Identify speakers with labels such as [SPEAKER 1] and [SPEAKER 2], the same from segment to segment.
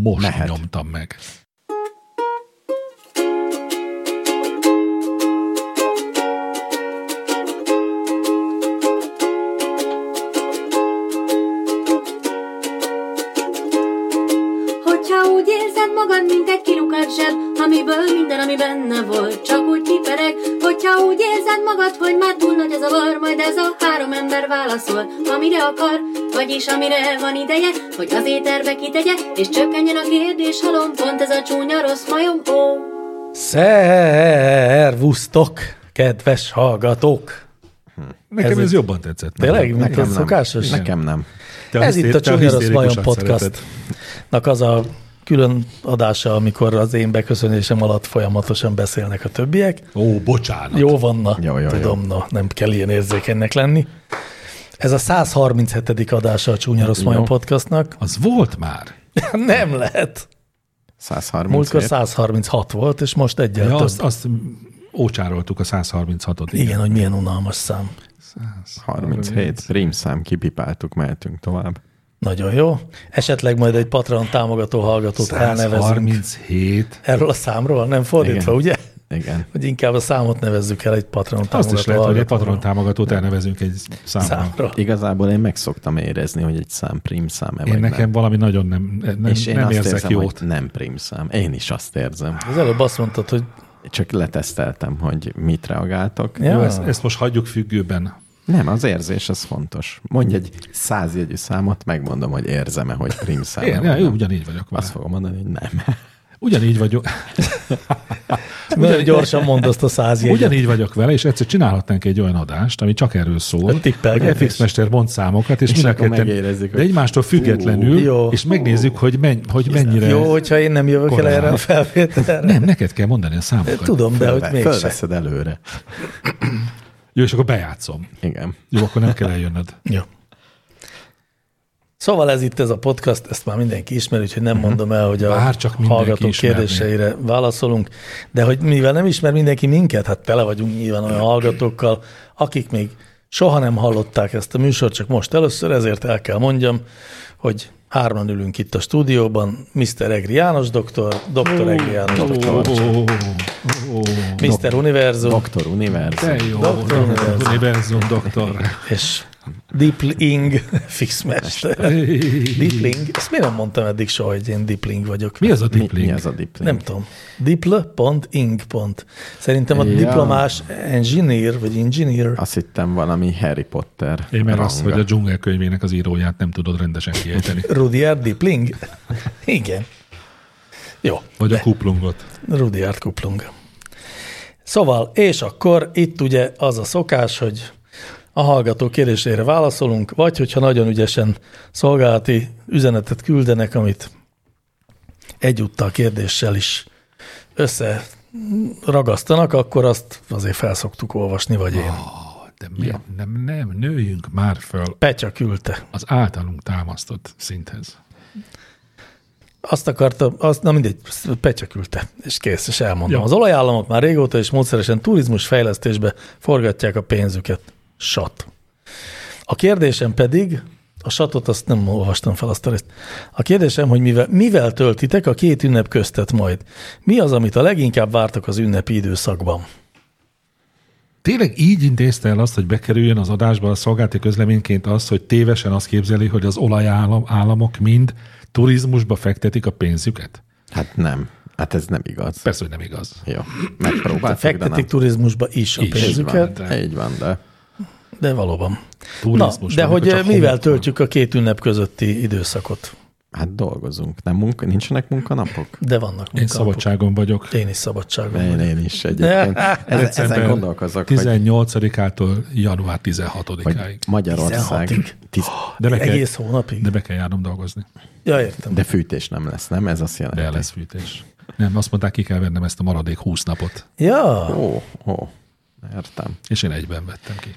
[SPEAKER 1] Most
[SPEAKER 2] Mehet.
[SPEAKER 1] nyomtam meg.
[SPEAKER 3] Hogyha úgy érzed magad, mint egy kilukat zseb, amiből minden, ami benne volt, csak úgy kipereg. Hogyha úgy érzed magad, hogy már túl nagy az a var, majd ez a három ember válaszol, amire akar, vagyis amire van ideje, hogy az éterbe kitegye, és csökkenjen a kérdés halom, pont ez a csúnya rossz majom, ó.
[SPEAKER 4] Szervusztok, kedves hallgatók!
[SPEAKER 1] Nekem ez,
[SPEAKER 4] Ez
[SPEAKER 1] ez
[SPEAKER 4] egy-
[SPEAKER 1] jobban tetszett.
[SPEAKER 4] Tényleg?
[SPEAKER 1] Nem?
[SPEAKER 4] Neked
[SPEAKER 1] Nem.
[SPEAKER 4] szokásos?
[SPEAKER 2] Nekem nem.
[SPEAKER 1] Te a
[SPEAKER 4] Ez
[SPEAKER 1] hisztéri-
[SPEAKER 4] itt a
[SPEAKER 1] te
[SPEAKER 4] Csúnya Rossz Vajon
[SPEAKER 1] hisztérikusan szereted.
[SPEAKER 4] podcastnak az a külön adása, amikor az én beköszönésem alatt folyamatosan beszélnek a többiek.
[SPEAKER 1] Ó, bocsánat.
[SPEAKER 4] Jó vanna, jó,
[SPEAKER 2] Jó,
[SPEAKER 4] jó,
[SPEAKER 2] jó, jó.
[SPEAKER 4] tudom, jó. No, nem kell ilyen érzékenynek lenni. Ez a 137. adása a Csúnya Rossz Vajon
[SPEAKER 2] Jó.
[SPEAKER 4] podcastnak.
[SPEAKER 1] Az volt már.
[SPEAKER 4] Nem lehet.
[SPEAKER 2] 130
[SPEAKER 4] Múltkor
[SPEAKER 2] év.
[SPEAKER 4] 136 volt, és most egyel
[SPEAKER 1] Ja,
[SPEAKER 4] ja, több.
[SPEAKER 1] azt, azt ócsároltuk a 136-ot.
[SPEAKER 4] Hát Igen, hogy milyen unalmas szám.
[SPEAKER 2] 37. Rímszám, kipipáltuk, mehetünk tovább.
[SPEAKER 4] Nagyon jó. Esetleg majd egy Patreon támogató hallgatót elnevezünk
[SPEAKER 1] 137.
[SPEAKER 4] erről a számról, nem fordítva,
[SPEAKER 2] Igen.
[SPEAKER 4] ugye?
[SPEAKER 2] Igen.
[SPEAKER 4] Hogy inkább a számot nevezzük el egy Patreon
[SPEAKER 1] Azt
[SPEAKER 4] támogató
[SPEAKER 1] is lehet, hogy egy
[SPEAKER 4] hallgatóról.
[SPEAKER 1] patron támogatót elnevezünk egy számra.
[SPEAKER 4] számról.
[SPEAKER 2] Igazából én meg szoktam érezni, hogy egy szám prímszám-e
[SPEAKER 1] Én
[SPEAKER 2] vagy
[SPEAKER 1] nekem
[SPEAKER 2] nem.
[SPEAKER 1] valami nagyon nem, nem,
[SPEAKER 2] És én
[SPEAKER 1] nem
[SPEAKER 2] azt
[SPEAKER 1] érzek
[SPEAKER 2] érzem,
[SPEAKER 1] jót.
[SPEAKER 2] hogy nem prímszám. Én is azt érzem.
[SPEAKER 4] Az előbb azt mondtad, hogy
[SPEAKER 2] Csak leteszteltem, hogy mit reagáltok.
[SPEAKER 4] Ja.
[SPEAKER 1] Jó, ezt, ezt most hagyjuk függőben.
[SPEAKER 2] Nem, az érzés az fontos. Mondj egy százjegyű számot, megmondom, hogy érzem-e, hogy prímszám.
[SPEAKER 1] Én,
[SPEAKER 2] nem.
[SPEAKER 1] én ugyanígy vagyok vele.
[SPEAKER 2] Azt fogom mondani, hogy nem.
[SPEAKER 1] Ugyanígy vagyok,
[SPEAKER 4] nagyon gyorsan mondd azt a száz jegyet.
[SPEAKER 1] ugyanígy vagyok vele, és egyszer csinálhatnánk egy olyan adást, ami csak erről szól,
[SPEAKER 4] A tippelgetés.
[SPEAKER 1] hogy FX Mester mond számokat, és,
[SPEAKER 2] És
[SPEAKER 1] mind a
[SPEAKER 2] akkor
[SPEAKER 1] ketten-
[SPEAKER 2] megérezzük,
[SPEAKER 1] de
[SPEAKER 2] hogy
[SPEAKER 1] egymástól függetlenül,
[SPEAKER 4] jó.
[SPEAKER 1] és megnézzük, hogy, menny, hogy mennyire...
[SPEAKER 4] Jó, hogyha én nem jövök el
[SPEAKER 1] Korán.
[SPEAKER 4] erre a felvételre.
[SPEAKER 1] Nem, neked kell mondani a számokat.
[SPEAKER 4] Tudom, de hogy
[SPEAKER 2] Fölve-
[SPEAKER 4] mégsem.
[SPEAKER 2] Fölveszed előre.
[SPEAKER 1] Jó, és akkor bejátszom.
[SPEAKER 2] Igen.
[SPEAKER 1] Jó, akkor nem kell eljönnöd.
[SPEAKER 4] Jó. Szóval ez itt ez a podcast, ezt már mindenki ismeri, úgyhogy nem mondom el, hogy a
[SPEAKER 1] Mhm. Bár csak mindenki
[SPEAKER 4] hallgatók
[SPEAKER 1] ismerné.
[SPEAKER 4] kérdéseire válaszolunk, de hogy mivel nem ismer mindenki minket, hát tele vagyunk nyilván olyan hallgatókkal, akik még soha nem hallották ezt a műsort, csak most először, ezért el kell mondjam, hogy hárman ülünk itt a stúdióban, Mr. Egri János doktor, Dr. Egri János doktor,
[SPEAKER 1] Ó, ó, ó, ó.
[SPEAKER 4] Mr. Univerzum,
[SPEAKER 2] Doktor Univerzum.
[SPEAKER 1] De jó,
[SPEAKER 4] Doktor Univerzum.
[SPEAKER 1] univerzum, doktor.
[SPEAKER 4] és Deepling fixmester. Dipling? Ezt miért nem mondtam eddig soha, hogy én dipling vagyok?
[SPEAKER 1] Mi az a
[SPEAKER 2] Mi,
[SPEAKER 1] dipling?
[SPEAKER 2] mi az a dipling?
[SPEAKER 4] Nem tudom. Dipl.ing. Szerintem a
[SPEAKER 2] Ja.
[SPEAKER 4] diplomás engineer, vagy engineer.
[SPEAKER 1] Ah.
[SPEAKER 2] Azt hittem valami Harry Potter.
[SPEAKER 1] Én már azt, hogy
[SPEAKER 2] ranga.
[SPEAKER 1] a dzsungelkönyvének az íróját nem tudod rendesen kiejteni.
[SPEAKER 4] Rudyard Dipling? Igen. Jó,
[SPEAKER 1] Vagy a kuplungot.
[SPEAKER 4] Rudyard Kuplung. Szóval, és akkor itt ugye az a szokás, hogy a hallgató kérésére válaszolunk, vagy hogyha nagyon ügyesen szolgálati üzenetet küldenek, amit egyúttal kérdéssel is összeragasztanak, akkor azt azért felszoktuk olvasni, vagy én.
[SPEAKER 1] De mi? Ja. Nem, nem, nőjünk már föl
[SPEAKER 4] Petya küldte.
[SPEAKER 1] az általunk támasztott szinthez.
[SPEAKER 4] Azt akarta, azt, na mindegy, Petya küldte, és kész, és elmondom.
[SPEAKER 1] Jó.
[SPEAKER 4] Ja. Az olajállamok már régóta és módszeresen turizmus fejlesztésbe forgatják a pénzüket. Sat. A kérdésem pedig, a satot azt nem olvastam fel azt a részt. A kérdésem, hogy mivel, mivel töltitek a két ünnep köztet majd? Mi az, amit a leginkább vártok az ünnepi időszakban?
[SPEAKER 1] Tényleg így intézte el azt, hogy bekerüljön az adásba a szolgálati közleményként az, hogy tévesen azt képzeli, hogy az olajállamok mind turizmusba fektetik a pénzüket?
[SPEAKER 2] Hát nem. Hát ez nem igaz.
[SPEAKER 1] Persze, hogy nem igaz.
[SPEAKER 2] Jó. Megpróbáltuk, de
[SPEAKER 4] Fektetik
[SPEAKER 2] nem.
[SPEAKER 4] turizmusba is a
[SPEAKER 1] Is.
[SPEAKER 4] pénzüket,
[SPEAKER 1] van,
[SPEAKER 2] Van, így van, de
[SPEAKER 4] de valóban. Na,
[SPEAKER 1] Turizmus,
[SPEAKER 4] de
[SPEAKER 1] amikor
[SPEAKER 4] hogy eh,
[SPEAKER 1] csak
[SPEAKER 4] mivel
[SPEAKER 1] homok van.
[SPEAKER 4] töltjük a két ünnep közötti időszakot?
[SPEAKER 2] hát dolgozunk. Nem munka, nincsenek munkanapok?
[SPEAKER 4] De vannak
[SPEAKER 1] Én
[SPEAKER 4] munkanapok.
[SPEAKER 1] szabadságon vagyok.
[SPEAKER 4] Én is szabadságon.
[SPEAKER 2] Én, én is egyébként. Ez, ezen gondolkozok, hogy,
[SPEAKER 1] 18-ától január 16-áig.
[SPEAKER 2] hogy Magyarország...
[SPEAKER 4] 16-ig.
[SPEAKER 2] Tiz,
[SPEAKER 1] De be, kell,
[SPEAKER 4] Egész hónapig?
[SPEAKER 1] de be kell járnom dolgozni.
[SPEAKER 4] Ja, értem.
[SPEAKER 2] de fűtés nem lesz, nem? Ez azt jelenti.
[SPEAKER 1] De lesz fűtés. Nem, azt mondták, ki kell vennem ezt a maradék 20 napot,
[SPEAKER 4] Ja,
[SPEAKER 2] Ó, ó, értem.
[SPEAKER 1] és én egyben vettem ki.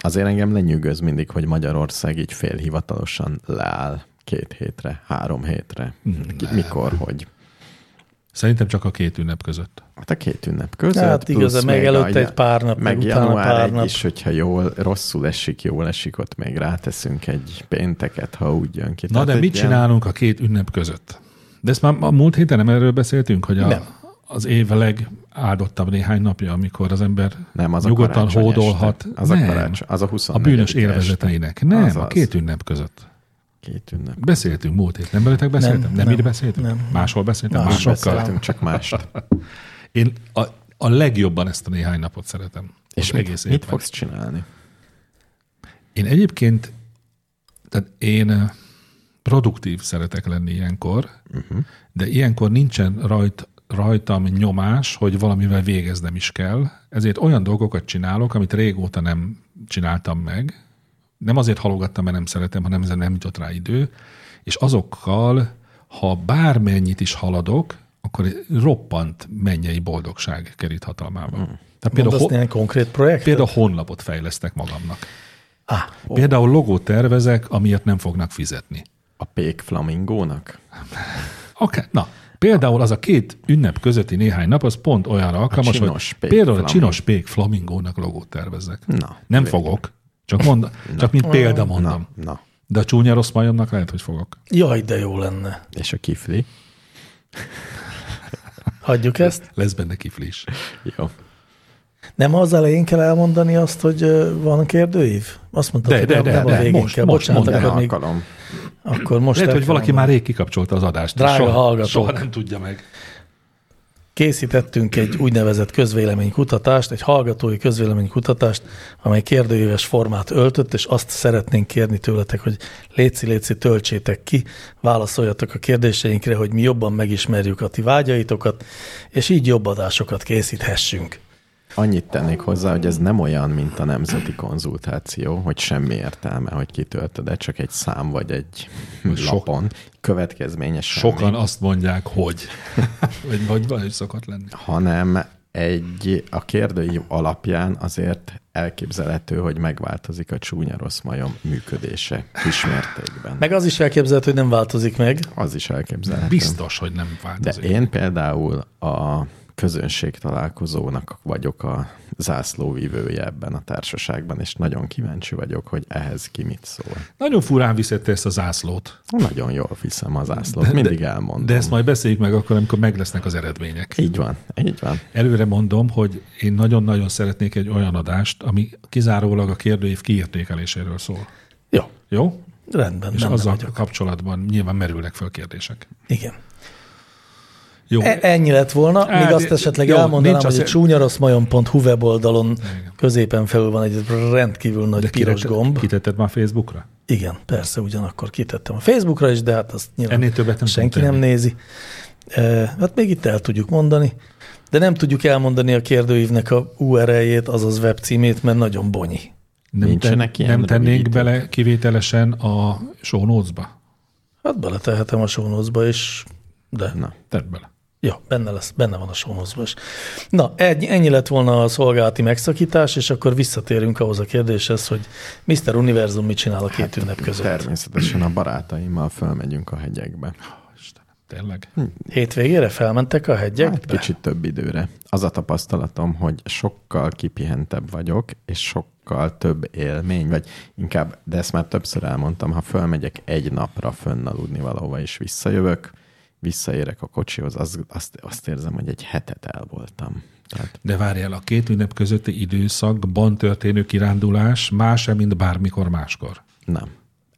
[SPEAKER 2] Azért engem lenyűgöz mindig, hogy Magyarország így félhivatalosan leáll két hétre, három hétre.
[SPEAKER 1] Mm,
[SPEAKER 2] Ki- Mikor, hogy?
[SPEAKER 1] Szerintem csak a két ünnep között.
[SPEAKER 2] Hát a két ünnep között.
[SPEAKER 4] Hát
[SPEAKER 2] plusz
[SPEAKER 4] igazán, meg
[SPEAKER 2] még
[SPEAKER 4] előtte egy pár nap,
[SPEAKER 2] meg
[SPEAKER 4] meg utána
[SPEAKER 2] január
[SPEAKER 4] pár
[SPEAKER 2] egy
[SPEAKER 4] nap.
[SPEAKER 2] is, hogyha jól, rosszul esik, jól esik, ott még ráteszünk egy pénteket, ha úgy jön ki.
[SPEAKER 1] Na de
[SPEAKER 2] egy
[SPEAKER 1] mit
[SPEAKER 2] ilyen-
[SPEAKER 1] csinálunk a két ünnep között? De ezt már a múlt héten nem erről beszéltünk, hogy a,
[SPEAKER 4] Nem.
[SPEAKER 1] az év legáldottabb néhány napja, amikor az ember
[SPEAKER 2] Nem, az a
[SPEAKER 1] nyugodtan
[SPEAKER 2] karácsony
[SPEAKER 1] hódolhat.
[SPEAKER 2] Este. Az a
[SPEAKER 1] nem,
[SPEAKER 2] karácsony, az a
[SPEAKER 1] a
[SPEAKER 2] 24.
[SPEAKER 1] bűnös
[SPEAKER 2] este.
[SPEAKER 1] élvezeteinek. Nem,
[SPEAKER 2] Azaz.
[SPEAKER 1] a két ünnep között.
[SPEAKER 2] Két ünnep.
[SPEAKER 1] Beszéltünk múlt hét. Nem veletek beszéltem? Nem,
[SPEAKER 4] Nem,
[SPEAKER 1] nem,
[SPEAKER 4] nem,
[SPEAKER 1] mire beszéltünk?
[SPEAKER 4] nem.
[SPEAKER 1] Máshol beszéltem?
[SPEAKER 4] Máshol
[SPEAKER 1] Másokkal?
[SPEAKER 2] Beszéltünk csak mást.
[SPEAKER 1] Én a, a legjobban ezt a néhány napot szeretem.
[SPEAKER 2] És
[SPEAKER 1] Az
[SPEAKER 2] mit, mit
[SPEAKER 1] évben.
[SPEAKER 2] fogsz csinálni?
[SPEAKER 1] Én egyébként, tehát én ö, produktív szeretek lenni ilyenkor, uh-huh. de ilyenkor nincsen rajt, rajtam nyomás, hogy valamivel végeznem is kell. Ezért olyan dolgokat csinálok, amit régóta nem csináltam meg. Nem azért halogattam, mert nem szeretem, hanem ezzel nem jutott rá idő. És azokkal, ha bármennyit is haladok, akkor roppant mennyei boldogság kerít hatalmába. Uh-huh. Tehát
[SPEAKER 4] Például
[SPEAKER 1] például,
[SPEAKER 4] Mondasz
[SPEAKER 1] ho-
[SPEAKER 4] néhány konkrét projekt?
[SPEAKER 1] például honlapot fejlesztek magamnak.
[SPEAKER 4] Ah,
[SPEAKER 1] Oh. Például logót tervezek, amiért nem fognak fizetni.
[SPEAKER 2] A pék flamingónak?
[SPEAKER 1] Hát Oké, okay. na, például az a két ünnep közötti néhány nap, az pont olyanra alkalmas,
[SPEAKER 2] csinos
[SPEAKER 1] hogy
[SPEAKER 2] pék
[SPEAKER 1] például a
[SPEAKER 2] flamingo.
[SPEAKER 1] csinos pék flamingónak logót tervezek.
[SPEAKER 2] Na.
[SPEAKER 1] nem fogok, csak, mond, csak mint példa mondom.
[SPEAKER 2] Na, na.
[SPEAKER 1] De a csúnya rossz majomnak lehet, hogy fogok.
[SPEAKER 4] jaj, de jó lenne.
[SPEAKER 2] És a kifli?
[SPEAKER 4] Hagyjuk ezt.
[SPEAKER 1] Lesz benne kifli is.
[SPEAKER 2] Jó.
[SPEAKER 4] Nem az elején kell elmondani azt, hogy ö, van kérdőív? Azt mondtad,
[SPEAKER 1] De,
[SPEAKER 4] hogy
[SPEAKER 1] de,
[SPEAKER 4] nem,
[SPEAKER 1] de,
[SPEAKER 4] nem a
[SPEAKER 1] de,
[SPEAKER 4] végén
[SPEAKER 1] most,
[SPEAKER 4] kell.
[SPEAKER 1] most
[SPEAKER 4] Bocsánat,
[SPEAKER 1] mondd
[SPEAKER 2] De
[SPEAKER 1] el,
[SPEAKER 4] akkor, még,
[SPEAKER 2] alkalom.
[SPEAKER 4] akkor most
[SPEAKER 1] Lehet,
[SPEAKER 4] el
[SPEAKER 1] hogy
[SPEAKER 4] kell
[SPEAKER 1] valaki
[SPEAKER 4] mondanom.
[SPEAKER 1] már rég kikapcsolta az adást. és
[SPEAKER 4] Drága
[SPEAKER 1] soha,
[SPEAKER 4] hallgatók.
[SPEAKER 1] soha nem tudja meg.
[SPEAKER 4] Készítettünk egy úgynevezett közvéleménykutatást, egy hallgatói közvéleménykutatást, amely kérdőíves formát öltött, és azt szeretnénk kérni tőletek, hogy léci léci töltsétek ki, válaszoljatok a kérdéseinkre, hogy mi jobban megismerjük a ti vágyaitokat, és így jobb adásokat készíthessünk.
[SPEAKER 2] Annyit tennék hozzá, hogy ez nem olyan, mint a nemzeti konzultáció, hogy semmi értelme, hogy kitöltöd, csak egy szám vagy egy
[SPEAKER 1] Sok-
[SPEAKER 2] lapon. Következményes semmi.
[SPEAKER 1] Sokan azt mondják, hogy. Vagy hogy van, hogy szokott lenni.
[SPEAKER 2] hanem egy a kérdőív alapján azért elképzelhető, hogy megváltozik a csúnya rossz majom működése kismértékben.
[SPEAKER 4] Meg az is elképzelhető, hogy nem változik meg.
[SPEAKER 2] Az is elképzelhető.
[SPEAKER 1] Biztos, hogy nem
[SPEAKER 2] De
[SPEAKER 1] változik.
[SPEAKER 2] én például a közönség találkozónak vagyok a zászlóvívője ebben a társaságban, és nagyon kíváncsi vagyok, hogy ehhez ki mit szól.
[SPEAKER 1] Nagyon furán viszette ezt a zászlót.
[SPEAKER 2] Nagyon jól viszem a zászlót, mindig elmondom.
[SPEAKER 1] De ezt majd beszéljük meg akkor, amikor meg lesznek az eredmények.
[SPEAKER 2] Így van, így van.
[SPEAKER 1] Előre mondom, hogy én nagyon-nagyon szeretnék egy olyan adást, ami kizárólag a kérdőív kiértékeléséről szól.
[SPEAKER 4] Jó,
[SPEAKER 1] Jó?
[SPEAKER 4] rendben,
[SPEAKER 1] És
[SPEAKER 4] nem
[SPEAKER 1] azzal
[SPEAKER 4] vagyok.
[SPEAKER 1] kapcsolatban nyilván merülnek fel kérdések.
[SPEAKER 4] Igen.
[SPEAKER 1] Jó.
[SPEAKER 4] E, ennyi lett volna,
[SPEAKER 1] Á,
[SPEAKER 4] még azt
[SPEAKER 1] de-
[SPEAKER 4] esetleg
[SPEAKER 1] jó,
[SPEAKER 4] jó, elmondanám,
[SPEAKER 1] nincs
[SPEAKER 4] hogy a
[SPEAKER 1] azért-
[SPEAKER 4] csúnyaroszmajon.hu weboldalon középen felül van egy rendkívül nagy
[SPEAKER 1] De
[SPEAKER 4] piros
[SPEAKER 1] kitetted-
[SPEAKER 4] gomb.
[SPEAKER 1] Kitetted már Facebookra?
[SPEAKER 4] Igen, persze, ugyanakkor kitettem a Facebookra is, de hát azt nyilván
[SPEAKER 1] Ennél többet nem
[SPEAKER 4] senki
[SPEAKER 1] tudunk
[SPEAKER 4] nem nézi. E, hát még itt el tudjuk mondani, de nem tudjuk elmondani a kérdőívnek a URL-jét, azaz webcímét, mert nagyon bonyi.
[SPEAKER 1] Nem,
[SPEAKER 2] Nincsenek ilyen
[SPEAKER 1] nem tennénk
[SPEAKER 2] rövidítők?
[SPEAKER 1] bele kivételesen a show notes-ba?
[SPEAKER 4] Hát beletehetem a sónozba is, de
[SPEAKER 2] Na,
[SPEAKER 1] Tedd bele.
[SPEAKER 4] Ja, benne lesz, benne van a sónozban is. Na, egy, ennyi lett volna a szolgálati megszakítás, és akkor visszatérünk ahhoz a kérdéshez, hogy Mr. Univerzum mit csinál a két hát, ünnep között.
[SPEAKER 2] természetesen a barátaimmal fölmegyünk a hegyekbe.
[SPEAKER 1] Istenem, tényleg?
[SPEAKER 4] Hétvégére felmentek a
[SPEAKER 2] Hát
[SPEAKER 4] hegyekbe?
[SPEAKER 2] kicsit több időre. Az a tapasztalatom, hogy sokkal kipihentebb vagyok, és sokkal több élmény, vagy inkább, de ezt már többször elmondtam, ha fölmegyek egy napra fönn aludni valahova, és visszajövök, visszaérek a kocsihoz, az, azt, azt érzem, hogy egy hetet el voltam. Tehát
[SPEAKER 1] De várjál, a két ünnep közötti időszakban történő kirándulás más-e, mint bármikor máskor?
[SPEAKER 2] nem.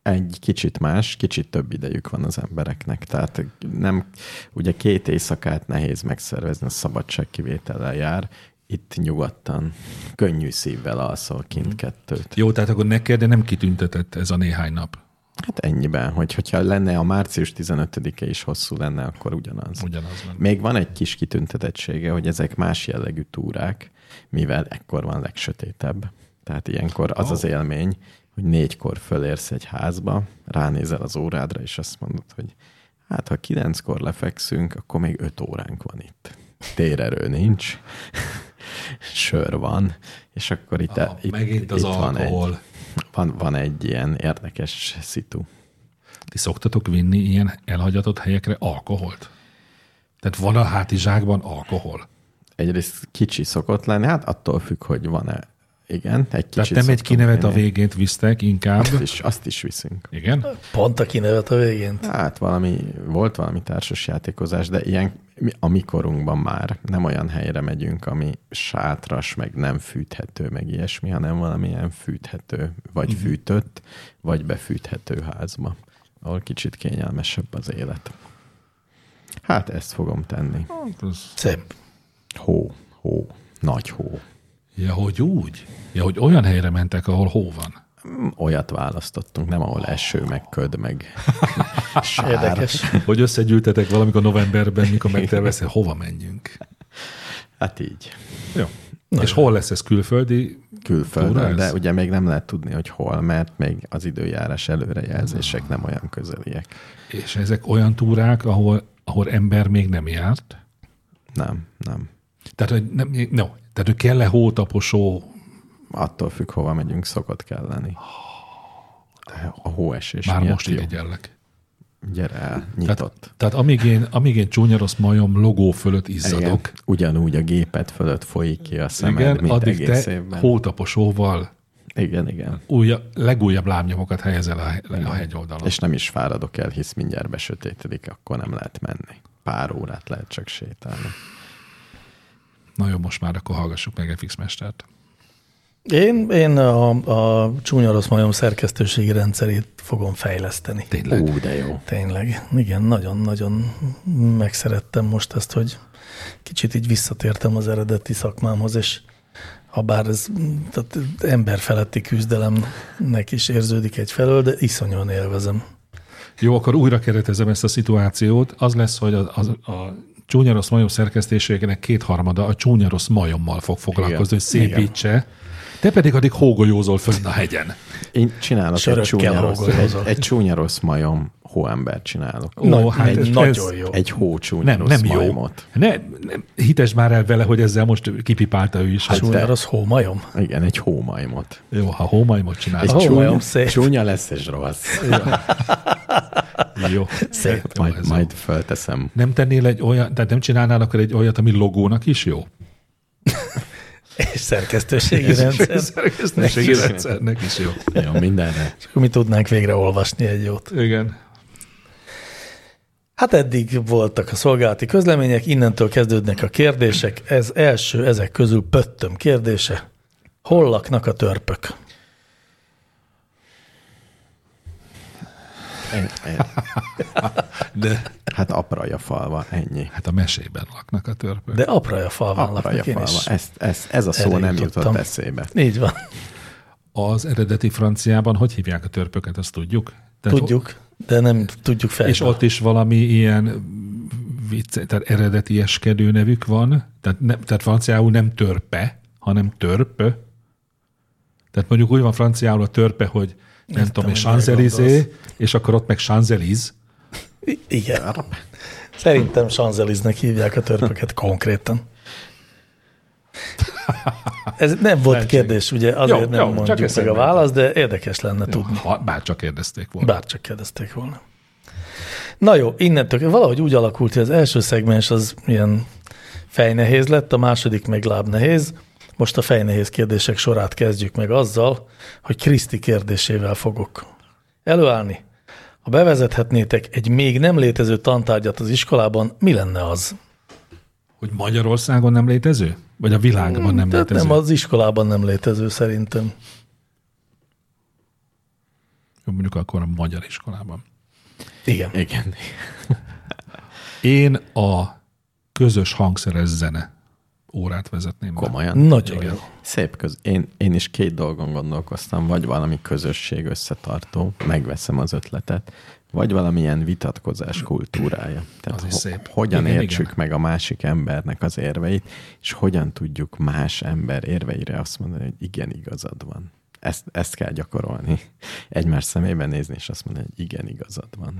[SPEAKER 2] Egy kicsit más, kicsit több idejük van az embereknek. Tehát nem, ugye két éjszakát nehéz megszervezni, a szabadság kivétellel jár, itt nyugodtan, könnyű szívvel alszol kint kettőt.
[SPEAKER 1] Jó, tehát akkor neked, de nem kitüntetett ez a néhány nap.
[SPEAKER 2] Hát ennyiben, hogy, hogyha lenne a március 15-e is hosszú lenne, akkor ugyanaz.
[SPEAKER 1] Ugyanaz lenne.
[SPEAKER 2] Még van egy kis kitüntetettsége, hogy ezek más jellegű túrák, mivel ekkor van legsötétebb. Tehát ilyenkor az az élmény, hogy négykor fölérsz egy házba, ránézel az órádra, és azt mondod, hogy hát ha kilenckor lefekszünk, akkor még öt óránk van itt. Térerő nincs, sör van, és akkor itt, e-
[SPEAKER 1] Ah,
[SPEAKER 2] itt,
[SPEAKER 1] megint az
[SPEAKER 2] itt van, egy,
[SPEAKER 1] alkohol.
[SPEAKER 2] van, van egy ilyen érdekes szitu.
[SPEAKER 1] Ti szoktatok vinni ilyen elhagyatott helyekre alkoholt? Tehát van a hátizsákban alkohol.
[SPEAKER 2] egyrészt kicsi szokott lenni, hát attól függ, hogy van-e Igen, egy kicsit
[SPEAKER 1] Tehát nem egy
[SPEAKER 2] szoktunk
[SPEAKER 1] kinevet a
[SPEAKER 2] vinni.
[SPEAKER 1] végét visztek inkább.
[SPEAKER 2] Azt is, azt is viszünk.
[SPEAKER 1] Igen?
[SPEAKER 4] Pont a kinevet a végén.
[SPEAKER 2] Hát valami, volt valami társas játékozás, de ilyen mi a mi korunkban már nem olyan helyre megyünk, ami sátras, meg nem fűthető, meg ilyesmi, hanem valamilyen fűthető,
[SPEAKER 1] Mhm.
[SPEAKER 2] vagy fűtött, vagy befűthető házba, ahol kicsit kényelmesebb az élet. Hát ezt fogom tenni.
[SPEAKER 1] Az-
[SPEAKER 4] Szép.
[SPEAKER 2] Hó, hó, nagy hó.
[SPEAKER 1] Ja, hogy úgy? Ja, hogy olyan helyre mentek, ahol hó van.
[SPEAKER 2] Olyat választottunk, nem ahol eső, meg köd, meg sár.
[SPEAKER 4] Érdekes.
[SPEAKER 1] Hogy összegyűltetek valamikor novemberben, mikor megterveztél, hova menjünk.
[SPEAKER 2] Hát így.
[SPEAKER 1] Jó. És hol lesz ez külföldi?
[SPEAKER 2] külföldön,
[SPEAKER 1] Túra
[SPEAKER 2] de
[SPEAKER 1] ez?
[SPEAKER 2] ugye még nem lehet tudni, hogy hol, mert még az időjárás előrejelzések nem olyan közeliek.
[SPEAKER 1] És ezek olyan túrák, ahol, ahol ember még nem járt?
[SPEAKER 2] Nem, nem.
[SPEAKER 1] Tehát, hogy nem, no, tehát hogy kell-e hótaposó,
[SPEAKER 2] Attól függ, hova megyünk, szokott kell lenni. A hóesés
[SPEAKER 1] már
[SPEAKER 2] miatt
[SPEAKER 1] most
[SPEAKER 2] jó.
[SPEAKER 1] irigyellek.
[SPEAKER 2] Gyere el,
[SPEAKER 1] Tehát,
[SPEAKER 2] nyitott.
[SPEAKER 1] tehát amíg, én, amíg én csúnya rossz majom logó fölött
[SPEAKER 2] Igen,
[SPEAKER 1] izzadok,
[SPEAKER 2] ugyanúgy a gépet fölött folyik ki a szemed,
[SPEAKER 1] igen,
[SPEAKER 2] mint
[SPEAKER 1] addig
[SPEAKER 2] egész
[SPEAKER 1] te
[SPEAKER 2] évben.
[SPEAKER 1] hótaposóval
[SPEAKER 2] Igen, igen.
[SPEAKER 1] újabb, legújabb lábnyomokat helyezel a, a hegyoldalon.
[SPEAKER 2] És nem is fáradok el, hisz mindjárt besötétedik, akkor nem lehet menni. Pár órát lehet csak sétálni.
[SPEAKER 1] Na jó, most már akkor hallgassuk meg FX Mestert.
[SPEAKER 4] Én, én a, a csúnya rossz majom szerkesztőségi rendszerét fogom fejleszteni.
[SPEAKER 1] Tényleg.
[SPEAKER 2] Ú, de jó.
[SPEAKER 4] Tényleg, igen, nagyon-nagyon megszerettem most ezt, hogy kicsit így visszatértem az eredeti szakmámhoz, és ha bár ez mm, tehát emberfeletti küzdelemnek is érződik egyfelől, de iszonyúan élvezem.
[SPEAKER 1] Jó, akkor újra keretezem ezt a szituációt. Az lesz, hogy az, az, a csúnya rossz majom szerkesztésének kétharmada a csúnya rossz majommal fog foglalkozni, hogy
[SPEAKER 2] Igen.
[SPEAKER 1] szépítse. Te pedig addig hógolyózol fönn a hegyen.
[SPEAKER 2] Én csinálok
[SPEAKER 4] Sörökkel
[SPEAKER 2] egy csúnya, rossz, egy,
[SPEAKER 4] dolgozol.
[SPEAKER 2] egy csúnya rossz majom, hóembert csinálok.
[SPEAKER 1] Ó,
[SPEAKER 4] Nagy-
[SPEAKER 1] hát ez-
[SPEAKER 4] nagyon jó.
[SPEAKER 2] Egy hó csúnya
[SPEAKER 1] Nem,
[SPEAKER 2] rossz
[SPEAKER 1] nem jó.
[SPEAKER 2] majmot.
[SPEAKER 1] Ne, nem, hitesd már el vele, hogy ezzel most kipipálta ő is. Hát,
[SPEAKER 4] Csúnya rossz hómajom?
[SPEAKER 2] Igen, egy hómajmot.
[SPEAKER 1] jó, ha hómajmot
[SPEAKER 2] Egy
[SPEAKER 1] csinálsz.
[SPEAKER 4] hómajom szép.
[SPEAKER 2] csúnya, csúnya lesz és rossz.
[SPEAKER 1] Jó.
[SPEAKER 4] Szép.
[SPEAKER 1] Jó,
[SPEAKER 2] Majd,
[SPEAKER 1] ez jó.
[SPEAKER 2] majd fölteszem.
[SPEAKER 1] Nem tennél egy olyan, tehát nem csinálnál akkor egy olyat, ami logónak is jó?
[SPEAKER 4] És szerkesztőségi rendszer.
[SPEAKER 1] Szerkesztőségi
[SPEAKER 2] Neki is.
[SPEAKER 1] rendszernek is jó.
[SPEAKER 2] Jó, mindenre.
[SPEAKER 4] És akkor mi tudnánk végre olvasni egy jót.
[SPEAKER 1] Igen.
[SPEAKER 4] Hát eddig voltak a szolgálati közlemények, innentől kezdődnek a kérdések. Ez első ezek közül pöttöm kérdése. Hol laknak a törpök?
[SPEAKER 2] Én- én-
[SPEAKER 1] De
[SPEAKER 2] Hát apraja falva, ennyi.
[SPEAKER 1] hát a mesében laknak a törpök.
[SPEAKER 4] De Apraja falván
[SPEAKER 2] Apraja
[SPEAKER 4] laknak én
[SPEAKER 2] falva.
[SPEAKER 4] is.
[SPEAKER 2] Ezt, ezt, ez a szó
[SPEAKER 4] Elég
[SPEAKER 2] nem
[SPEAKER 4] tudtam.
[SPEAKER 2] jutott eszébe.
[SPEAKER 4] Így van,
[SPEAKER 1] Az eredeti franciában hogy hívják a törpöket, azt tudjuk? Tehát
[SPEAKER 4] tudjuk, de nem tudjuk fel.
[SPEAKER 1] O- és ott is valami ilyen vicc, tehát eredeti eskedő nevük van, tehát, nem, tehát franciául nem törpe, hanem törp. Tehát mondjuk úgy van franciául a törpe, hogy nem
[SPEAKER 4] Értem,
[SPEAKER 1] tudom, én
[SPEAKER 4] hogy mire
[SPEAKER 1] Sanzelizé,
[SPEAKER 4] gondolsz.
[SPEAKER 1] és akkor ott meg Sanzeliz.
[SPEAKER 4] Igen. Szerintem Sanzeliznek hívják a törpöket konkrétan. Ez nem volt kérdés, ugye azért
[SPEAKER 1] Jó,
[SPEAKER 4] nem
[SPEAKER 1] jó, csak
[SPEAKER 4] mondjuk meg
[SPEAKER 1] eszembe
[SPEAKER 4] a választ, de érdekes lenne tudni.
[SPEAKER 1] Ha bárcsak kérdezték volna.
[SPEAKER 4] Bárcsak kérdezték volna. Na jó, innentől valahogy úgy alakult, hogy az első szegmens az ilyen fejnehéz lett, a második meg lábnehéz. Most a fejnehéz kérdések sorát kezdjük meg azzal, hogy Kriszti kérdésével fogok előállni. Ha bevezethetnétek egy még nem létező tantárgyat az iskolában, mi lenne az?
[SPEAKER 1] Hogy Magyarországon nem létező? Vagy a világban nem
[SPEAKER 4] Hmm, Tehát
[SPEAKER 1] létező?
[SPEAKER 4] nem az iskolában nem létező szerintem.
[SPEAKER 1] Jó, Mondjuk akkor a magyar iskolában.
[SPEAKER 4] Igen.
[SPEAKER 2] Igen.
[SPEAKER 1] Én a közös hangszeres zene órát vezetném. be.
[SPEAKER 2] Komolyan.
[SPEAKER 4] Nagyon
[SPEAKER 1] Igen.
[SPEAKER 4] jó.
[SPEAKER 2] Szép köz. Én, én is két dolgon gondolkoztam, vagy valami közösség összetartó, megveszem az ötletet, vagy valamilyen vitatkozás kultúrája. Tehát
[SPEAKER 1] Az is
[SPEAKER 2] ho-
[SPEAKER 1] szép.
[SPEAKER 2] hogyan
[SPEAKER 1] Igen,
[SPEAKER 2] igen, értsük
[SPEAKER 1] igen.
[SPEAKER 2] igen. meg a másik embernek az érveit, és hogyan tudjuk más ember érveire azt mondani, hogy igen, igazad van. Ezt, ezt kell gyakorolni. Egymás szemébe nézni, és azt mondani, hogy igen, igazad van.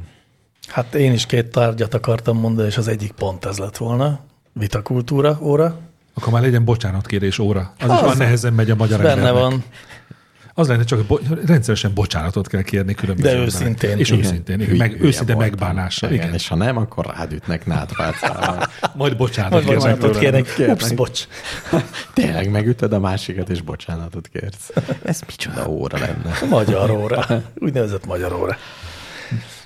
[SPEAKER 4] Hát én is két tárgyat akartam mondani, és az egyik pont ez lett volna. Vitakultúra óra.
[SPEAKER 1] Akkor már legyen bocsánatkérés óra. Az, az is
[SPEAKER 4] Az-
[SPEAKER 1] van nehezen megy a magyar
[SPEAKER 4] Benne
[SPEAKER 1] embernek.
[SPEAKER 4] van.
[SPEAKER 1] Az lenne csak, hogy bo- rendszeresen bocsánatot kell kérni különböző
[SPEAKER 4] De
[SPEAKER 1] emberek.
[SPEAKER 4] őszintén,
[SPEAKER 1] És
[SPEAKER 4] igen.
[SPEAKER 1] őszintén, igen.
[SPEAKER 2] Hülye
[SPEAKER 1] Meg, őszinte
[SPEAKER 2] voltam.
[SPEAKER 1] megbánással.
[SPEAKER 2] Igen,
[SPEAKER 1] Igen.
[SPEAKER 2] igen, és ha nem, akkor rád ütnek nádpálcával.
[SPEAKER 1] Majd bocsánatot
[SPEAKER 4] Majd
[SPEAKER 1] kérnek
[SPEAKER 4] bocsánatot
[SPEAKER 1] tőlem.
[SPEAKER 4] kérnek.
[SPEAKER 2] Kérnek.
[SPEAKER 4] Ups, bocs.
[SPEAKER 2] Tényleg megütöd a másikat, és bocsánatot kérsz. Ez micsoda óra lenne.
[SPEAKER 4] Magyar óra. Úgynevezett magyar óra.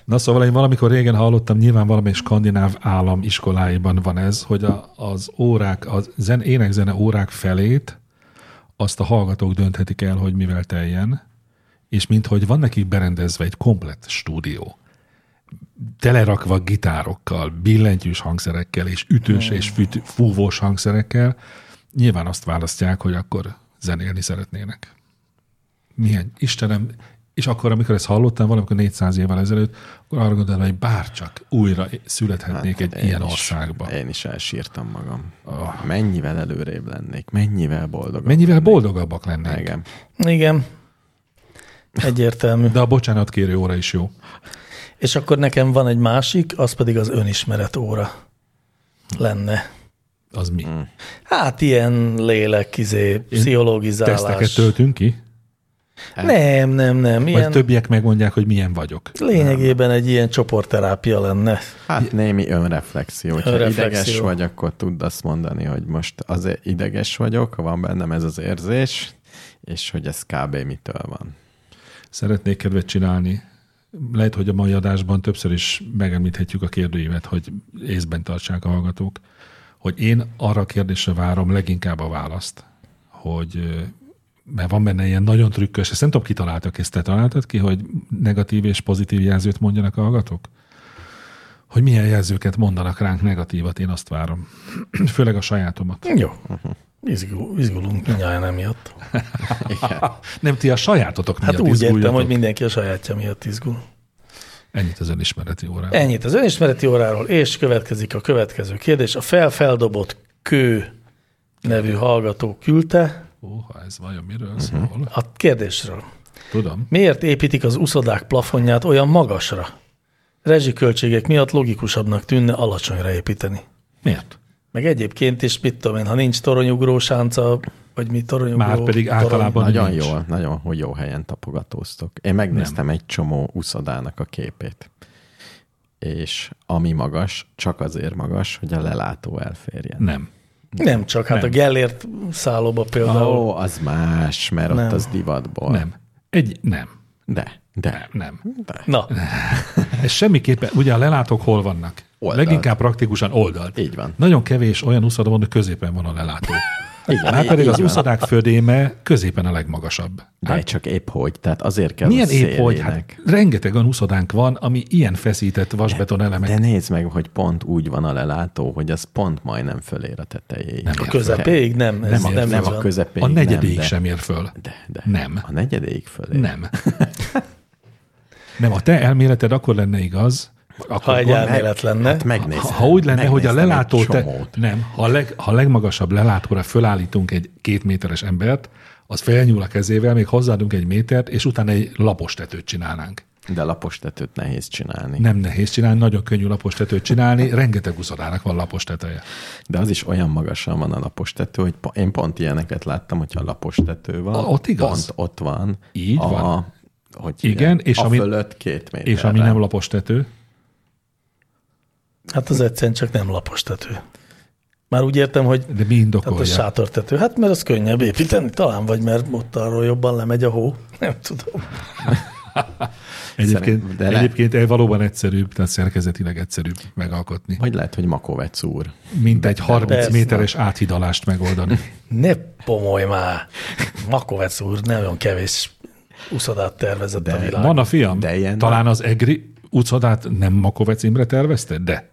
[SPEAKER 1] Na szóval én valamikor régen hallottam, nyilván valami skandináv állam iskoláiban van ez, hogy a, az órák, az zen, énekzene órák felét azt a hallgatók dönthetik el, hogy mivel teljen, és minthogy van nekik berendezve egy komplett stúdió, telerakva gitárokkal, billentyűs hangszerekkel, és ütős és
[SPEAKER 2] Hmm.
[SPEAKER 1] füt, fúvós hangszerekkel, nyilván azt választják, hogy akkor zenélni szeretnének. Milyen Istenem, és akkor, amikor ezt hallottam, valamikor 400 évvel ezelőtt, akkor arra gondoltam, hogy bárcsak újra születhetnék hát, egy
[SPEAKER 2] én
[SPEAKER 1] ilyen Ah.
[SPEAKER 2] is-
[SPEAKER 1] országban.
[SPEAKER 2] Én is elsírtam magam. Oh. Mennyivel előrébb lennék, mennyivel boldogabb.
[SPEAKER 1] Mennyivel boldogabbak lennénk.
[SPEAKER 2] Igen.
[SPEAKER 4] Igen. Egyértelmű.
[SPEAKER 1] De a bocsánatkérő óra is jó.
[SPEAKER 4] És akkor nekem van egy másik, az pedig az önismeret óra lenne.
[SPEAKER 1] Az mi?
[SPEAKER 2] Hmm.
[SPEAKER 4] Hát ilyen lélek, izé,
[SPEAKER 1] Teszteket
[SPEAKER 4] pszichológizálás.
[SPEAKER 1] töltünk ki?
[SPEAKER 4] Nem, nem, nem.
[SPEAKER 1] Vagy
[SPEAKER 4] Ilyen
[SPEAKER 1] többiek megmondják, hogy milyen vagyok.
[SPEAKER 4] lényegében egy ilyen csoportterápia lenne.
[SPEAKER 2] Hát némi önreflexió. Ha
[SPEAKER 4] Önreflexió.
[SPEAKER 2] ideges vagy, akkor tudd azt mondani, hogy most azért ideges vagyok, van bennem ez az érzés, és hogy ez kb. mitől van.
[SPEAKER 1] Szeretnék kedvet csinálni. Lehet, hogy a mai adásban többször is megemlíthetjük a kérdőívet, hogy észben tartsák a hallgatók, hogy én arra a kérdésre várom leginkább a választ, hogy ö, mert van benne ilyen nagyon trükkös, ezt nem tudom, ki találtak ezt, te találtad ki, hogy negatív és pozitív jelzőt mondjanak a hallgatók? Hogy milyen jelzőket mondanak ránk negatívat, én azt várom. Főleg a sajátomat.
[SPEAKER 4] Jó.
[SPEAKER 1] Mhm.
[SPEAKER 4] Izgul, izgulunk mindjárt emiatt.
[SPEAKER 1] Nem ti a sajátotok miatt
[SPEAKER 4] Hát úgy értem,
[SPEAKER 1] izguljatok.
[SPEAKER 4] hogy mindenki a sajátja miatt izgul.
[SPEAKER 1] Ennyit az önismereti órán.
[SPEAKER 4] Ennyit az önismereti óráról, és következik a következő kérdés. A felfeldobott kő nevű hallgató küldte
[SPEAKER 1] Óha, ez vajon miről szól?
[SPEAKER 4] a kérdésről.
[SPEAKER 1] Tudom.
[SPEAKER 4] Miért építik az uszodák plafonját olyan magasra? Rezsiköltségek miatt logikusabbnak tűnne alacsonyra építeni.
[SPEAKER 1] Miért?
[SPEAKER 4] Meg egyébként is, mit tudom én, ha nincs toronyugró sánca, vagy mi toronyugró...
[SPEAKER 1] Már pedig általában
[SPEAKER 4] Torony,
[SPEAKER 2] Nagyon
[SPEAKER 1] nincs.
[SPEAKER 2] jól, nagyon hogy jó helyen tapogatóztok. Én megnéztem egy csomó uszodának a képét. És ami magas, csak azért magas, hogy a lelátó elférjen.
[SPEAKER 1] Nem.
[SPEAKER 4] nem csak, hát
[SPEAKER 1] Nem.
[SPEAKER 4] a Gellért szállóba például.
[SPEAKER 2] Ó, az más, mert
[SPEAKER 4] Nem.
[SPEAKER 2] ott az divatból.
[SPEAKER 1] Nem. Egy, nem.
[SPEAKER 2] De, de.
[SPEAKER 1] Nem.
[SPEAKER 4] Na,
[SPEAKER 1] hát Ez semmiképpen, ugye a lelátók hol vannak?
[SPEAKER 2] Oldalt.
[SPEAKER 1] Leginkább praktikusan oldalt.
[SPEAKER 2] Így van.
[SPEAKER 1] Nagyon kevés olyan úszoda van, hogy középen van a lelátó.
[SPEAKER 2] Igen,
[SPEAKER 1] Már pedig
[SPEAKER 2] így
[SPEAKER 1] az
[SPEAKER 2] van.
[SPEAKER 1] úszodák födéme középen a legmagasabb.
[SPEAKER 2] De hát, csak épp hogy, tehát azért kell
[SPEAKER 1] Milyen
[SPEAKER 2] a
[SPEAKER 1] épp hogy? Hát
[SPEAKER 2] szélének.
[SPEAKER 1] rengeteg olyan úszodánk van, ami ilyen feszített vasbeton elemek.
[SPEAKER 2] De nézd meg, hogy pont úgy van a lelátó, hogy az pont majdnem fölér a tetejéig.
[SPEAKER 1] Nem
[SPEAKER 4] a közepéig nem, ez nem,
[SPEAKER 2] Nem, nem,
[SPEAKER 4] így
[SPEAKER 2] nem a
[SPEAKER 4] van.
[SPEAKER 2] közepéig.
[SPEAKER 1] a
[SPEAKER 2] nem,
[SPEAKER 1] negyedéig
[SPEAKER 2] de,
[SPEAKER 1] sem ér föl.
[SPEAKER 2] De, de.
[SPEAKER 1] Nem.
[SPEAKER 2] A negyedéig fölér.
[SPEAKER 1] Nem. Nem, a te elméleted akkor lenne igaz, akkor
[SPEAKER 4] Ha egy
[SPEAKER 1] gond-
[SPEAKER 4] elmélet lenne.
[SPEAKER 2] Hát megnézem.
[SPEAKER 1] Ha, ha úgy lenne, hogy a
[SPEAKER 2] megnéztem egy
[SPEAKER 1] lelátó, te,
[SPEAKER 2] csomót.
[SPEAKER 1] nem, ha a, leg, ha a legmagasabb lelátóra fölállítunk egy két méteres embert, az felnyúl a kezével, még hozzáadunk egy métert, és utána egy lapos tetőt csinálnánk.
[SPEAKER 2] De lapos tetőt nehéz csinálni.
[SPEAKER 1] Nem nehéz csinálni, nagyon könnyű lapos tetőt csinálni, rengeteg uszodának van lapos teteje.
[SPEAKER 2] De az is olyan magasan van a lapos tető, hogy po- én pont ilyeneket láttam, hogyha lapos tető van.
[SPEAKER 1] A- ott igaz.
[SPEAKER 2] Pont ott van.
[SPEAKER 1] Így
[SPEAKER 2] a,
[SPEAKER 1] van.
[SPEAKER 2] Hogy
[SPEAKER 1] Igen,
[SPEAKER 2] hívják,
[SPEAKER 1] és
[SPEAKER 2] a
[SPEAKER 1] ami-
[SPEAKER 2] fölött két méterre.
[SPEAKER 1] És ami nem lapos tető,
[SPEAKER 4] Hát az egyszerűen csak nem lapos tető. Már úgy értem, hogy hát
[SPEAKER 1] de mi
[SPEAKER 4] tehát a
[SPEAKER 1] indokolja?
[SPEAKER 4] sátortető. Hát mert az könnyebb építeni, talán, vagy mert ott arról jobban lemegy a hó. Nem tudom.
[SPEAKER 1] Egyébként,
[SPEAKER 2] Szerint- de le-
[SPEAKER 1] egyébként eh, valóban egyszerűbb, tehát szerkezetileg egyszerűbb megalkotni,
[SPEAKER 2] Vagy lehet, hogy Makovec úr.
[SPEAKER 1] mint egy 30
[SPEAKER 4] persze.
[SPEAKER 1] méteres áthidalást megoldani.
[SPEAKER 4] Ne pomolj már! Makovec úr nagyon kevés uszodát tervezett De a világ.
[SPEAKER 1] Van a fiam?
[SPEAKER 2] De ilyen-
[SPEAKER 1] Talán az EGRI utcadát nem Makovec Imre tervezte? De.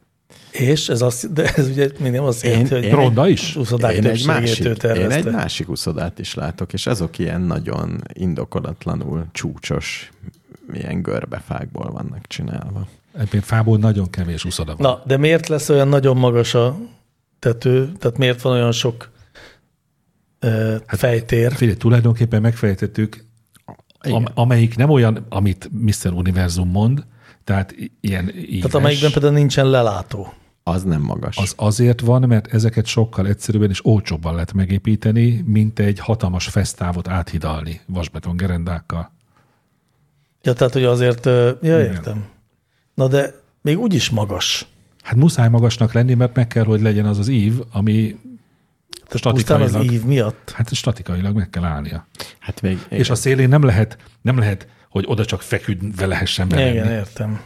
[SPEAKER 4] És ez, azt, de ez ugye még nem azt
[SPEAKER 2] Én-
[SPEAKER 4] jelenti, hogy
[SPEAKER 2] én-
[SPEAKER 1] Ronda is?
[SPEAKER 4] uszodák
[SPEAKER 2] én egy,
[SPEAKER 4] többségét ő
[SPEAKER 2] másik, én egy
[SPEAKER 4] tervezte.
[SPEAKER 2] másik uszodát is látok, és azok ilyen nagyon indokolatlanul csúcsos, ilyen görbefákból vannak csinálva.
[SPEAKER 1] Egyébként fából nagyon kevés uszoda van.
[SPEAKER 4] Na, de miért lesz olyan nagyon magas a tető? Tehát miért van olyan sok ö,
[SPEAKER 2] Hát
[SPEAKER 4] fejtér?
[SPEAKER 1] Figyelj, tulajdonképpen megfejtettük, am, amelyik nem olyan, amit Mr. Univerzum mond, tehát i- ilyen
[SPEAKER 4] Tehát amelyikben például nincsen lelátó.
[SPEAKER 2] Az nem magas.
[SPEAKER 1] Az azért van, mert ezeket sokkal egyszerűbben és olcsóbban lehet megépíteni, mint egy hatalmas fesztávot áthidalni vasbeton gerendákkal.
[SPEAKER 4] Ja, tehát, hogy azért, ö, ja,
[SPEAKER 1] Igen.
[SPEAKER 4] értem. Na de még úgy is magas.
[SPEAKER 1] Hát muszáj magasnak lenni, mert meg kell, hogy legyen az az ív, ami
[SPEAKER 4] Tehát pusztán az
[SPEAKER 1] statikailag,
[SPEAKER 4] ív miatt.
[SPEAKER 1] hát statikailag meg kell állnia.
[SPEAKER 2] Hát még,
[SPEAKER 1] És a szélén nem lehet, nem lehet, hogy oda csak feküdve lehessen bemenni.
[SPEAKER 4] Igen, értem.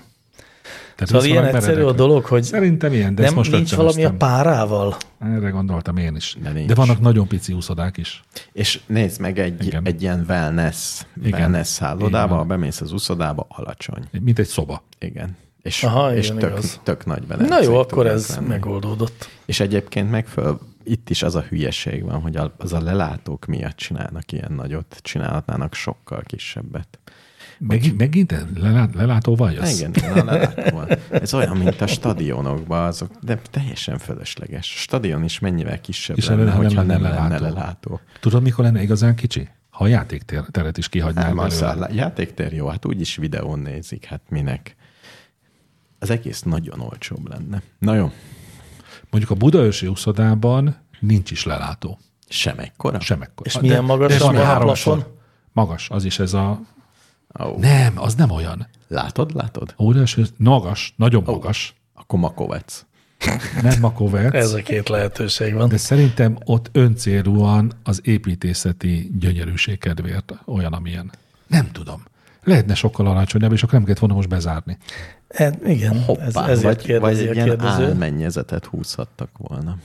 [SPEAKER 1] Tehát
[SPEAKER 4] Szóval
[SPEAKER 1] viszonylag
[SPEAKER 4] ilyen egyszerű a
[SPEAKER 1] meredek.
[SPEAKER 4] dolog, hogy
[SPEAKER 1] Szerintem ilyen, de
[SPEAKER 4] nem
[SPEAKER 1] ezt most
[SPEAKER 4] nincs valami a párával.
[SPEAKER 1] Erre gondoltam én is.
[SPEAKER 2] De
[SPEAKER 1] De,
[SPEAKER 2] nincs.
[SPEAKER 1] de vannak nagyon pici úszodák is.
[SPEAKER 2] És nézd meg egy,
[SPEAKER 1] Igen.
[SPEAKER 2] egy ilyen wellness,
[SPEAKER 1] Igen.
[SPEAKER 2] wellness szállodába,
[SPEAKER 1] Igen.
[SPEAKER 2] ha bemész az uszodába, alacsony.
[SPEAKER 1] Egy- Mint egy szoba.
[SPEAKER 2] Igen. És,
[SPEAKER 4] Aha,
[SPEAKER 2] és
[SPEAKER 4] igen,
[SPEAKER 2] tök,
[SPEAKER 4] igaz.
[SPEAKER 2] tök nagy
[SPEAKER 4] Na
[SPEAKER 2] belencék
[SPEAKER 4] jó, akkor
[SPEAKER 2] tudnak
[SPEAKER 4] ez
[SPEAKER 2] lenni.
[SPEAKER 4] megoldódott.
[SPEAKER 2] És egyébként meg föl, itt is az a hülyeség van, hogy a- az a lelátók miatt csinálnak ilyen nagyot, csinálhatnának sokkal kisebbet.
[SPEAKER 1] Megint, megint ez? lelát, lelátóval jössz?
[SPEAKER 2] Igen, igen, a lelátó van. Ez olyan, mint a stadionokban, azok, de teljesen fölösleges. A stadion is mennyivel kisebb
[SPEAKER 1] És
[SPEAKER 2] És lenne,
[SPEAKER 1] lenne-
[SPEAKER 2] hogyha
[SPEAKER 1] lenne
[SPEAKER 2] nem lenne
[SPEAKER 1] lelátó.
[SPEAKER 2] lelátó.
[SPEAKER 1] Tudod, mikor lenne igazán kicsi? Ha a játékteret is kihagynál
[SPEAKER 2] Nem, az
[SPEAKER 1] belőle.
[SPEAKER 2] a játéktér jó, hát úgyis videón nézik, hát minek. Az egész nagyon olcsóbb lenne. Na jó,
[SPEAKER 1] Mondjuk a budaörsi úszodában nincs is lelátó.
[SPEAKER 2] sem ekkora.
[SPEAKER 1] Sem ekkor.
[SPEAKER 4] És milyen magas
[SPEAKER 1] ez
[SPEAKER 4] a
[SPEAKER 1] van
[SPEAKER 4] plafon?
[SPEAKER 1] háromszor. Magas, az is ez a...
[SPEAKER 2] Ó,
[SPEAKER 1] Nem, az nem olyan.
[SPEAKER 2] Látod, látod?
[SPEAKER 1] A budaörsi magas, nagyon magas.
[SPEAKER 2] Akkor Makovec.
[SPEAKER 1] Nem makovec.
[SPEAKER 4] Ez a két lehetőség van.
[SPEAKER 1] De szerintem ott öncélúan az építészeti gyönyörűség kedvéért olyan, amilyen. Nem tudom. Lehetne sokkal alacsonyabb, és akkor nem kellett volna most bezárni.
[SPEAKER 4] Hát igen, ez,
[SPEAKER 2] Hoppá,
[SPEAKER 4] ezért
[SPEAKER 2] vagy, vagy
[SPEAKER 4] kérdezi
[SPEAKER 2] egy
[SPEAKER 4] a
[SPEAKER 2] ilyen
[SPEAKER 4] kérdező.
[SPEAKER 2] álmennyezetet húzhattak volna.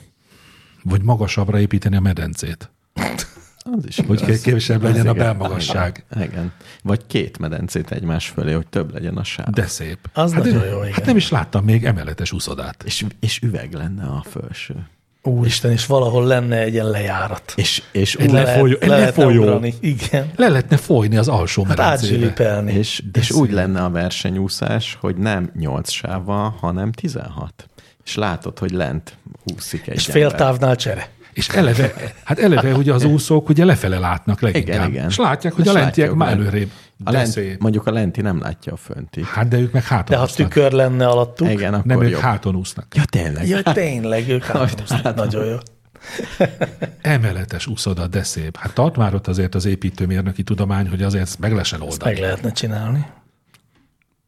[SPEAKER 1] Vagy magasabbra építeni a medencét.
[SPEAKER 2] Az is
[SPEAKER 1] Hogy
[SPEAKER 2] igaz.
[SPEAKER 1] kevesebb legyen
[SPEAKER 2] Ez
[SPEAKER 1] a
[SPEAKER 2] igen.
[SPEAKER 1] belmagasság.
[SPEAKER 2] Igen. Igen. Vagy két medencét egymás fölé, hogy több legyen a sáv.
[SPEAKER 1] De szép.
[SPEAKER 4] Az
[SPEAKER 1] hát,
[SPEAKER 4] nagyon
[SPEAKER 1] én-
[SPEAKER 4] jó, igen.
[SPEAKER 1] Hát nem is láttam még emeletes úszodát.
[SPEAKER 2] És, és üveg lenne a felső.
[SPEAKER 4] Úristen, és valahol lenne egy ilyen lejárat.
[SPEAKER 2] És, és,
[SPEAKER 1] Egy
[SPEAKER 2] ú-
[SPEAKER 1] le- lefolyó- egy
[SPEAKER 4] lehetne
[SPEAKER 1] lefolyó.
[SPEAKER 4] ugrani. Igen.
[SPEAKER 1] Le lehetne folyni az alsó
[SPEAKER 4] Hát
[SPEAKER 1] medencébe.
[SPEAKER 4] átzsilipelni.
[SPEAKER 2] és, és úgy lenne a versenyúszás, hogy nem 8 sávval, hanem 16. És látod, hogy lent úszik egy
[SPEAKER 4] És fél
[SPEAKER 2] ember.
[SPEAKER 4] távnál csere.
[SPEAKER 1] És eleve, hát eleve ugye az úszók ugye lefele látnak leginkább.
[SPEAKER 2] Igen, igen.
[SPEAKER 1] És látják, hogy
[SPEAKER 2] És
[SPEAKER 1] a lentiek
[SPEAKER 2] látjuk,
[SPEAKER 1] már
[SPEAKER 2] nem?
[SPEAKER 1] előrébb.
[SPEAKER 2] A
[SPEAKER 1] De
[SPEAKER 2] lent,
[SPEAKER 1] szép.
[SPEAKER 2] mondjuk a lenti nem látja a fönti.
[SPEAKER 1] Hát de ők meg háton
[SPEAKER 4] De ha
[SPEAKER 1] úsznak.
[SPEAKER 4] tükör lenne alattuk,
[SPEAKER 2] Igen, akkor
[SPEAKER 1] Nem, ők
[SPEAKER 2] jobb.
[SPEAKER 1] háton úsznak.
[SPEAKER 2] Ja, tényleg.
[SPEAKER 4] ja tényleg, ők átúsznak. Nagyon jó.
[SPEAKER 1] Emeletes úszoda, de szép. Hát tart már ott azért az építőmérnöki tudomány, hogy azért ezt meg lesen oldani.
[SPEAKER 4] Meg lehetne csinálni.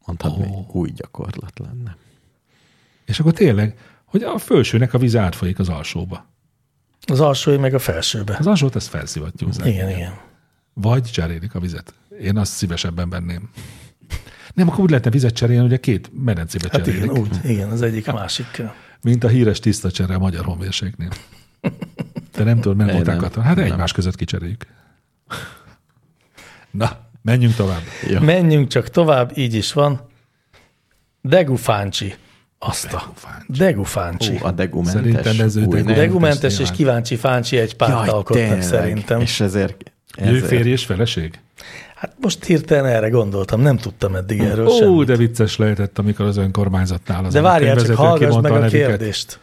[SPEAKER 2] Mondhatod, oh. még új gyakorlat lenne.
[SPEAKER 1] És akkor tényleg, hogy a felsőnek a víz átfolyik az alsóba.
[SPEAKER 4] Az alsói meg a felsőbe.
[SPEAKER 1] Az alsót ezt felszivattyúzzák.
[SPEAKER 4] Igen, igen.
[SPEAKER 1] Vagy cserélik a vizet. Én azt szívesebben venném. Nem, akkor úgy lehetne vizet cserélni, hogy a két medencébe
[SPEAKER 4] Hát
[SPEAKER 1] cserélik.
[SPEAKER 4] igen, úgy. Igen, az egyik a másik.
[SPEAKER 1] Mint a híres tiszta csere a magyar honvérségnél. Te nem tudod, mert
[SPEAKER 2] Én
[SPEAKER 1] voltál
[SPEAKER 2] nem.
[SPEAKER 1] katona. Hát
[SPEAKER 2] Nem.
[SPEAKER 1] egymás között kicseréljük. Na, menjünk tovább.
[SPEAKER 2] Ja.
[SPEAKER 4] Menjünk csak tovább, így is van. Degufáncsi. Azt a
[SPEAKER 1] Degufáncsi.
[SPEAKER 4] Degufáncsi.
[SPEAKER 2] Ó, a degumentes.
[SPEAKER 1] Szerintem ez ő
[SPEAKER 2] új
[SPEAKER 1] degumentes.
[SPEAKER 2] nev.
[SPEAKER 4] Degumentes és
[SPEAKER 1] nyilván.
[SPEAKER 4] kíváncsi fáncsi egy párt alkotnak szerintem.
[SPEAKER 2] És ezért...
[SPEAKER 1] Ő
[SPEAKER 2] ezért
[SPEAKER 1] férj és feleség?
[SPEAKER 4] Hát most hirtelen erre gondoltam, nem tudtam eddig erről
[SPEAKER 1] Ó,
[SPEAKER 4] semmit.
[SPEAKER 1] de vicces lehetett, amikor az önkormányzatnál az
[SPEAKER 4] De várjál csak,
[SPEAKER 1] önkormányvezető
[SPEAKER 4] hallgass meg
[SPEAKER 1] kimondta
[SPEAKER 4] a
[SPEAKER 1] nevüket.
[SPEAKER 4] kérdést.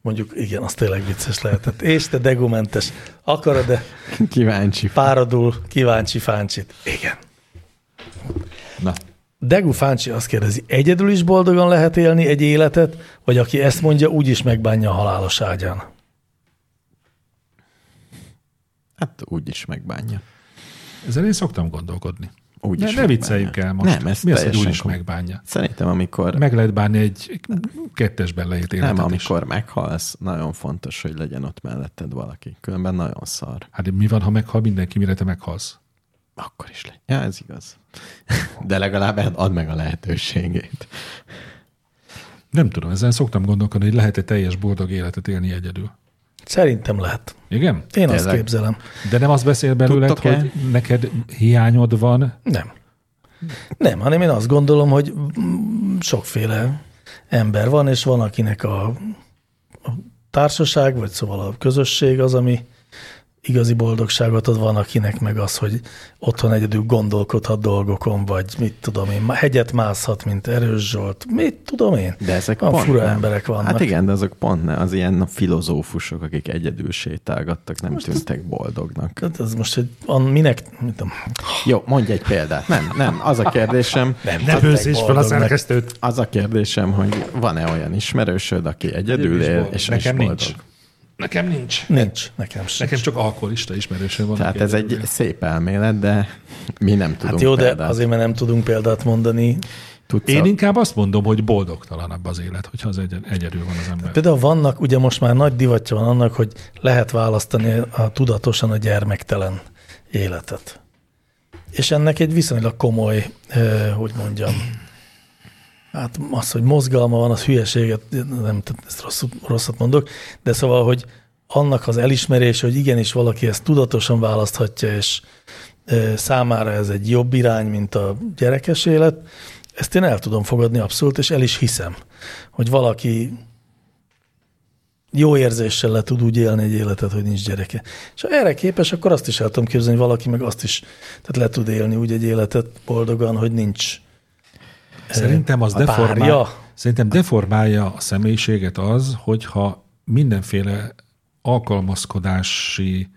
[SPEAKER 4] Mondjuk igen, az tényleg vicces lehetett. És te degumentes. Akarod-e
[SPEAKER 2] Kíváncsi.
[SPEAKER 4] páradul kíváncsi fáncsit? Igen.
[SPEAKER 2] Na,
[SPEAKER 4] Degu Fáncsi azt kérdezi, egyedül is boldogan lehet élni egy életet, vagy aki ezt mondja, úgy is megbánja a halálos ágyán?
[SPEAKER 2] hát úgy is megbánja.
[SPEAKER 1] Ezen én szoktam gondolkodni.
[SPEAKER 2] Úgy
[SPEAKER 1] Úgy ne,
[SPEAKER 2] is
[SPEAKER 1] ne
[SPEAKER 2] megbánja.
[SPEAKER 1] vicceljük el most.
[SPEAKER 2] Nem, ez
[SPEAKER 1] Mi az, hogy
[SPEAKER 2] teljesen
[SPEAKER 1] úgy is
[SPEAKER 2] kom-
[SPEAKER 1] megbánja?
[SPEAKER 2] Szerintem, amikor,
[SPEAKER 1] Meg lehet bánni egy kettesben leírt életet is.
[SPEAKER 2] nem, amikor meghalsz, nagyon fontos, hogy legyen ott melletted valaki. Különben nagyon szar.
[SPEAKER 1] Hát mi van, ha meghal mindenki, mire te meghalsz?
[SPEAKER 2] Akkor is legyen. Ja, ez igaz. De legalább add meg a lehetőségét.
[SPEAKER 1] Nem tudom, ezen szoktam gondolkodni, hogy lehet-e teljes boldog életet élni egyedül.
[SPEAKER 4] Szerintem lehet.
[SPEAKER 1] Igen?
[SPEAKER 4] Én azt
[SPEAKER 2] Tényleg?
[SPEAKER 4] képzelem.
[SPEAKER 1] De nem az beszél belőled,
[SPEAKER 2] Tudtok-e?
[SPEAKER 1] hogy neked hiányod van,
[SPEAKER 4] Nem. Nem, hanem én azt gondolom, hogy mm, sokféle ember van, és van, akinek a, a társaság, vagy szóval a közösség az, ami igazi boldogságot ad, van akinek meg az, hogy otthon egyedül gondolkodhat dolgokon, vagy mit tudom én, hegyet mászhat, mint Erős Zsolt, mit tudom én.
[SPEAKER 2] De ezek
[SPEAKER 4] Van
[SPEAKER 2] pont
[SPEAKER 4] fura
[SPEAKER 2] nem.
[SPEAKER 4] emberek vannak.
[SPEAKER 2] Hát igen, de azok pont nem. Az ilyen filozófusok, akik egyedül sétálgattak, nem
[SPEAKER 4] Most
[SPEAKER 2] Most
[SPEAKER 4] ez-
[SPEAKER 2] tűntek boldognak.
[SPEAKER 4] Tehát Hát ez most, hogy van minek, mit tudom,
[SPEAKER 2] Jó, mondj egy példát. Nem, nem, az a kérdésem,
[SPEAKER 1] Ne bőszíts fel a
[SPEAKER 4] boldognak.
[SPEAKER 1] szerkesztőt.
[SPEAKER 2] az a kérdésem, hogy van-e olyan ismerősöd, aki egyedül
[SPEAKER 1] Egyedül is
[SPEAKER 2] él,
[SPEAKER 1] boldog.
[SPEAKER 2] és nem
[SPEAKER 1] Nekem
[SPEAKER 2] is
[SPEAKER 1] nincs.
[SPEAKER 2] boldog?
[SPEAKER 1] Nekem nincs.
[SPEAKER 4] nincs, nekem sem.
[SPEAKER 1] Nekem csak alkoholista ismerősöm van.
[SPEAKER 2] Tehát
[SPEAKER 1] aki
[SPEAKER 2] ez egy
[SPEAKER 1] egyedül él.
[SPEAKER 2] szép elmélet, de mi nem tudunk
[SPEAKER 4] Hát jó, de
[SPEAKER 2] példát.
[SPEAKER 4] azért, mert nem tudunk példát mondani.
[SPEAKER 2] Tudsz
[SPEAKER 1] Én
[SPEAKER 2] a-
[SPEAKER 1] inkább azt mondom, hogy boldogtalanabb az élet, hogyha az egy, egyedül van az ember.
[SPEAKER 4] Például vannak, ugye most már nagy divatja van annak, hogy lehet választani a, tudatosan a gyermektelen életet. És ennek egy viszonylag komoly, eh, hogy mondjam, hát az, hogy mozgalma van, az hülyeséget, nem, tehát ezt rosszul, rosszat mondok, de szóval, hogy annak az elismerése, hogy igenis valaki ezt tudatosan választhatja, és eh, számára ez egy jobb irány, mint a gyerekes élet, ezt én el tudom fogadni abszolút, és el is hiszem, hogy valaki jó érzéssel le tud úgy élni egy életet, hogy nincs gyereke. És ha erre képes, akkor azt is el tudom képzelni, hogy valaki meg azt is, tehát le tud élni úgy egy életet boldogan, hogy nincs eh,
[SPEAKER 1] Szerintem az
[SPEAKER 4] a párja.
[SPEAKER 1] deformál, szerintem deformálja a személyiséget az, hogyha mindenféle alkalmazkodási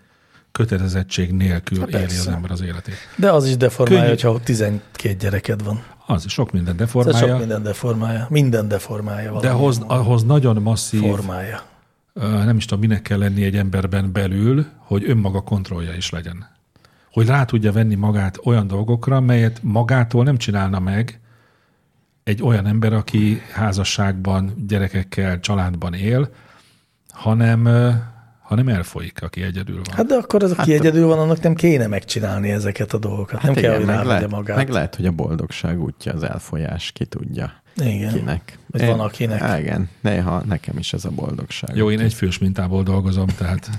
[SPEAKER 1] kötelezettség nélkül
[SPEAKER 4] Hát
[SPEAKER 1] éli az
[SPEAKER 4] persze.
[SPEAKER 1] ember az életét.
[SPEAKER 4] De az is deformálja,
[SPEAKER 1] Könnyű.
[SPEAKER 4] hogyha 12 gyereked van.
[SPEAKER 1] Az sok minden
[SPEAKER 4] Ez
[SPEAKER 1] deformálja,
[SPEAKER 4] sok minden deformálja. Minden deformálja
[SPEAKER 1] de
[SPEAKER 4] valami
[SPEAKER 1] hoz, ahhoz nagyon masszív,
[SPEAKER 4] formája.
[SPEAKER 1] ö, nem is tudom, minek kell lenni egy emberben belül, hogy önmaga kontrollja is legyen. Hogy rá tudja venni magát olyan dolgokra, melyet magától nem csinálna meg egy olyan ember, aki házasságban, gyerekekkel, családban él, hanem, ö, hanem elfolyik, aki egyedül van.
[SPEAKER 4] Hát de akkor az, aki hát, egyedül van, annak nem kéne megcsinálni ezeket a dolgokat. Hát nem
[SPEAKER 2] igen,
[SPEAKER 4] kell, hogy
[SPEAKER 2] meg,
[SPEAKER 4] rávegye
[SPEAKER 2] lehet,
[SPEAKER 4] magát.
[SPEAKER 2] meg lehet, hogy a boldogság útja az elfolyás, ki tudja.
[SPEAKER 4] Igen.
[SPEAKER 2] Kinek.
[SPEAKER 4] Vagy
[SPEAKER 2] Én-
[SPEAKER 4] van akinek.
[SPEAKER 2] Á, igen, néha nekem is ez a boldogság.
[SPEAKER 1] Jó, én egy fős mintából dolgozom, tehát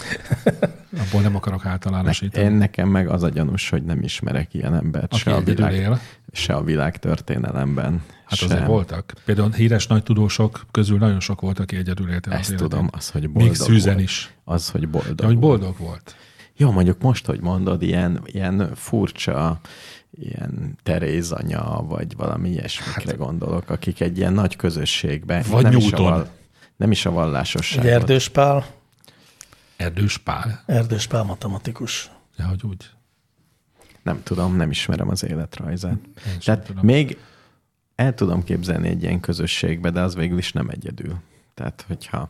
[SPEAKER 1] abból nem akarok általánosítani.
[SPEAKER 2] Én nekem meg az a gyanús, hogy nem ismerek ilyen embert
[SPEAKER 1] Aki
[SPEAKER 2] se a,
[SPEAKER 1] egyedül
[SPEAKER 2] világ,
[SPEAKER 1] él.
[SPEAKER 2] se a világ történelemben.
[SPEAKER 1] Hát
[SPEAKER 2] se.
[SPEAKER 1] azért voltak. Például híres nagy tudósok közül nagyon sok volt, aki egyedül élte az
[SPEAKER 2] Ezt
[SPEAKER 1] életét.
[SPEAKER 2] tudom, az, hogy boldog
[SPEAKER 1] Még Szűzen
[SPEAKER 2] volt.
[SPEAKER 1] is.
[SPEAKER 2] Az, hogy boldog.
[SPEAKER 1] De hogy
[SPEAKER 2] volt.
[SPEAKER 1] boldog volt.
[SPEAKER 2] Jó, mondjuk most, hogy mondod, ilyen, ilyen furcsa, ilyen Teréz anya, vagy valami ilyesmikre hát, gondolok, akik egy ilyen nagy közösségben.
[SPEAKER 1] Vagy
[SPEAKER 2] nem Is a
[SPEAKER 1] Newton.
[SPEAKER 2] val, nem is a
[SPEAKER 4] Egy
[SPEAKER 2] vallásosságot.
[SPEAKER 4] Erdős Pál,
[SPEAKER 1] Erdős Pál.
[SPEAKER 4] Erdős Pál matematikus.
[SPEAKER 1] Ja, hogy úgy.
[SPEAKER 2] Nem tudom, nem ismerem az életrajzát.
[SPEAKER 1] sem
[SPEAKER 2] Tehát
[SPEAKER 1] tudom.
[SPEAKER 2] még el tudom képzelni egy ilyen közösségbe, de az végül is nem egyedül. Tehát, hogyha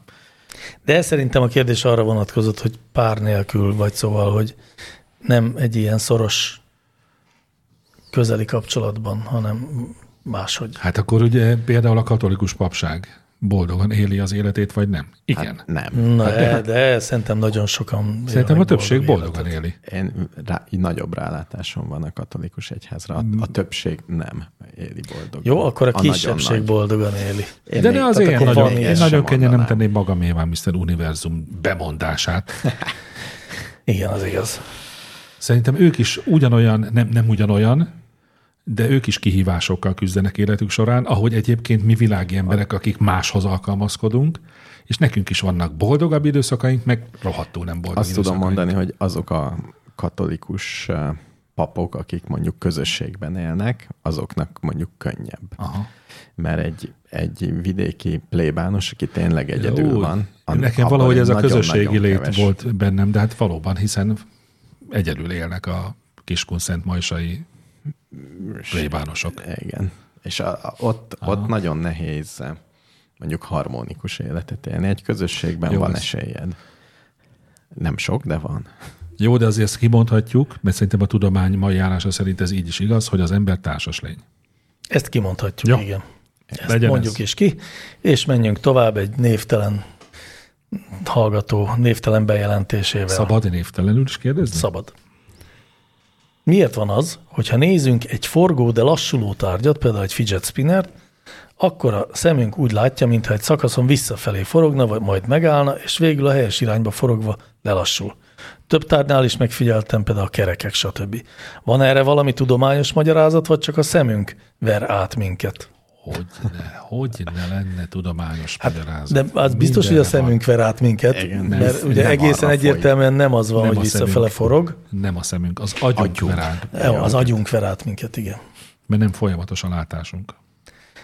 [SPEAKER 4] De szerintem a kérdés arra vonatkozott, hogy pár nélkül vagy, szóval, hogy nem egy ilyen szoros közeli kapcsolatban, hanem máshogy.
[SPEAKER 1] Hát akkor ugye például a katolikus papság boldogan éli az életét, vagy nem? Igen. Hát,
[SPEAKER 2] nem.
[SPEAKER 4] Na, de, de szerintem nagyon sokan.
[SPEAKER 1] Szerintem a
[SPEAKER 4] élnek
[SPEAKER 1] többség
[SPEAKER 4] boldog
[SPEAKER 1] boldogan
[SPEAKER 4] életet.
[SPEAKER 1] éli.
[SPEAKER 2] Én rá, így nagyobb rálátásom van a katolikus egyházra. A, a többség nem éli boldog.
[SPEAKER 4] Hmm. Jó, akkor a,
[SPEAKER 2] nagyon
[SPEAKER 4] kisebbség
[SPEAKER 2] nagy.
[SPEAKER 4] boldogan éli.
[SPEAKER 2] Én
[SPEAKER 1] De
[SPEAKER 2] még-
[SPEAKER 1] ne az
[SPEAKER 2] tehát
[SPEAKER 1] én
[SPEAKER 2] akkor
[SPEAKER 1] nagyon,
[SPEAKER 2] még
[SPEAKER 1] én
[SPEAKER 2] ezt sem
[SPEAKER 1] nagyon könnyen nem
[SPEAKER 2] mondanám.
[SPEAKER 1] tenném magamévá Mr. Univerzum bemondását.
[SPEAKER 4] Igen, az igaz.
[SPEAKER 1] Szerintem ők is ugyanolyan, nem, nem ugyanolyan, de ők is kihívásokkal küzdenek életük során, ahogy egyébként mi világi emberek, akik máshoz alkalmazkodunk, és nekünk is vannak boldogabb időszakaink, meg rohadtul nem boldog
[SPEAKER 2] Azt tudom
[SPEAKER 1] időszakaink.
[SPEAKER 2] mondani, hogy azok a katolikus eh, papok, akik mondjuk közösségben élnek, azoknak mondjuk könnyebb.
[SPEAKER 1] Aha.
[SPEAKER 2] Mert egy, egy vidéki plébános, aki tényleg egyedül
[SPEAKER 1] Jó,
[SPEAKER 2] van. an-
[SPEAKER 1] Nekem
[SPEAKER 2] abban
[SPEAKER 1] valahogy ez a
[SPEAKER 2] nagyon-
[SPEAKER 1] közösségi
[SPEAKER 2] nagyon
[SPEAKER 1] lét
[SPEAKER 2] keves.
[SPEAKER 1] volt bennem, de hát valóban, hiszen egyedül élnek a Kiskun Szent Majsai plébánosok.
[SPEAKER 2] Igen. És a, a, ott, ott nagyon nehéz eh, mondjuk harmonikus életet élni. Egy közösségben
[SPEAKER 1] Jó,
[SPEAKER 2] Jó, van
[SPEAKER 1] ez-
[SPEAKER 2] esélyed. Nem sok, de van.
[SPEAKER 1] Jó, de azért ezt kimondhatjuk, mert szerintem a tudomány mai állása szerint ez így is igaz, hogy az ember társas lény.
[SPEAKER 4] Ezt kimondhatjuk,
[SPEAKER 1] Jó.
[SPEAKER 4] igen. Ezt
[SPEAKER 1] Legyen
[SPEAKER 4] mondjuk
[SPEAKER 1] ez.
[SPEAKER 4] is ki, és menjünk tovább egy névtelen hallgató, névtelen bejelentésével.
[SPEAKER 1] Szabad névtelenül is kérdezni?
[SPEAKER 4] Szabad. Miért van az, hogyha nézünk egy forgó, de lassuló tárgyat, például egy fidget spinnert, akkor a szemünk úgy látja, mintha egy szakaszon visszafelé forogna, vagy majd megállna, és végül a helyes irányba forogva lelassul. Több tárgynál is megfigyeltem, például a kerekek, stb. Van erre valami tudományos magyarázat, vagy csak a szemünk ver át minket?
[SPEAKER 1] Hogy ne, hogy ne lenne tudományos hát,
[SPEAKER 4] Hát,
[SPEAKER 1] magyarázat.
[SPEAKER 4] De az biztos, hogy a
[SPEAKER 1] Mindenre
[SPEAKER 4] szemünk ver át minket,
[SPEAKER 2] Igen,
[SPEAKER 4] mert
[SPEAKER 2] nem-
[SPEAKER 4] ugye
[SPEAKER 2] nem
[SPEAKER 4] egészen
[SPEAKER 2] arra
[SPEAKER 4] egyértelműen nem az van,
[SPEAKER 1] Nem
[SPEAKER 4] hogy
[SPEAKER 1] a
[SPEAKER 4] visszafele
[SPEAKER 1] szemünk.
[SPEAKER 4] forog,
[SPEAKER 1] van. Nem a szemünk, az agyunk,
[SPEAKER 2] Agyunk.
[SPEAKER 1] agyunk. Rád,
[SPEAKER 4] Jó, az agyunk ver át minket, igen.
[SPEAKER 1] mert nem folyamatos a látásunk.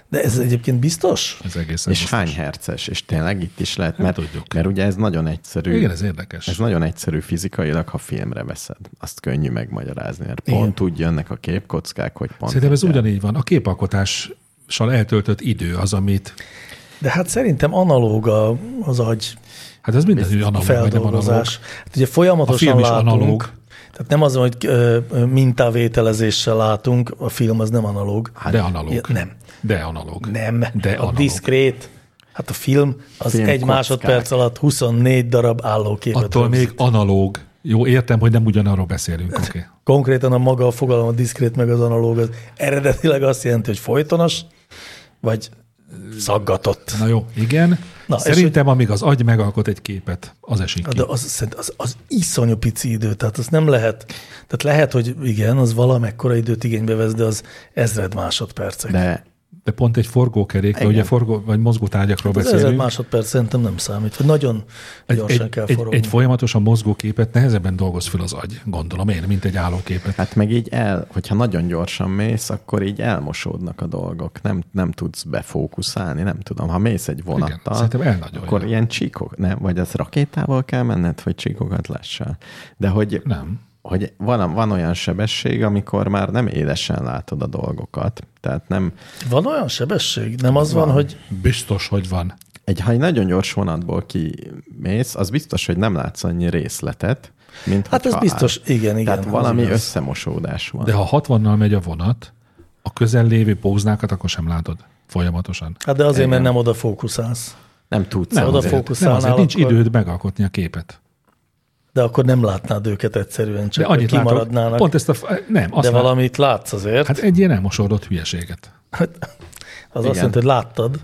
[SPEAKER 4] De ez egyébként biztos?
[SPEAKER 1] Ez egészen
[SPEAKER 2] És
[SPEAKER 1] biztos.
[SPEAKER 2] hány herces, és tényleg itt is lehet, mert,
[SPEAKER 1] tudjuk.
[SPEAKER 2] mert ugye ez nagyon egyszerű.
[SPEAKER 1] Igen, ez érdekes.
[SPEAKER 2] Ez nagyon egyszerű fizikailag, ha filmre veszed. Azt könnyű megmagyarázni, mert
[SPEAKER 4] Igen.
[SPEAKER 2] pont úgy jönnek a képkockák, hogy pont.
[SPEAKER 1] Szerintem ez
[SPEAKER 2] így jön.
[SPEAKER 1] ugyanígy van. A képalkotással eltöltött idő az, amit...
[SPEAKER 4] De hát szerintem analóg a, az agy
[SPEAKER 1] Hát ez mindenhű analóg, vagy nem analóg.
[SPEAKER 4] feldolgozás. Hát ugye folyamatosan
[SPEAKER 1] A film is
[SPEAKER 4] látunk.
[SPEAKER 1] analóg.
[SPEAKER 4] Tehát nem az, hogy ö, ö, mintavételezéssel látunk, a film az nem analóg.
[SPEAKER 1] Hát De analóg.
[SPEAKER 4] Hát, Ja, nem.
[SPEAKER 1] De analóg.
[SPEAKER 4] Nem,
[SPEAKER 1] De
[SPEAKER 4] a
[SPEAKER 1] analóg.
[SPEAKER 4] diszkrét, hát a film az
[SPEAKER 2] Film
[SPEAKER 4] film egy
[SPEAKER 2] kockák.
[SPEAKER 4] másodperc alatt 24 darab állóképet
[SPEAKER 1] Attól
[SPEAKER 4] rögzít.
[SPEAKER 1] még analóg. Jó, értem, hogy nem ugyanarról beszélünk. Okay.
[SPEAKER 4] Konkrétan a maga a fogalom, a diszkrét meg az analóg, az eredetileg azt jelenti, hogy folytonos, vagy szaggatott.
[SPEAKER 1] Na jó, igen.
[SPEAKER 4] Na,
[SPEAKER 1] Na,
[SPEAKER 4] és
[SPEAKER 1] Szerintem, amíg az agy megalkot egy képet, az esik ki.
[SPEAKER 4] De az, szerint az, az iszonyú pici idő, tehát az nem lehet. Tehát lehet, hogy igen, az valamekkora időt igénybe vesz, de az ezred másodpercek.
[SPEAKER 2] De
[SPEAKER 1] De pont egy forgókerék, de
[SPEAKER 2] Igen.
[SPEAKER 1] ugye forgó, vagy mozgótárgyakról
[SPEAKER 4] az ezred
[SPEAKER 1] beszélünk.
[SPEAKER 4] másodperc szerintem nem számít, vagy Hát nagyon egy, gyorsan
[SPEAKER 1] egy,
[SPEAKER 4] kell
[SPEAKER 1] egy,
[SPEAKER 4] forogni.
[SPEAKER 1] egy folyamatosan mozgó képet nehezebben dolgoz fel az agy, gondolom én, mint egy állóképet.
[SPEAKER 2] hát meg így el, hogyha nagyon gyorsan mész, akkor így elmosódnak a dolgok. Nem, nem tudsz befókuszálni, nem tudom. Ha mész egy
[SPEAKER 1] Igen,
[SPEAKER 2] vonattal,
[SPEAKER 1] szerintem elnagyolja.
[SPEAKER 2] akkor ilyen csíkok, nem, vagy az rakétával kell menned, hogy csíkokat lássál. De hogy,
[SPEAKER 1] Nem.
[SPEAKER 2] hogy van, van olyan sebesség, amikor már nem élesen látod a dolgokat. Tehát nem,
[SPEAKER 4] Van olyan sebesség? Nem az van, van hogy
[SPEAKER 1] Biztos, hogy van.
[SPEAKER 2] Egy, ha egy nagyon gyors vonatból kimész, az biztos, hogy nem látsz annyi részletet, mint
[SPEAKER 4] Hát ez
[SPEAKER 2] hogyha
[SPEAKER 4] biztos, igen, igen.
[SPEAKER 2] Tehát
[SPEAKER 4] az
[SPEAKER 2] valami
[SPEAKER 4] igaz.
[SPEAKER 2] összemosódás van.
[SPEAKER 1] De ha 60-nal megy a vonat, a közel lévő póznákat akkor sem látod folyamatosan.
[SPEAKER 4] Hát de azért, mert nem oda fókuszálsz.
[SPEAKER 2] nem tudsz.
[SPEAKER 4] Nem,
[SPEAKER 2] oda
[SPEAKER 4] azért.
[SPEAKER 2] fog-
[SPEAKER 1] nem
[SPEAKER 4] fókuszálnál,
[SPEAKER 1] azért, nincs
[SPEAKER 4] akkor-
[SPEAKER 1] időd megalkotni a képet.
[SPEAKER 4] De akkor nem látnád őket egyszerűen,
[SPEAKER 1] De
[SPEAKER 4] csak
[SPEAKER 1] annyit
[SPEAKER 4] kimaradnának.
[SPEAKER 1] látok, pont ezt a... Nem, azt
[SPEAKER 4] de
[SPEAKER 1] lát-
[SPEAKER 4] valamit látsz azért.
[SPEAKER 1] Hát egy ilyen elmosódott hülyeséget.
[SPEAKER 4] Hát, az
[SPEAKER 2] Igen.
[SPEAKER 4] azt jelenti, hogy láttad.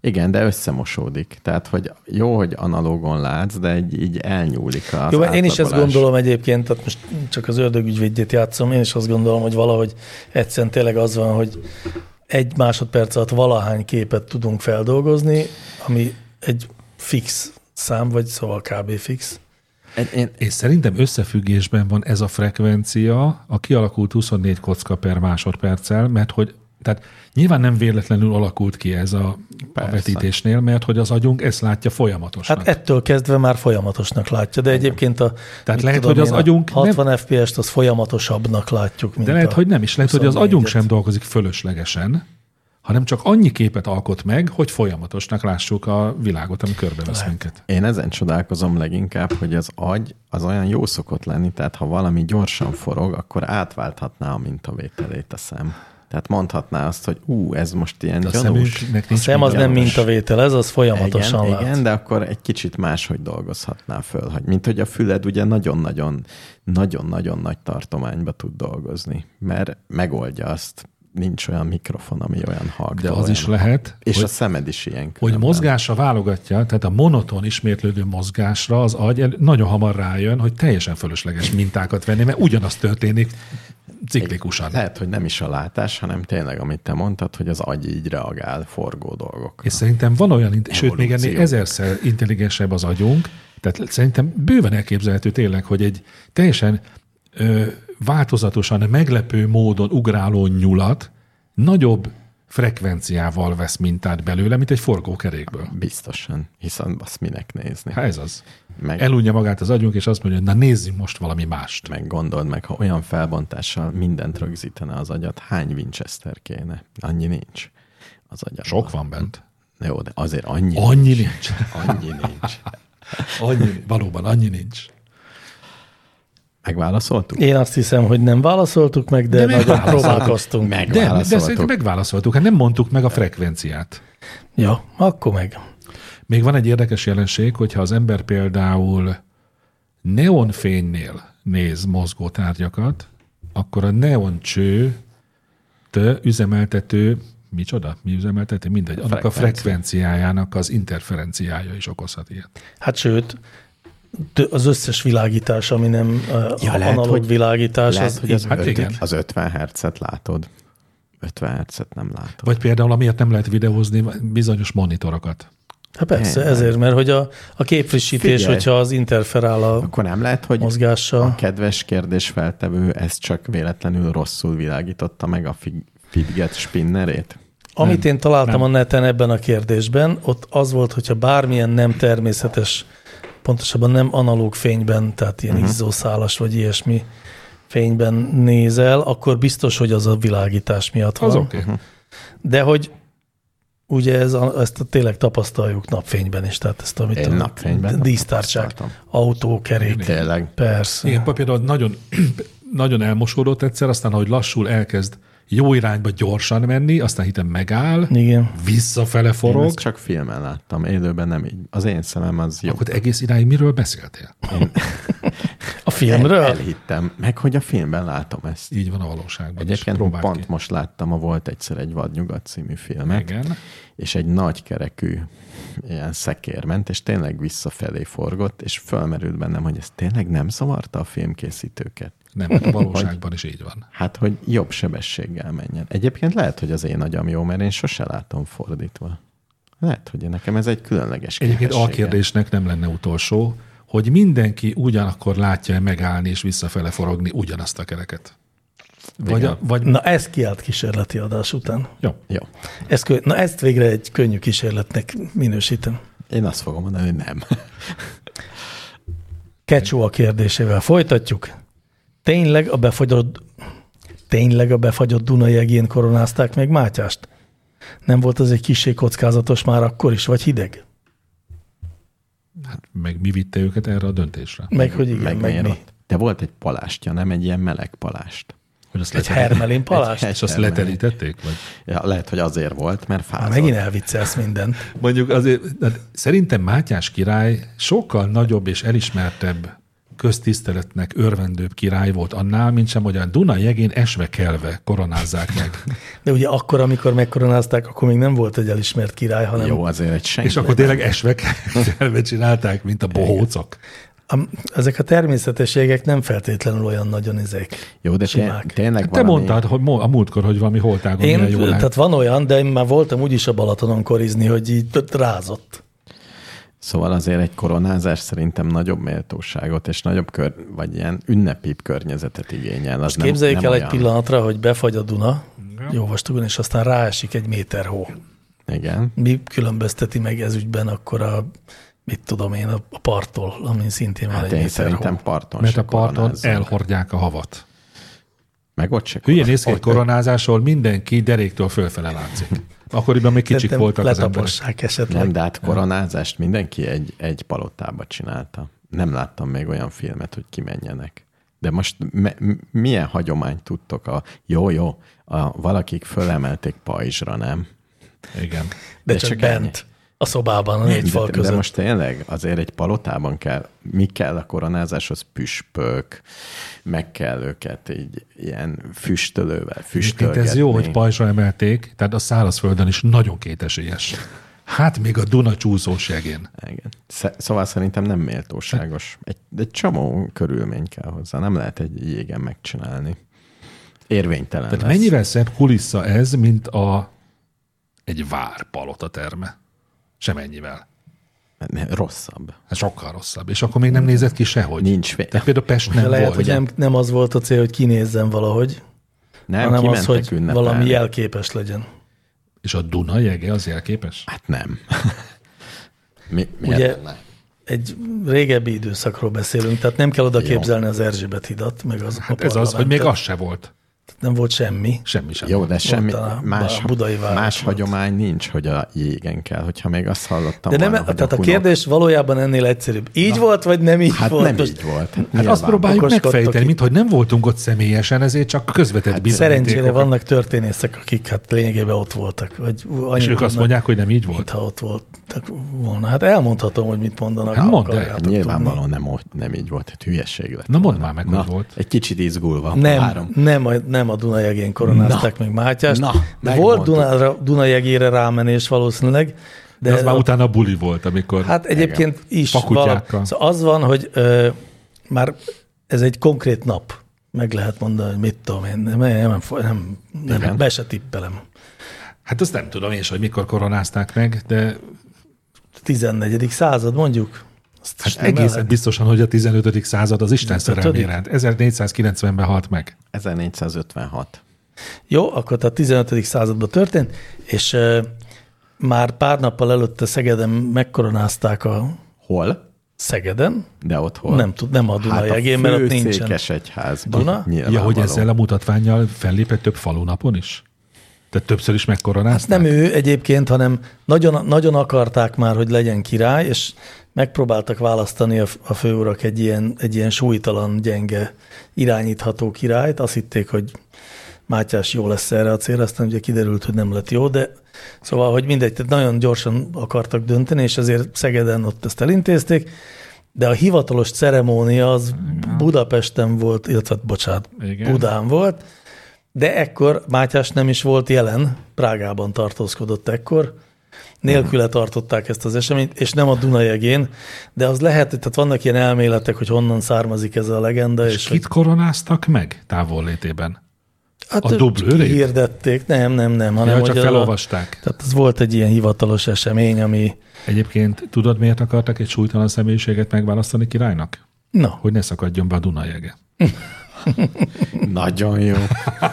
[SPEAKER 2] Igen, de összemosódik. Tehát, hogy jó, hogy analógon látsz, de egy, így elnyúlik az
[SPEAKER 4] Jó, én is ezt
[SPEAKER 2] átlagolás.
[SPEAKER 4] gondolom egyébként, tehát most csak az ördögügyvédjét játszom, én is azt gondolom, hogy valahogy egyszerűen tényleg az van, hogy egy másodperc alatt valahány képet tudunk feldolgozni, ami egy fix szám, vagy szóval kb. fix.
[SPEAKER 2] Egy, én,
[SPEAKER 1] És szerintem összefüggésben van ez a frekvencia a kialakult 24 kocka per másodperccel, mert hogy tehát nyilván nem véletlenül alakult ki ez a, a
[SPEAKER 2] Persze.
[SPEAKER 1] vetítésnél, mert hogy az agyunk ezt látja folyamatosan.
[SPEAKER 4] Hát ettől kezdve már folyamatosnak látja, de egyébként a mit
[SPEAKER 1] lehet,
[SPEAKER 4] tudom
[SPEAKER 1] hogy az
[SPEAKER 4] én, a
[SPEAKER 1] agyunk nem-
[SPEAKER 4] 60 FPS-t az folyamatosabbnak látjuk, mint
[SPEAKER 1] De lehet,
[SPEAKER 4] a
[SPEAKER 1] hogy nem is. Lehet, hogy az agyunk
[SPEAKER 4] 24-et.
[SPEAKER 1] sem dolgozik fölöslegesen, hanem csak annyi képet alkot meg, hogy folyamatosnak lássuk a világot, ami körbevesz minket.
[SPEAKER 2] Én ezen csodálkozom leginkább, hogy az agy az olyan jó szokott lenni, tehát ha valami gyorsan forog, akkor átválthatná a mintavételét a szem. Tehát mondhatná azt, hogy ú, ez most ilyen
[SPEAKER 1] De a
[SPEAKER 2] gyanús.
[SPEAKER 1] szemünknek
[SPEAKER 4] A
[SPEAKER 1] nincs
[SPEAKER 4] szem az nem
[SPEAKER 1] mindig-
[SPEAKER 4] mintavétel, ez az folyamatosan
[SPEAKER 2] igen,
[SPEAKER 4] lát.
[SPEAKER 2] igen, de akkor egy kicsit máshogy dolgozhatná föl, hogy, mint hogy a füled ugye nagyon-nagyon, nagyon-nagyon nagy tartományba tud dolgozni, mert megoldja azt, nincs olyan mikrofon, ami olyan hallgató.
[SPEAKER 1] De az is lehet,
[SPEAKER 2] És
[SPEAKER 1] hogy,
[SPEAKER 2] a szemed is ilyen.
[SPEAKER 1] hogy
[SPEAKER 2] különben.
[SPEAKER 1] mozgásra válogatja, tehát a monoton ismétlődő mozgásra az agy el- nagyon hamar rájön, hogy teljesen fölösleges mintákat venni, mert ugyanaz történik ciklikusan.
[SPEAKER 2] Lehet, hogy nem is a látás, hanem tényleg, amit te mondtad, hogy az agy így reagál forgó dolgok.
[SPEAKER 1] És szerintem van olyan, int- sőt, még ennél
[SPEAKER 2] Evolúció.
[SPEAKER 1] ezerszer intelligensebb az agyunk, tehát szerintem bőven elképzelhető tényleg, hogy egy teljesen ö, változatosan, meglepő módon ugráló nyulat nagyobb frekvenciával vesz mintát belőle, mint egy forgókerékből.
[SPEAKER 2] Biztosan, hiszen azt minek nézni.
[SPEAKER 1] Hát ez az.
[SPEAKER 2] Meg,
[SPEAKER 1] Elunja magát az agyunk, és azt mondja, hogy na nézzünk most valami mást.
[SPEAKER 2] meg gondold meg, ha olyan felbontással mindent rögzítene az agyat, hány Winchester kéne? Annyi nincs az agyat.
[SPEAKER 1] Sok van bent.
[SPEAKER 2] Jó, de azért annyi,
[SPEAKER 1] Annyi nincs.
[SPEAKER 2] annyi nincs.
[SPEAKER 1] Annyi, valóban annyi nincs.
[SPEAKER 2] Megválaszoltuk?
[SPEAKER 4] Én azt hiszem, hogy nem válaszoltuk meg, de,
[SPEAKER 1] De
[SPEAKER 4] de nagyon
[SPEAKER 1] megválaszoltuk.
[SPEAKER 4] próbálkoztunk.
[SPEAKER 1] De, de szerintem
[SPEAKER 2] Megválaszoltuk.
[SPEAKER 1] megválaszoltuk, hát nem mondtuk meg a frekvenciát.
[SPEAKER 4] Ja, akkor meg.
[SPEAKER 1] Még van egy érdekes jelenség, hogyha az ember például neonfénynél néz mozgó tárgyakat, akkor a neoncső üzemeltető, micsoda, mi üzemeltető, mindegy, annak a
[SPEAKER 2] Frekvencia.
[SPEAKER 1] frekvenciájának az interferenciája is okozhat ilyet.
[SPEAKER 4] Hát sőt, tö- az összes világítás, ami nem ja,
[SPEAKER 2] lehet,
[SPEAKER 4] analóg
[SPEAKER 2] hogy-
[SPEAKER 4] világítás,
[SPEAKER 2] Lehet,
[SPEAKER 4] az,
[SPEAKER 2] hogy az,
[SPEAKER 1] hát
[SPEAKER 2] öt,
[SPEAKER 1] igen.
[SPEAKER 2] az 50 hercet látod. 50 hercet nem látok.
[SPEAKER 1] Vagy például, amiért nem lehet videózni bizonyos monitorokat.
[SPEAKER 4] Hát persze,
[SPEAKER 2] Nem.
[SPEAKER 4] ezért, mert hogy a, a képfrissítés,
[SPEAKER 2] Figyelj.
[SPEAKER 4] hogyha az interferál a
[SPEAKER 2] Akkor nem lehet, hogy a
[SPEAKER 4] mozgással.
[SPEAKER 2] kedves kérdésfeltevő ezt csak véletlenül rosszul világította meg a fi- fidget spinnerét?
[SPEAKER 4] Amit én találtam
[SPEAKER 1] nem.
[SPEAKER 4] a neten ebben a kérdésben, ott az volt, hogyha bármilyen nem természetes, pontosabban nem analóg fényben, tehát ilyen uh-huh. izzószálas vagy ilyesmi fényben nézel, akkor biztos, hogy az a világítás miatt van.
[SPEAKER 1] Az oké. Okay.
[SPEAKER 4] De hogy ugye ez a, ezt tényleg tapasztaljuk napfényben is, tehát ezt, amit
[SPEAKER 2] Én napfényben
[SPEAKER 4] dísztárcsák,
[SPEAKER 2] tapasztaltam.
[SPEAKER 4] autó, kerék.
[SPEAKER 2] Tényleg.
[SPEAKER 4] Persze.
[SPEAKER 1] Igen, például nagyon, nagyon elmosódott egyszer, aztán ahogy lassul elkezd jó irányba gyorsan menni, aztán hitem megáll,
[SPEAKER 4] Igen.
[SPEAKER 1] visszafele
[SPEAKER 2] Én
[SPEAKER 1] forog,
[SPEAKER 2] ezt csak filmen láttam, élőben nem így. Az én szemem az jó.
[SPEAKER 1] akkor te egész irány miről beszéltél?
[SPEAKER 4] A
[SPEAKER 2] El,
[SPEAKER 4] filmről?
[SPEAKER 2] elhittem, meg hogy a filmben látom ezt.
[SPEAKER 1] Így van a valóságban. is.
[SPEAKER 2] Egyébként
[SPEAKER 1] Próbáld
[SPEAKER 2] pont
[SPEAKER 1] ki.
[SPEAKER 2] most láttam, a volt egyszer egy vadnyugat című filmet,
[SPEAKER 1] Igen.
[SPEAKER 2] és egy nagy kerekű ilyen szekér ment, és tényleg visszafelé forgott, és fölmerült bennem, hogy ez tényleg nem zavarta a filmkészítőket.
[SPEAKER 1] Nem, mert a valóságban is így van.
[SPEAKER 2] Hát, hogy jobb sebességgel menjen. Egyébként lehet, hogy az én agyam jó, mert én sose látom fordítva. Lehet, hogy nekem ez egy különleges
[SPEAKER 1] Egyébként a
[SPEAKER 2] képességem.
[SPEAKER 1] kérdésnek nem lenne utolsó, hogy mindenki ugyanakkor látja megállni és visszafele forogni ugyanazt a kereket. Vagy, a, vagy
[SPEAKER 4] Na ez kiállt kísérleti adás után.
[SPEAKER 1] jó.
[SPEAKER 2] Jó.
[SPEAKER 4] Ez, kö- na ezt végre egy könnyű kísérletnek minősítem.
[SPEAKER 2] Én azt fogom mondani, hogy nem.
[SPEAKER 4] Kecsó a kérdésével folytatjuk. Tényleg a befagyott, tényleg a befagyott Dunai egén koronázták meg Mátyást? Nem volt az egy kisé kockázatos már akkor is, vagy hideg?
[SPEAKER 1] Hát meg mi vitte őket erre a döntésre?
[SPEAKER 4] Meg hogy igen, meg, meg
[SPEAKER 2] miért
[SPEAKER 4] mi?
[SPEAKER 2] ott? De volt egy palástja, nem egy ilyen meleg palást.
[SPEAKER 1] Hogy azt
[SPEAKER 4] Egy
[SPEAKER 1] leterítették?
[SPEAKER 4] hermelin palást?
[SPEAKER 2] Egy-
[SPEAKER 1] És azt
[SPEAKER 2] Hermelin.
[SPEAKER 1] leterítették? Vagy?
[SPEAKER 2] Ja, lehet, hogy azért volt, mert
[SPEAKER 4] Már
[SPEAKER 2] fázott.
[SPEAKER 4] megint elviccelsz mindent.
[SPEAKER 1] Mondjuk azért, hát szerintem Mátyás király sokkal nagyobb és elismertebb köztiszteletnek örvendőbb király volt annál, mint sem, hogy a Duna jegén esve-kelve koronázzák meg.
[SPEAKER 4] De ugye akkor, amikor megkoronázták, akkor még nem volt egy elismert király, hanem
[SPEAKER 2] Jó, azért egy senki.
[SPEAKER 1] és akkor tényleg esve-kelve csinálták, mint a bohócok.
[SPEAKER 4] a, ezek a természetességek nem feltétlenül olyan nagyon izék.
[SPEAKER 2] Jó, de té-
[SPEAKER 4] simák.
[SPEAKER 2] tényleg
[SPEAKER 1] Hát Te
[SPEAKER 2] valami...
[SPEAKER 1] mondtad hogy mo- a múltkor, hogy valami holtágon
[SPEAKER 4] Én,
[SPEAKER 1] milyen jó
[SPEAKER 4] tehát
[SPEAKER 1] lehet.
[SPEAKER 4] van olyan, de én már voltam úgyis a Balatonon korizni, hogy így t- rázott.
[SPEAKER 2] Szóval azért egy koronázás szerintem nagyobb méltóságot és nagyobb kör, vagy ilyen ünnepibb környezetet igényel. Az
[SPEAKER 4] Most képzeljük
[SPEAKER 2] nem,
[SPEAKER 4] el
[SPEAKER 2] nem
[SPEAKER 4] egy
[SPEAKER 2] olyan.
[SPEAKER 4] pillanatra, hogy befagy a Duna, jó vastagon, és aztán ráesik egy méter hó.
[SPEAKER 2] Igen.
[SPEAKER 4] Mi különbözteti meg ez ügyben akkor a, mit tudom én, a a parttól, amin szintén van
[SPEAKER 2] Hát
[SPEAKER 4] egy
[SPEAKER 2] én
[SPEAKER 4] méter
[SPEAKER 2] szerintem
[SPEAKER 4] hó.
[SPEAKER 2] parton
[SPEAKER 1] Mert
[SPEAKER 2] se
[SPEAKER 1] a parton
[SPEAKER 2] koronáznak.
[SPEAKER 1] elhordják a havat.
[SPEAKER 2] Meg ott se
[SPEAKER 1] Hülyén
[SPEAKER 2] koron-
[SPEAKER 1] néz ki egy
[SPEAKER 2] ott-
[SPEAKER 1] koronázásról, mindenki deréktől fölfele látszik. Akkoriban még kicsik
[SPEAKER 4] Szerintem
[SPEAKER 1] voltak az emberek.
[SPEAKER 4] Letapossák esetleg.
[SPEAKER 2] Nem, de hát koronázást mindenki egy, egy palotába csinálta. Nem láttam még olyan filmet, hogy kimenjenek. De most me- m- milyen hagyományt tudtok? A, jó, jó, a, valakik fölemelték pajzsra, nem?
[SPEAKER 1] Igen.
[SPEAKER 4] de
[SPEAKER 2] de
[SPEAKER 4] csak,
[SPEAKER 2] csak ennyi.
[SPEAKER 4] bent, a szobában, a négy fal
[SPEAKER 2] De, de
[SPEAKER 4] között.
[SPEAKER 2] most tényleg azért egy palotában kell, mi kell a koronázáshoz? Püspök, meg kell őket így ilyen füstölővel
[SPEAKER 1] Egyébként
[SPEAKER 2] füstölgetni.
[SPEAKER 1] ez jó, hogy pajzsra emelték, tehát a szárazföldön is nagyon kétesélyes. Hát még a Duna csúszós jegén. Hát
[SPEAKER 2] Igen. Sze- Szóval szerintem nem
[SPEAKER 4] Hát-
[SPEAKER 2] méltóságos. Egy, egy csomó körülmény kell hozzá. Nem lehet egy jégen megcsinálni. Érvénytelen
[SPEAKER 1] Tehát
[SPEAKER 2] lesz.
[SPEAKER 1] mennyivel szebb kulissza ez, mint a egy vár palota terme. Semennyivel.
[SPEAKER 2] Ne, rosszabb.
[SPEAKER 1] Hát sokkal rosszabb. És akkor még nem nézett ki sehogy.
[SPEAKER 2] Nincs vé-
[SPEAKER 1] Tehát például Pest
[SPEAKER 4] de
[SPEAKER 1] nem
[SPEAKER 4] lehet,
[SPEAKER 1] volt.
[SPEAKER 4] hogy nem, nem az volt a cél, hogy kinézzen valahogy,
[SPEAKER 2] Nem,
[SPEAKER 4] hanem az,
[SPEAKER 2] kimentek
[SPEAKER 4] hogy
[SPEAKER 2] ünnepelni.
[SPEAKER 4] valami jelképes legyen.
[SPEAKER 1] És a Duna jege az jelképes?
[SPEAKER 2] Hát nem. Mi, miért
[SPEAKER 4] Ugye
[SPEAKER 2] lenne?
[SPEAKER 4] egy régebbi időszakról beszélünk, tehát nem kell oda képzelni az Erzsébet hidat, meg az
[SPEAKER 1] Hát ez az, hogy még az se volt.
[SPEAKER 4] Nem volt semmi.
[SPEAKER 1] Semmi sem.
[SPEAKER 2] Jó, de semmi
[SPEAKER 4] a-
[SPEAKER 2] más,
[SPEAKER 4] a budai város
[SPEAKER 2] más
[SPEAKER 4] volt.
[SPEAKER 2] hagyomány nincs, hogy a jégen kell. Hogyha még azt hallottam
[SPEAKER 4] De nem,
[SPEAKER 2] volna, hogy
[SPEAKER 4] tehát a,
[SPEAKER 2] hunok-
[SPEAKER 4] kérdés valójában ennél egyszerűbb. Így volt, vagy nem így
[SPEAKER 2] Hát
[SPEAKER 4] volt?
[SPEAKER 2] nem
[SPEAKER 4] Most
[SPEAKER 2] így volt. Hát
[SPEAKER 1] Hát
[SPEAKER 2] nyilván.
[SPEAKER 1] azt próbáljuk
[SPEAKER 4] okoskodtok
[SPEAKER 1] megfejteni,
[SPEAKER 4] itt.
[SPEAKER 1] minthogy nem voltunk ott személyesen, ezért csak közvetett hát
[SPEAKER 4] Szerencsére vannak történészek, akik hát lényegében ott voltak. Vagy
[SPEAKER 1] És ők azt mondják, hogy nem így volt.
[SPEAKER 4] ha ott voltak volna. Hát elmondhatom, hogy mit mondanak.
[SPEAKER 1] Hát
[SPEAKER 4] ha
[SPEAKER 1] mondd el.
[SPEAKER 4] akarjátok
[SPEAKER 2] Hát nyilvánvalóan nem, ott- nem így volt. Hát hülyeség lett.
[SPEAKER 1] Na mondd már meg,
[SPEAKER 2] Na,
[SPEAKER 1] hogy volt.
[SPEAKER 2] egy kicsit izgulva.
[SPEAKER 4] tudni. Nem,
[SPEAKER 2] várom.
[SPEAKER 4] nem, a, nem a Dunajegén koronázták meg Mátyást.
[SPEAKER 2] Na,
[SPEAKER 4] de
[SPEAKER 2] megmondtuk.
[SPEAKER 4] volt Dunára, Dunajegére rámenés valószínűleg, de,
[SPEAKER 1] De az már
[SPEAKER 4] a-
[SPEAKER 1] utána buli volt, amikor...
[SPEAKER 4] Hát egyébként is.
[SPEAKER 1] Fakutyákkal.
[SPEAKER 4] Valami, szóval az van, hogy ö, már ez egy konkrét nap, meg lehet mondani, hogy mit tudom én, nem, nem, nem, nem
[SPEAKER 2] Igen.
[SPEAKER 4] be se tippelem.
[SPEAKER 1] Hát azt nem tudom én is, hogy mikor koronázták meg, de
[SPEAKER 4] 14. század mondjuk. Azt
[SPEAKER 1] hát
[SPEAKER 4] nem
[SPEAKER 1] egészen
[SPEAKER 4] lehet. biztos.
[SPEAKER 1] biztosan, hogy a 15. század az Isten
[SPEAKER 4] 15..
[SPEAKER 1] szerelmére. hát 1490-ben halt meg.
[SPEAKER 2] 1456.
[SPEAKER 4] Jó, akkor tehát 15. században történt, és ö, már pár nappal előtte Szegeden megkoronázták a
[SPEAKER 2] Hol?
[SPEAKER 4] Szegeden,
[SPEAKER 2] De ott hol?
[SPEAKER 4] Hol? nem tud, nem a Duna hát jegén, mert ott nincsen.
[SPEAKER 2] Székesegyházban.
[SPEAKER 4] Duna?
[SPEAKER 1] Ja, hogy ezzel a mutatványjal fellépett több falunapon is? Tehát többször is
[SPEAKER 4] Ezt
[SPEAKER 1] megkoronázták?
[SPEAKER 4] nem ő egyébként, hanem nagyon, nagyon akarták már, hogy legyen király, és megpróbáltak választani a, a főurak egy ilyen, egy ilyen súlytalan, gyenge, irányítható királyt. Azt hitték, hogy Mátyás jó lesz erre a célra, aztán ugye kiderült, hogy nem lett jó, de szóval, hogy mindegy, tehát nagyon gyorsan akartak dönteni, és azért Szegeden ott ezt elintézték, de a hivatalos ceremónia az Budapesten volt, illetve, hát bocsánat,
[SPEAKER 1] Igen.
[SPEAKER 4] Igen. Budán volt, de ekkor Mátyás nem is volt jelen, Prágában tartózkodott ekkor, nélküle tartották ezt az eseményt, és nem a Dunajegén, de az lehet, hogy- tehát vannak ilyen elméletek, hogy honnan származik ez a legenda, és,
[SPEAKER 1] És kit koronáztak meg távollétében?
[SPEAKER 4] hát
[SPEAKER 1] a dublőrét?
[SPEAKER 4] Hirdették, nem, nem, nem, hanem
[SPEAKER 1] Nem, ja, csak
[SPEAKER 4] hogy a-
[SPEAKER 1] felolvasták.
[SPEAKER 4] Tehát ez volt egy ilyen hivatalos esemény, ami,
[SPEAKER 1] Egyébként tudod, miért akartak egy súlytalan személyiséget megválasztani királynak?
[SPEAKER 4] na,
[SPEAKER 1] Hogy ne szakadjon be a Dunajege.
[SPEAKER 2] Nagyon jó.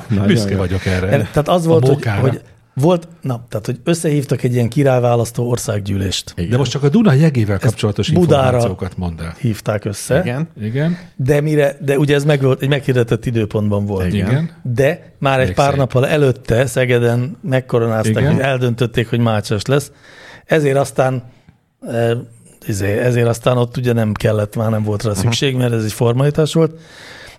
[SPEAKER 2] Nagyon
[SPEAKER 1] Büszke
[SPEAKER 2] jó.
[SPEAKER 1] vagyok erre.
[SPEAKER 4] tehát az
[SPEAKER 1] A
[SPEAKER 4] volt, hogy,
[SPEAKER 1] mókára.
[SPEAKER 4] hogy volt, na, tehát hogy összehívtak egy ilyen királyválasztó országgyűlést.
[SPEAKER 2] Igen.
[SPEAKER 1] De most csak a Duna jegével kapcsolatos
[SPEAKER 4] Budára.
[SPEAKER 1] információkat mondd el.
[SPEAKER 4] Hívták össze.
[SPEAKER 2] Igen.
[SPEAKER 1] Igen,
[SPEAKER 4] De mire, de ugye ez meg volt, egy meghirdetett időpontban volt.
[SPEAKER 2] Igen.
[SPEAKER 1] igen. igen.
[SPEAKER 4] De már egy
[SPEAKER 1] Még
[SPEAKER 4] pár
[SPEAKER 1] szép.
[SPEAKER 4] nappal előtte Szegeden megkoronázták,
[SPEAKER 1] Igen.
[SPEAKER 4] hogy eldöntötték, hogy Mácsás lesz. Ezért aztán e, izé, ezért aztán ott ugye nem kellett, már nem volt
[SPEAKER 1] Mhm.
[SPEAKER 4] rá szükség, mert ez egy formalitás volt.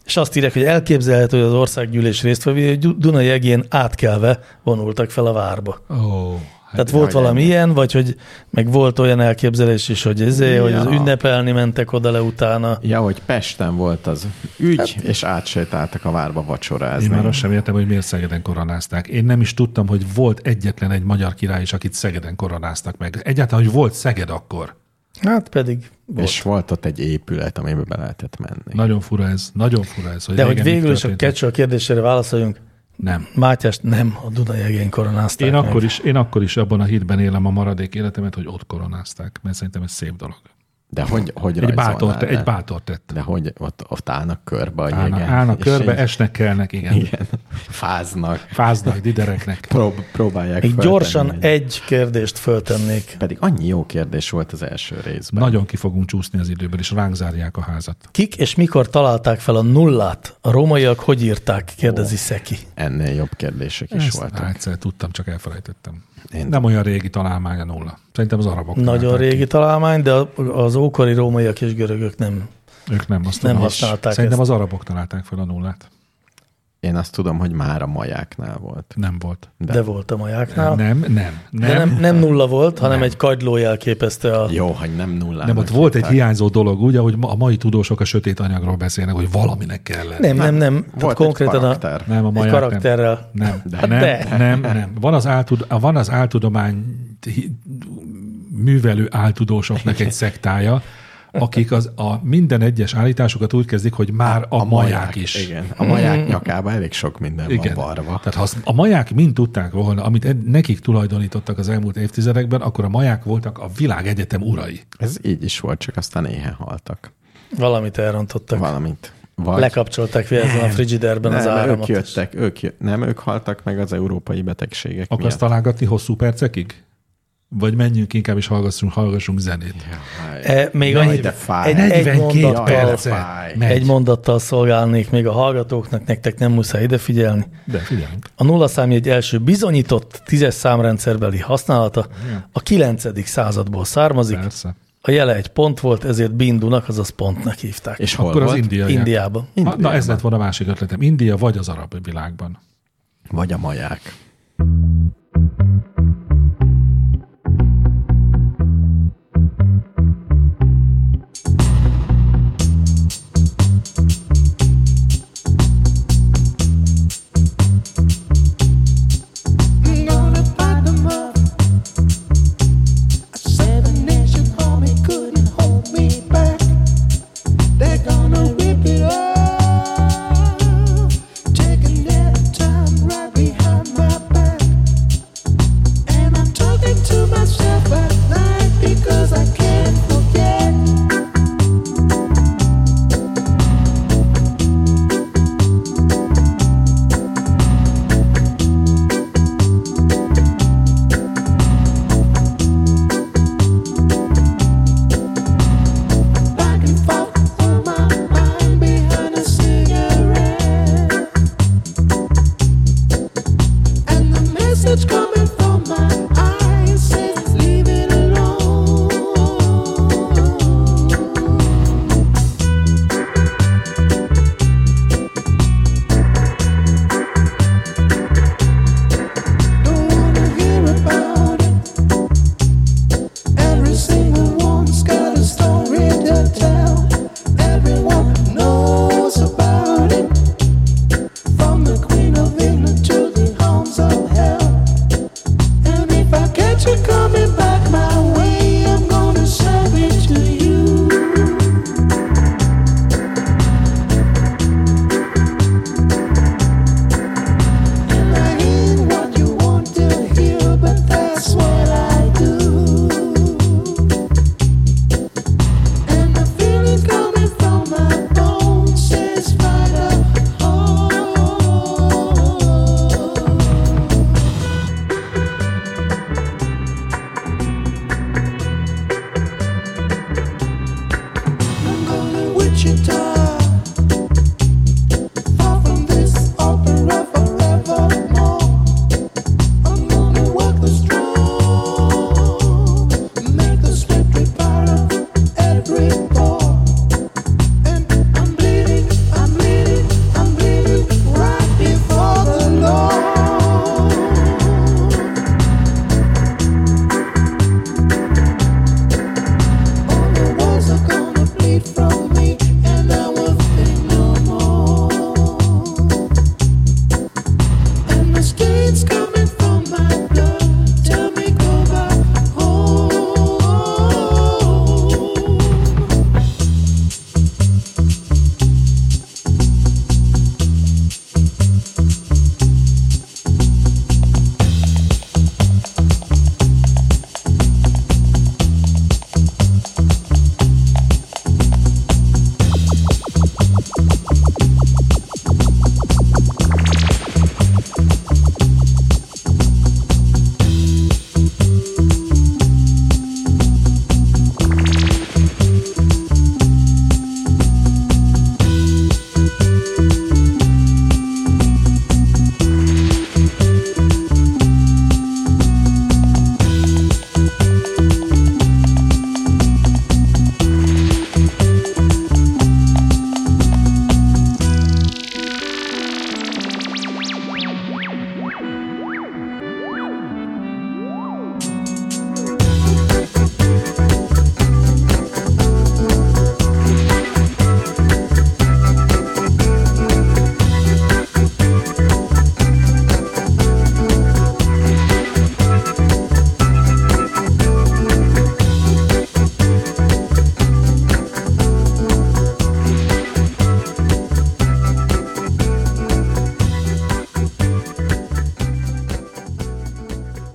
[SPEAKER 4] És azt írják, hogy elképzelhető, hogy az országgyűlés résztvevői hogy Dunai egén átkelve vonultak fel a várba.
[SPEAKER 1] Ó, hát
[SPEAKER 4] Tehát volt
[SPEAKER 2] jaj,
[SPEAKER 4] valami ilyen, vagy hogy meg volt olyan elképzelés is, hogy ezé, hogy az
[SPEAKER 2] Ja.
[SPEAKER 4] ünnepelni mentek oda le utána.
[SPEAKER 2] Ja, hogy Pesten volt az ügy, hát, és átsétáltak a várba
[SPEAKER 1] én
[SPEAKER 2] vacsorázni.
[SPEAKER 1] már azt sem értem, hogy miért Szegeden koronázták. Én nem is tudtam, hogy volt egyetlen egy magyar király is, akit Szegeden koronáztak meg. Egyáltalán, hogy volt Szeged akkor.
[SPEAKER 4] Hát pedig volt.
[SPEAKER 2] És volt ott egy épület, amiben be lehetett menni.
[SPEAKER 1] Nagyon fura ez, nagyon fura ez.
[SPEAKER 4] De hogy
[SPEAKER 1] régen mi
[SPEAKER 4] végül is a
[SPEAKER 1] történt.
[SPEAKER 4] kecső a kérdésére válaszoljunk,
[SPEAKER 1] Nem.
[SPEAKER 4] Mátyást nem a Dunajegén koronázták
[SPEAKER 1] Én
[SPEAKER 4] meg.
[SPEAKER 1] akkor, is, én akkor is abban a hitben élem a maradék életemet, hogy ott koronázták, mert szerintem ez szép dolog.
[SPEAKER 2] De hogy, hogy
[SPEAKER 1] Egy bátor,
[SPEAKER 2] rajzolnád le?
[SPEAKER 1] egy bátor tett.
[SPEAKER 2] De hogy ott, ott állnak körbe a
[SPEAKER 1] Állnak,
[SPEAKER 2] jégen,
[SPEAKER 1] állnak
[SPEAKER 2] és
[SPEAKER 1] körbe,
[SPEAKER 2] így-
[SPEAKER 1] esnek kelnek, igen. igen.
[SPEAKER 2] Igen, fáznak,
[SPEAKER 1] Fáznak, didereknek.
[SPEAKER 2] prób- próbálják
[SPEAKER 4] Még
[SPEAKER 2] föltenni.
[SPEAKER 4] gyorsan egy kérdést föltennék.
[SPEAKER 2] Pedig annyi jó kérdés volt az első részben.
[SPEAKER 1] Nagyon ki fogunk csúszni az időből, és ránk zárják a házat.
[SPEAKER 4] Kik és mikor találták fel a nullát? A rómaiak hogy írták? Kérdezi Szeki.
[SPEAKER 2] Ennél jobb kérdések is
[SPEAKER 1] Ezt
[SPEAKER 2] voltak.
[SPEAKER 1] már egyszer Hát, szóval tudtam, csak elfelejtettem.
[SPEAKER 2] Én-
[SPEAKER 1] Nem olyan régi találmány a nulla. Szerintem az arabok.
[SPEAKER 4] Nagyon
[SPEAKER 1] találták ki.
[SPEAKER 4] régi találmány, de a- az ókori rómaiak és görögök nem.
[SPEAKER 1] Ők nem, azt
[SPEAKER 4] Nem
[SPEAKER 1] tudom,
[SPEAKER 4] használták
[SPEAKER 1] Szerintem
[SPEAKER 4] ezt.
[SPEAKER 1] az arabok találták fel a nullát.
[SPEAKER 2] Én azt tudom, hogy már a majáknál volt.
[SPEAKER 1] Nem volt.
[SPEAKER 4] De, de volt a majáknál.
[SPEAKER 1] Nem, nem, nem.
[SPEAKER 4] De
[SPEAKER 1] nem.
[SPEAKER 4] nem, nem nulla volt, hanem nem. egy kagyló jelképezte a...
[SPEAKER 2] Jó, hogy nem nullának.
[SPEAKER 1] Nem, ott volt egy
[SPEAKER 2] hívták.
[SPEAKER 1] hiányzó dolog, úgy, ahogy ma- a mai tudósok a sötét anyagról beszélnek, hogy valaminek kell lenni.
[SPEAKER 4] Nem, nem, nem. Tehát
[SPEAKER 2] Volt
[SPEAKER 4] konkrétan
[SPEAKER 2] egy karakter.
[SPEAKER 1] Nem, a
[SPEAKER 4] a, egy
[SPEAKER 1] maják
[SPEAKER 4] karakterrel.
[SPEAKER 1] Nem, nem,
[SPEAKER 4] Hát
[SPEAKER 1] nem,
[SPEAKER 4] de.
[SPEAKER 1] nem, nem. Van az, áltud, a- van az áltudomány hi- művelő áltudósoknak egy szektája, akik az, a minden egyes állításokat úgy kezdik, hogy már a, a maják is. Mm.
[SPEAKER 2] Igen, a maják nyakába elég sok minden
[SPEAKER 1] Igen.
[SPEAKER 2] van varva.
[SPEAKER 1] Tehát ha azt- a maják mind tudták volna, amit ed- nekik tulajdonítottak az elmúlt évtizedekben, akkor a maják voltak a világegyetem urai.
[SPEAKER 2] Ez így is volt, csak aztán éhen haltak.
[SPEAKER 4] Valamit elrontottak.
[SPEAKER 2] Valamint. Vagy...
[SPEAKER 4] Lekapcsolták véletlenül a frigiderben az
[SPEAKER 2] nem, ők
[SPEAKER 4] áramot.
[SPEAKER 2] jöttek, ők jö... nem, ők haltak meg az európai betegségek
[SPEAKER 1] Akarsz
[SPEAKER 2] miatt.
[SPEAKER 1] találgatni hosszú percekig? Vagy menjünk inkább és hallgassunk, hallgassunk zenét.
[SPEAKER 2] Jaj.
[SPEAKER 4] E, még
[SPEAKER 2] Jaj,
[SPEAKER 4] annyi,
[SPEAKER 2] de fáj.
[SPEAKER 4] egy, egy,
[SPEAKER 1] 42
[SPEAKER 4] mondattal,
[SPEAKER 1] perce.
[SPEAKER 2] fáj.
[SPEAKER 1] Megy.
[SPEAKER 4] egy mondattal szolgálnék még a hallgatóknak, nektek nem muszáj ide figyelni.
[SPEAKER 1] De figyelünk.
[SPEAKER 4] A nulla számjegy első bizonyított tízes számrendszerbeli használata a 9. századból származik.
[SPEAKER 1] Persze.
[SPEAKER 4] A jele egy pont volt, ezért bindunak, azaz pontnak hívták.
[SPEAKER 2] És hol
[SPEAKER 1] Akkor
[SPEAKER 2] volt?
[SPEAKER 1] az indiai.
[SPEAKER 4] Indiában.
[SPEAKER 1] Indiában. Na, ez
[SPEAKER 2] Indiában.
[SPEAKER 1] lett volna a másik ötletem. India vagy az arab világban.
[SPEAKER 2] Vagy a maják.
[SPEAKER 5] They're gonna whip it up.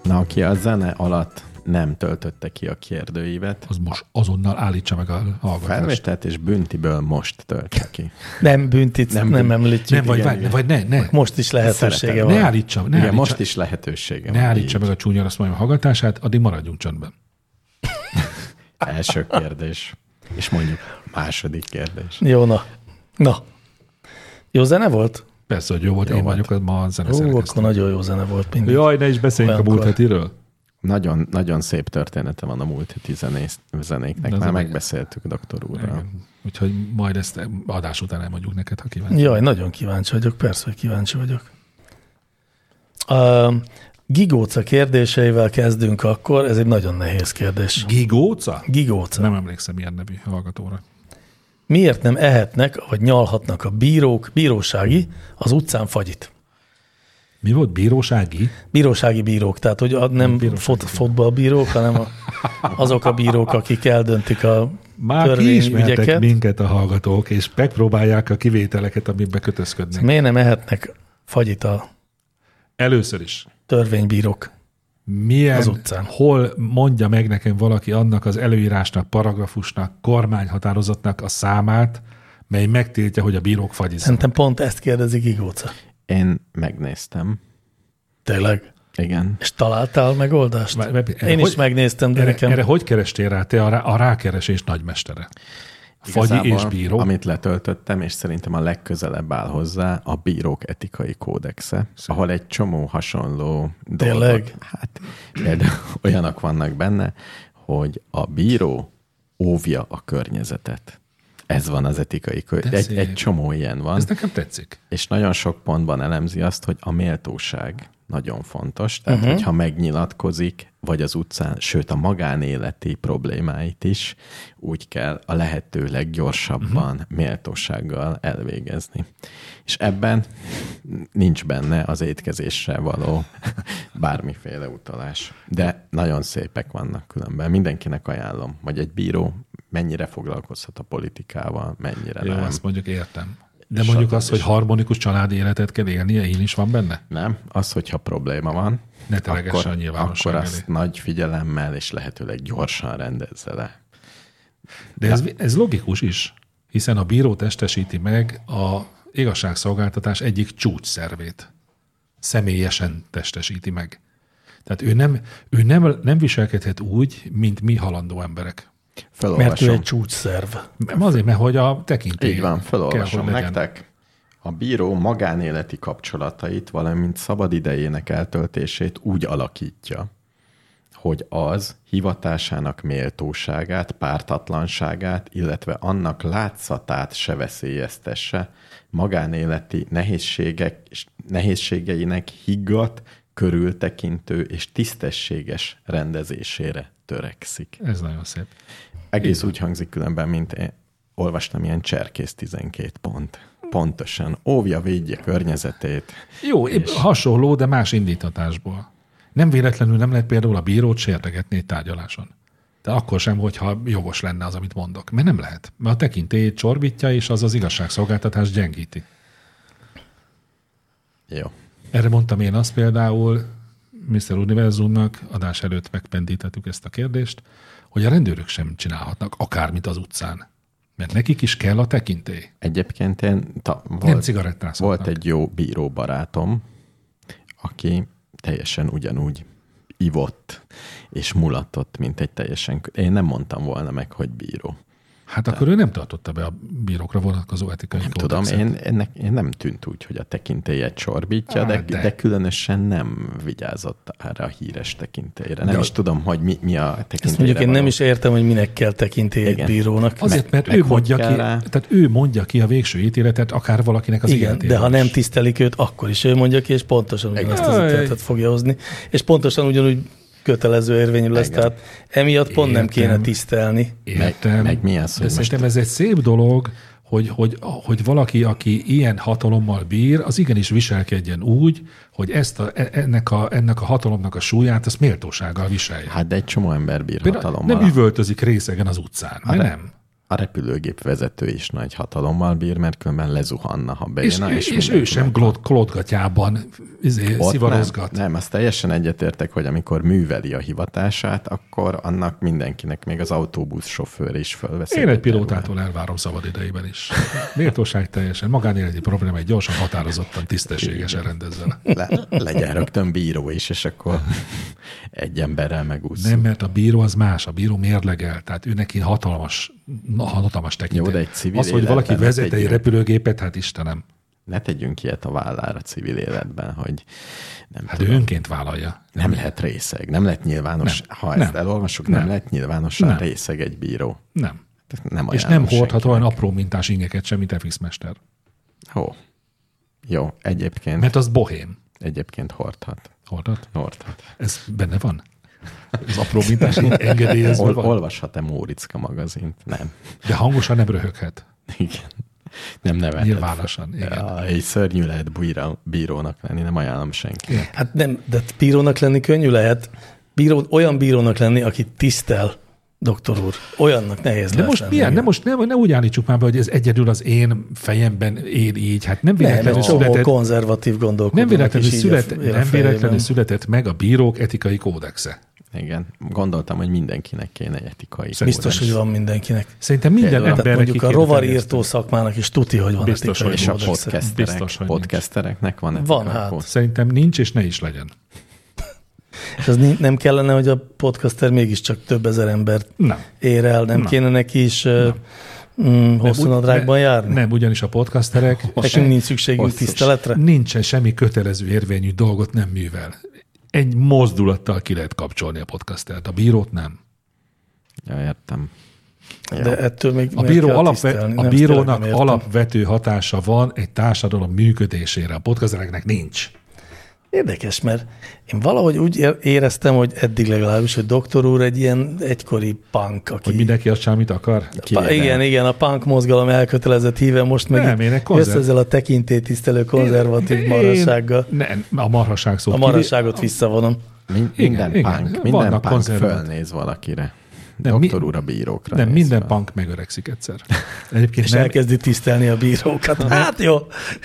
[SPEAKER 2] aki a zene alatt nem töltötte ki a kérdőívet,
[SPEAKER 1] az most azonnal állítsa meg a hallgatást.
[SPEAKER 2] felvételt és büntiből most töltse ki.
[SPEAKER 4] Nem büntit, nem,
[SPEAKER 2] Nem
[SPEAKER 4] nem
[SPEAKER 2] bünt-
[SPEAKER 4] említjük.
[SPEAKER 1] Nem, vagy,
[SPEAKER 2] Igen,
[SPEAKER 1] várj, ne,
[SPEAKER 2] igen.
[SPEAKER 1] vagy ne, ne,
[SPEAKER 4] Most is lehetősége
[SPEAKER 2] Szeretem.
[SPEAKER 1] ne
[SPEAKER 4] van.
[SPEAKER 1] állítsa, ne
[SPEAKER 2] Igen,
[SPEAKER 1] állítsa,
[SPEAKER 2] most is lehetősége
[SPEAKER 1] ne
[SPEAKER 2] van.
[SPEAKER 1] állítsa
[SPEAKER 2] Így.
[SPEAKER 1] meg a csúnya azt mondjam a hallgatását, addig maradjunk csöndben.
[SPEAKER 2] Első kérdés. És mondjuk második kérdés.
[SPEAKER 4] Jó, na. Na. Jó zene volt?
[SPEAKER 1] Persze, hogy jó volt,
[SPEAKER 2] Jó
[SPEAKER 1] én
[SPEAKER 2] volt.
[SPEAKER 1] vagyok az ma a
[SPEAKER 4] Ó,
[SPEAKER 1] zeneszerkesztő.
[SPEAKER 4] akkor nagyon jó zene volt mindig.
[SPEAKER 1] Jaj, ne is beszéljünk a
[SPEAKER 4] Olyankor.
[SPEAKER 1] múlt hetiről.
[SPEAKER 2] Nagyon, nagyon szép története van a múlt heti zenész, zenéknek.
[SPEAKER 1] De az
[SPEAKER 2] Már
[SPEAKER 1] a-
[SPEAKER 2] megbeszéltük doktor úrral.
[SPEAKER 1] Igen. Úgyhogy majd ezt adás után elmondjuk neked, ha kíváncsi.
[SPEAKER 4] Jaj, nagyon kíváncsi vagyok, persze, hogy kíváncsi vagyok. A gigóca kérdéseivel kezdünk akkor, ez egy nagyon nehéz kérdés.
[SPEAKER 1] Gigóca?
[SPEAKER 4] Gigóca.
[SPEAKER 1] Nem emlékszem ilyen nevű hallgatóra.
[SPEAKER 4] Miért nem ehetnek, vagy nyalhatnak a bírók, bírósági, az utcán fagyit?
[SPEAKER 1] Mi volt? Bírósági?
[SPEAKER 4] Bírósági bírók, tehát hogy a- nem
[SPEAKER 1] Bírósági
[SPEAKER 4] fot, fotballbírók, hanem a, azok a bírók, akik eldöntik a
[SPEAKER 1] Már kiismertek
[SPEAKER 4] törvényügyeket.
[SPEAKER 1] minket a hallgatók, és megpróbálják a kivételeket, amiben kötözködnek.
[SPEAKER 4] Miért nem ehetnek fagyit a
[SPEAKER 1] Először is.
[SPEAKER 4] törvénybírók?
[SPEAKER 1] Milyen,
[SPEAKER 4] Az utcán.
[SPEAKER 1] hol mondja meg nekem valaki annak az előírásnak, paragrafusnak, kormányhatározatnak a számát, mely megtiltja, hogy a bírók fagyizzanak.
[SPEAKER 4] Szerintem pont ezt kérdezi Gigóca.
[SPEAKER 2] Én megnéztem.
[SPEAKER 4] Tényleg?
[SPEAKER 2] Igen.
[SPEAKER 4] És találtál megoldást?
[SPEAKER 1] Vá- vá- erre
[SPEAKER 4] Én is
[SPEAKER 1] hogy-
[SPEAKER 4] megnéztem, de
[SPEAKER 1] Erre,
[SPEAKER 4] nekem...
[SPEAKER 1] erre hogy kerestél rá te a, rá, a rákeresés nagymestere? Fagyi és
[SPEAKER 2] Igazából,
[SPEAKER 1] bíró?
[SPEAKER 2] Amit letöltöttem, és szerintem a legközelebb áll hozzá a bírók etikai kódexe, ahol egy csomó hasonló
[SPEAKER 4] Tényleg?
[SPEAKER 2] dolgok. Hát például olyanok vannak benne, hogy a bíró óvja a környezetet. Ez van az etikai kö...
[SPEAKER 1] De
[SPEAKER 2] egy,
[SPEAKER 1] szép.
[SPEAKER 2] egy csomó ilyen van,
[SPEAKER 1] Ez nekem tetszik.
[SPEAKER 2] és nagyon sok pontban elemzi azt, hogy a méltóság nagyon fontos, tehát uh-huh. hogyha megnyilatkozik, vagy az utcán, sőt a magánéleti problémáit is úgy kell a lehető leggyorsabban uh-huh. méltósággal elvégezni. És ebben nincs benne az étkezésre való bármiféle utalás. De nagyon szépek vannak különben. Mindenkinek ajánlom, hogy egy bíró mennyire foglalkozhat a politikával, mennyire
[SPEAKER 1] Jó,
[SPEAKER 2] nem.
[SPEAKER 1] ezt mondjuk értem. De mondjuk az, hogy harmonikus családi életet kell élnie, én is van benne?
[SPEAKER 2] Nem, az, hogyha probléma van,
[SPEAKER 1] Ne telegesse a nyilvánosság
[SPEAKER 2] akkor azt
[SPEAKER 1] elé.
[SPEAKER 2] nagy figyelemmel és lehetőleg gyorsan rendezze le.
[SPEAKER 1] De ez, ez logikus is, hiszen a bíró testesíti meg a igazságszolgáltatás egyik csúcsszervét. Személyesen testesíti meg. Tehát ő nem, ő nem, nem viselkedhet úgy, mint mi halandó emberek.
[SPEAKER 4] Mert ő
[SPEAKER 2] Felolvasom.
[SPEAKER 4] egy csúcsszerv.
[SPEAKER 1] Mert azért, mert hogy a tekintély
[SPEAKER 2] Így van, felolvasom
[SPEAKER 1] kell, hogy legyen.
[SPEAKER 2] nektek. A bíró magánéleti kapcsolatait, valamint szabad idejének eltöltését úgy alakítja, hogy az hivatásának méltóságát, pártatlanságát, illetve annak látszatát se veszélyeztesse, magánéleti nehézségek, és nehézségeinek higgadt, körültekintő és tisztességes rendezésére törekszik.
[SPEAKER 1] Ez nagyon szép.
[SPEAKER 2] Egész úgy hangzik különben, mint én olvastam ilyen cserkész 12 pont. Pontosan. Óvja, védje környezetét.
[SPEAKER 1] Jó, épp hasonló, de más indítatásból. Nem véletlenül nem lehet például a bírót sértegetni egy tárgyaláson. De akkor sem, hogyha jogos lenne az, amit mondok. Mert nem lehet. Mert a tekintélyét csorbítja, és az az igazságszolgáltatás gyengíti.
[SPEAKER 2] Jó.
[SPEAKER 1] Erre mondtam én azt például, Mr. Univerzumnak adás előtt megpendítettük ezt a kérdést, hogy a rendőrök sem csinálhatnak akármit az utcán. Mert nekik is kell a tekintély.
[SPEAKER 2] Egyébként én ta,
[SPEAKER 1] Nem
[SPEAKER 2] volt,
[SPEAKER 1] cigarettázhatnak.
[SPEAKER 2] volt egy jó bíró barátom, aki teljesen ugyanúgy ivott és mulatott, mint egy teljesen... Én nem mondtam volna meg, hogy bíró.
[SPEAKER 1] Hát akkor ő nem tartotta be a bírókra vonatkozó etikai
[SPEAKER 2] Nem tudom,
[SPEAKER 1] kódexet.
[SPEAKER 2] én, ennek, én nem tűnt úgy, hogy a tekintélyet csorbítja,
[SPEAKER 1] Á,
[SPEAKER 2] de,
[SPEAKER 1] de.
[SPEAKER 2] de. de különösen nem vigyázott erre a híres tekintélyre. Nem
[SPEAKER 4] De-
[SPEAKER 2] de. is tudom, hogy mi, mi a
[SPEAKER 4] Ezt
[SPEAKER 2] tekintélyre
[SPEAKER 4] mondjuk én nem
[SPEAKER 2] való.
[SPEAKER 4] is értem, hogy minek kell tekintély egy
[SPEAKER 2] Igen.
[SPEAKER 4] bírónak.
[SPEAKER 1] Azért, mert
[SPEAKER 2] meg
[SPEAKER 1] ő
[SPEAKER 2] hogy
[SPEAKER 1] mondja,
[SPEAKER 2] kell
[SPEAKER 1] ki,
[SPEAKER 2] rá?
[SPEAKER 1] tehát ő mondja ki a végső ítéletet akár valakinek az
[SPEAKER 4] Igen,
[SPEAKER 1] életéről
[SPEAKER 4] de ha nem
[SPEAKER 1] is.
[SPEAKER 4] tisztelik őt, akkor is ő mondja ki, és pontosan ugyanazt az
[SPEAKER 1] Jaj.
[SPEAKER 4] ítéletet fogja hozni. És pontosan ugyanúgy kötelező érvényű lesz,
[SPEAKER 2] Igen.
[SPEAKER 4] tehát emiatt pont nem kéne
[SPEAKER 1] Értem.
[SPEAKER 4] tisztelni.
[SPEAKER 1] Értem.
[SPEAKER 2] Meg- meg mi az,
[SPEAKER 1] de
[SPEAKER 2] hogy
[SPEAKER 1] szerintem ez egy szép dolog, hogy, hogy, hogy valaki, aki ilyen hatalommal bír, az igenis viselkedjen úgy, hogy ezt a, e- ennek, a, ennek a hatalomnak a súlyát, azt méltósággal viselje.
[SPEAKER 2] Hát de egy csomó ember bír
[SPEAKER 1] Például
[SPEAKER 2] Hát, hatalommal. Hát,
[SPEAKER 1] nem üvöltözik részegen az utcán, mert nem.
[SPEAKER 2] a repülőgép vezető is nagy hatalommal bír, mert különben lezuhanna, ha
[SPEAKER 1] És,
[SPEAKER 2] bejön.
[SPEAKER 1] és, és ő sem glot, klotgatjában izé, szivarozgat.
[SPEAKER 2] Nem, nem, azt teljesen egyetértek, hogy amikor műveli a hivatását, akkor annak mindenkinek, még az autóbusz sofőr is fölveszi.
[SPEAKER 1] Én egy pilótától elvárom szabad idejében is. Méltóság teljesen, magánéleti problémáit gyorsan, határozottan, tisztességesen rendezze le.
[SPEAKER 2] Le, legyen rögtön bíró is, és akkor egy emberrel megúsz.
[SPEAKER 1] Nem, mert a bíró az más, a bíró mérlegel, tehát ő neki hatalmas, na, hatalmas tekintet.
[SPEAKER 2] Jó, de egy civil
[SPEAKER 1] Az, hogy valaki
[SPEAKER 2] életben
[SPEAKER 1] vezet
[SPEAKER 2] egy
[SPEAKER 1] egy
[SPEAKER 2] ilyen-
[SPEAKER 1] repülőgépet, hát Istenem,
[SPEAKER 2] Ne tegyünk ilyet a vállára civil életben, hogy nem
[SPEAKER 1] hát ő
[SPEAKER 2] tudom.
[SPEAKER 1] önként vállalja.
[SPEAKER 2] Nem lehet részeg, nem lehet nyilvános, nem. ha ezt
[SPEAKER 1] nem,
[SPEAKER 2] nem. elolvassuk, nem,
[SPEAKER 1] nem,
[SPEAKER 2] nem lehet nyilvánosan
[SPEAKER 1] nem.
[SPEAKER 2] nem. részeg egy bíró.
[SPEAKER 1] Nem.
[SPEAKER 2] Tehát Nem
[SPEAKER 1] És
[SPEAKER 2] ajánlom
[SPEAKER 1] nem hordhat
[SPEAKER 2] senkinek.
[SPEAKER 1] olyan apró mintás ingeket sem, mint FX Mester.
[SPEAKER 2] Ó. Jó, egyébként,
[SPEAKER 1] Mert az bohém.
[SPEAKER 2] egyébként hordhat.
[SPEAKER 1] Hordhat?
[SPEAKER 2] Hordhat.
[SPEAKER 1] Ez benne van? Az apró mintás ing engedélyezve
[SPEAKER 2] Ol,
[SPEAKER 1] van?
[SPEAKER 2] olvashat-e Móriczka magazint? Nem.
[SPEAKER 1] De hangosan nem röhöghet.
[SPEAKER 2] Igen. Nem nevet.
[SPEAKER 1] Nyilvánosan. Igen.
[SPEAKER 2] Jaj, szörnyű lehet bíra, bírónak lenni, nem ajánlom senki.
[SPEAKER 4] Hát nem, de bírónak lenni könnyű lehet. Bíró, olyan bírónak lenni, aki tisztel, doktor úr. Olyannak nehéz
[SPEAKER 1] De
[SPEAKER 4] lehet
[SPEAKER 1] most
[SPEAKER 4] lenni.
[SPEAKER 1] milyen? Ne, most ne, ne úgy állítsuk már be, hogy ez egyedül az én fejemben él így. Hát nem
[SPEAKER 4] Nem,
[SPEAKER 1] véletlenül
[SPEAKER 4] egy csomó
[SPEAKER 1] született
[SPEAKER 4] konzervatív gondolkodó.
[SPEAKER 1] Nem véletlenül, szület, nem véletlenül született meg a bírók etikai kódexe.
[SPEAKER 2] Igen. Gondoltam, hogy mindenkinek kéne egy etikai.
[SPEAKER 4] Biztos,
[SPEAKER 2] kódex.
[SPEAKER 4] hogy van mindenkinek.
[SPEAKER 1] Szerintem minden
[SPEAKER 2] Például-
[SPEAKER 1] embernek
[SPEAKER 4] Tehát mondjuk
[SPEAKER 1] ki
[SPEAKER 4] a
[SPEAKER 1] kéne
[SPEAKER 4] rovarírtó
[SPEAKER 1] terjeszteni.
[SPEAKER 4] szakmának is tuti, hogy van
[SPEAKER 1] Biztos,
[SPEAKER 4] etikai
[SPEAKER 1] hogy
[SPEAKER 2] És a
[SPEAKER 1] Biztos,
[SPEAKER 4] kódexe.
[SPEAKER 2] podcasterek,
[SPEAKER 1] biztos, hogy nincs.
[SPEAKER 2] podcastereknek van etikai
[SPEAKER 4] Van, hát.
[SPEAKER 2] kódex?
[SPEAKER 1] Szerintem nincs, és ne is legyen.
[SPEAKER 4] És az ni- nem kellene, hogy a podcaster mégiscsak több ezer embert
[SPEAKER 1] Nem.
[SPEAKER 4] ér el, nem,
[SPEAKER 1] Nem.
[SPEAKER 4] kéne neki is nem. Mm, hosszú nadrágban
[SPEAKER 1] ne-
[SPEAKER 4] járni?
[SPEAKER 1] Nem, ugyanis a podcasterek
[SPEAKER 4] Nekünk nincs szükségünk
[SPEAKER 2] Hosszú.
[SPEAKER 4] tiszteletre?
[SPEAKER 1] nincsen semmi kötelező érvényű dolgot nem művel. Egy mozdulattal ki lehet kapcsolni a podcastert, a bírót nem.
[SPEAKER 2] Ja, értem.
[SPEAKER 4] De ettől még
[SPEAKER 1] A,
[SPEAKER 4] meg
[SPEAKER 1] bíró
[SPEAKER 4] kell
[SPEAKER 1] alapve,
[SPEAKER 4] tisztelni.
[SPEAKER 1] a
[SPEAKER 4] Nem, tényleg
[SPEAKER 1] bírónak
[SPEAKER 4] nem értem.
[SPEAKER 1] alapvető hatása van egy társadalom működésére, a podcastereknek nincs.
[SPEAKER 4] Érdekes, mert én valahogy úgy é- éreztem, hogy eddig legalábbis, hogy doktor úr egy ilyen egykori punk, aki...
[SPEAKER 1] Hogy mindenki azt csinál, amit akar.
[SPEAKER 4] Pa, igen, igen, a punk mozgalom elkötelezett híve, most meg
[SPEAKER 1] Nem, én egy
[SPEAKER 4] itt
[SPEAKER 1] konzerv-
[SPEAKER 4] jössz ezzel a tekintélytisztelő konzervatív
[SPEAKER 1] Én-
[SPEAKER 4] marhassággal.
[SPEAKER 1] Nem, a marhaság szót.
[SPEAKER 4] A
[SPEAKER 1] kivé-
[SPEAKER 4] marhasságot visszavonom.
[SPEAKER 2] Min-
[SPEAKER 1] Igen,
[SPEAKER 2] minden
[SPEAKER 1] igen.
[SPEAKER 2] punk,
[SPEAKER 1] Vannak
[SPEAKER 2] minden punk
[SPEAKER 1] konzervat-
[SPEAKER 2] fölnéz valakire.
[SPEAKER 1] Nem, mi-
[SPEAKER 2] Doktor úr a bírókra
[SPEAKER 1] Nem,
[SPEAKER 2] néz
[SPEAKER 1] minden
[SPEAKER 2] fel.
[SPEAKER 1] punk megöregszik egyszer. Egyébként
[SPEAKER 4] És
[SPEAKER 1] nem,
[SPEAKER 4] elkezdi tisztelni a bírókat. Hát jó,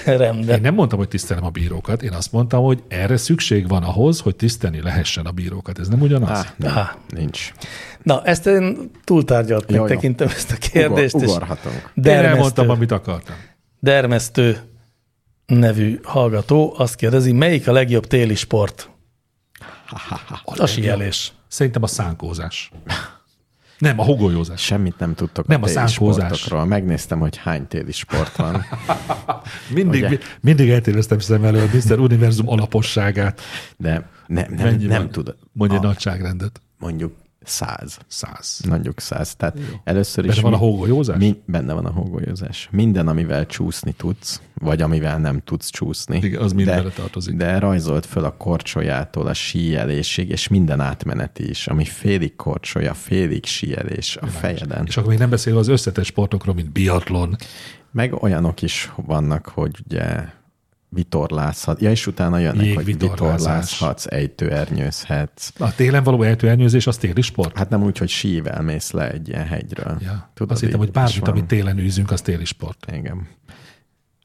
[SPEAKER 4] rendben.
[SPEAKER 1] én nem mondtam, hogy tisztelem a bírókat, én azt mondtam, hogy erre szükség van ahhoz, hogy tisztelni lehessen a bírókat. Ez nem ugyanaz?
[SPEAKER 2] Á, nem,
[SPEAKER 4] Á.
[SPEAKER 2] nincs.
[SPEAKER 4] Na, ezt én túltárgyaltnak
[SPEAKER 2] Jó, jó.
[SPEAKER 4] tekintem ezt a kérdést,
[SPEAKER 2] Ugor,
[SPEAKER 4] és
[SPEAKER 2] ugorhatunk.
[SPEAKER 1] én elmondtam,
[SPEAKER 4] dermesztő,
[SPEAKER 1] amit akartam.
[SPEAKER 4] dermesztő nevű hallgató azt kérdezi, melyik a legjobb téli sport? A síelés.
[SPEAKER 1] Szerintem a szánkózás. Nem, a hogolyózás.
[SPEAKER 2] Semmit nem tudtok
[SPEAKER 1] Nem, a
[SPEAKER 2] a téli
[SPEAKER 1] szánkózás.
[SPEAKER 2] sportokról. Megnéztem, hogy hány téli sport van.
[SPEAKER 1] Mindig,
[SPEAKER 2] Ugye?
[SPEAKER 1] mi- mindig eltévesztem szem elől a Mr. Univerzum alaposságát.
[SPEAKER 2] De ne, nem,
[SPEAKER 1] Mennyi
[SPEAKER 2] nem Ah.
[SPEAKER 1] van?
[SPEAKER 2] tud.
[SPEAKER 1] Mondj egy
[SPEAKER 2] a,
[SPEAKER 1] nagyságrendet.
[SPEAKER 2] mondjuk száz.
[SPEAKER 1] Száz.
[SPEAKER 2] Mondjuk száz. Tehát Jó. először is...
[SPEAKER 1] Benne van a hógolyózás?
[SPEAKER 2] Mi, benne van a hógolyózás. Minden, amivel csúszni tudsz, vagy amivel nem tudsz csúszni.
[SPEAKER 1] Igen, az mind bele tartozik.
[SPEAKER 2] De rajzolt föl a korcsolyától a síjelésig, és minden átmeneti is, ami félig korcsolya, félig síjelés a fejeden.
[SPEAKER 1] És akkor még nem beszélve az összetett sportokról, mint biatlon.
[SPEAKER 2] Meg olyanok is vannak, hogy ugye vitorlázhat. Ja, és utána jönnek, hogy
[SPEAKER 1] Jégvitorlázás.
[SPEAKER 2] vitorlázhatsz, ejtőernyőzhetsz.
[SPEAKER 1] A télen való ejtőernyőzés az téli sport?
[SPEAKER 2] Hát nem úgy, hogy sível mész le egy ilyen hegyről.
[SPEAKER 1] Ja.
[SPEAKER 2] Tudod,
[SPEAKER 1] azt hittem,
[SPEAKER 2] így
[SPEAKER 1] hogy bármit,
[SPEAKER 2] is van.
[SPEAKER 1] amit télen űzünk, az téli sport.
[SPEAKER 2] Igen.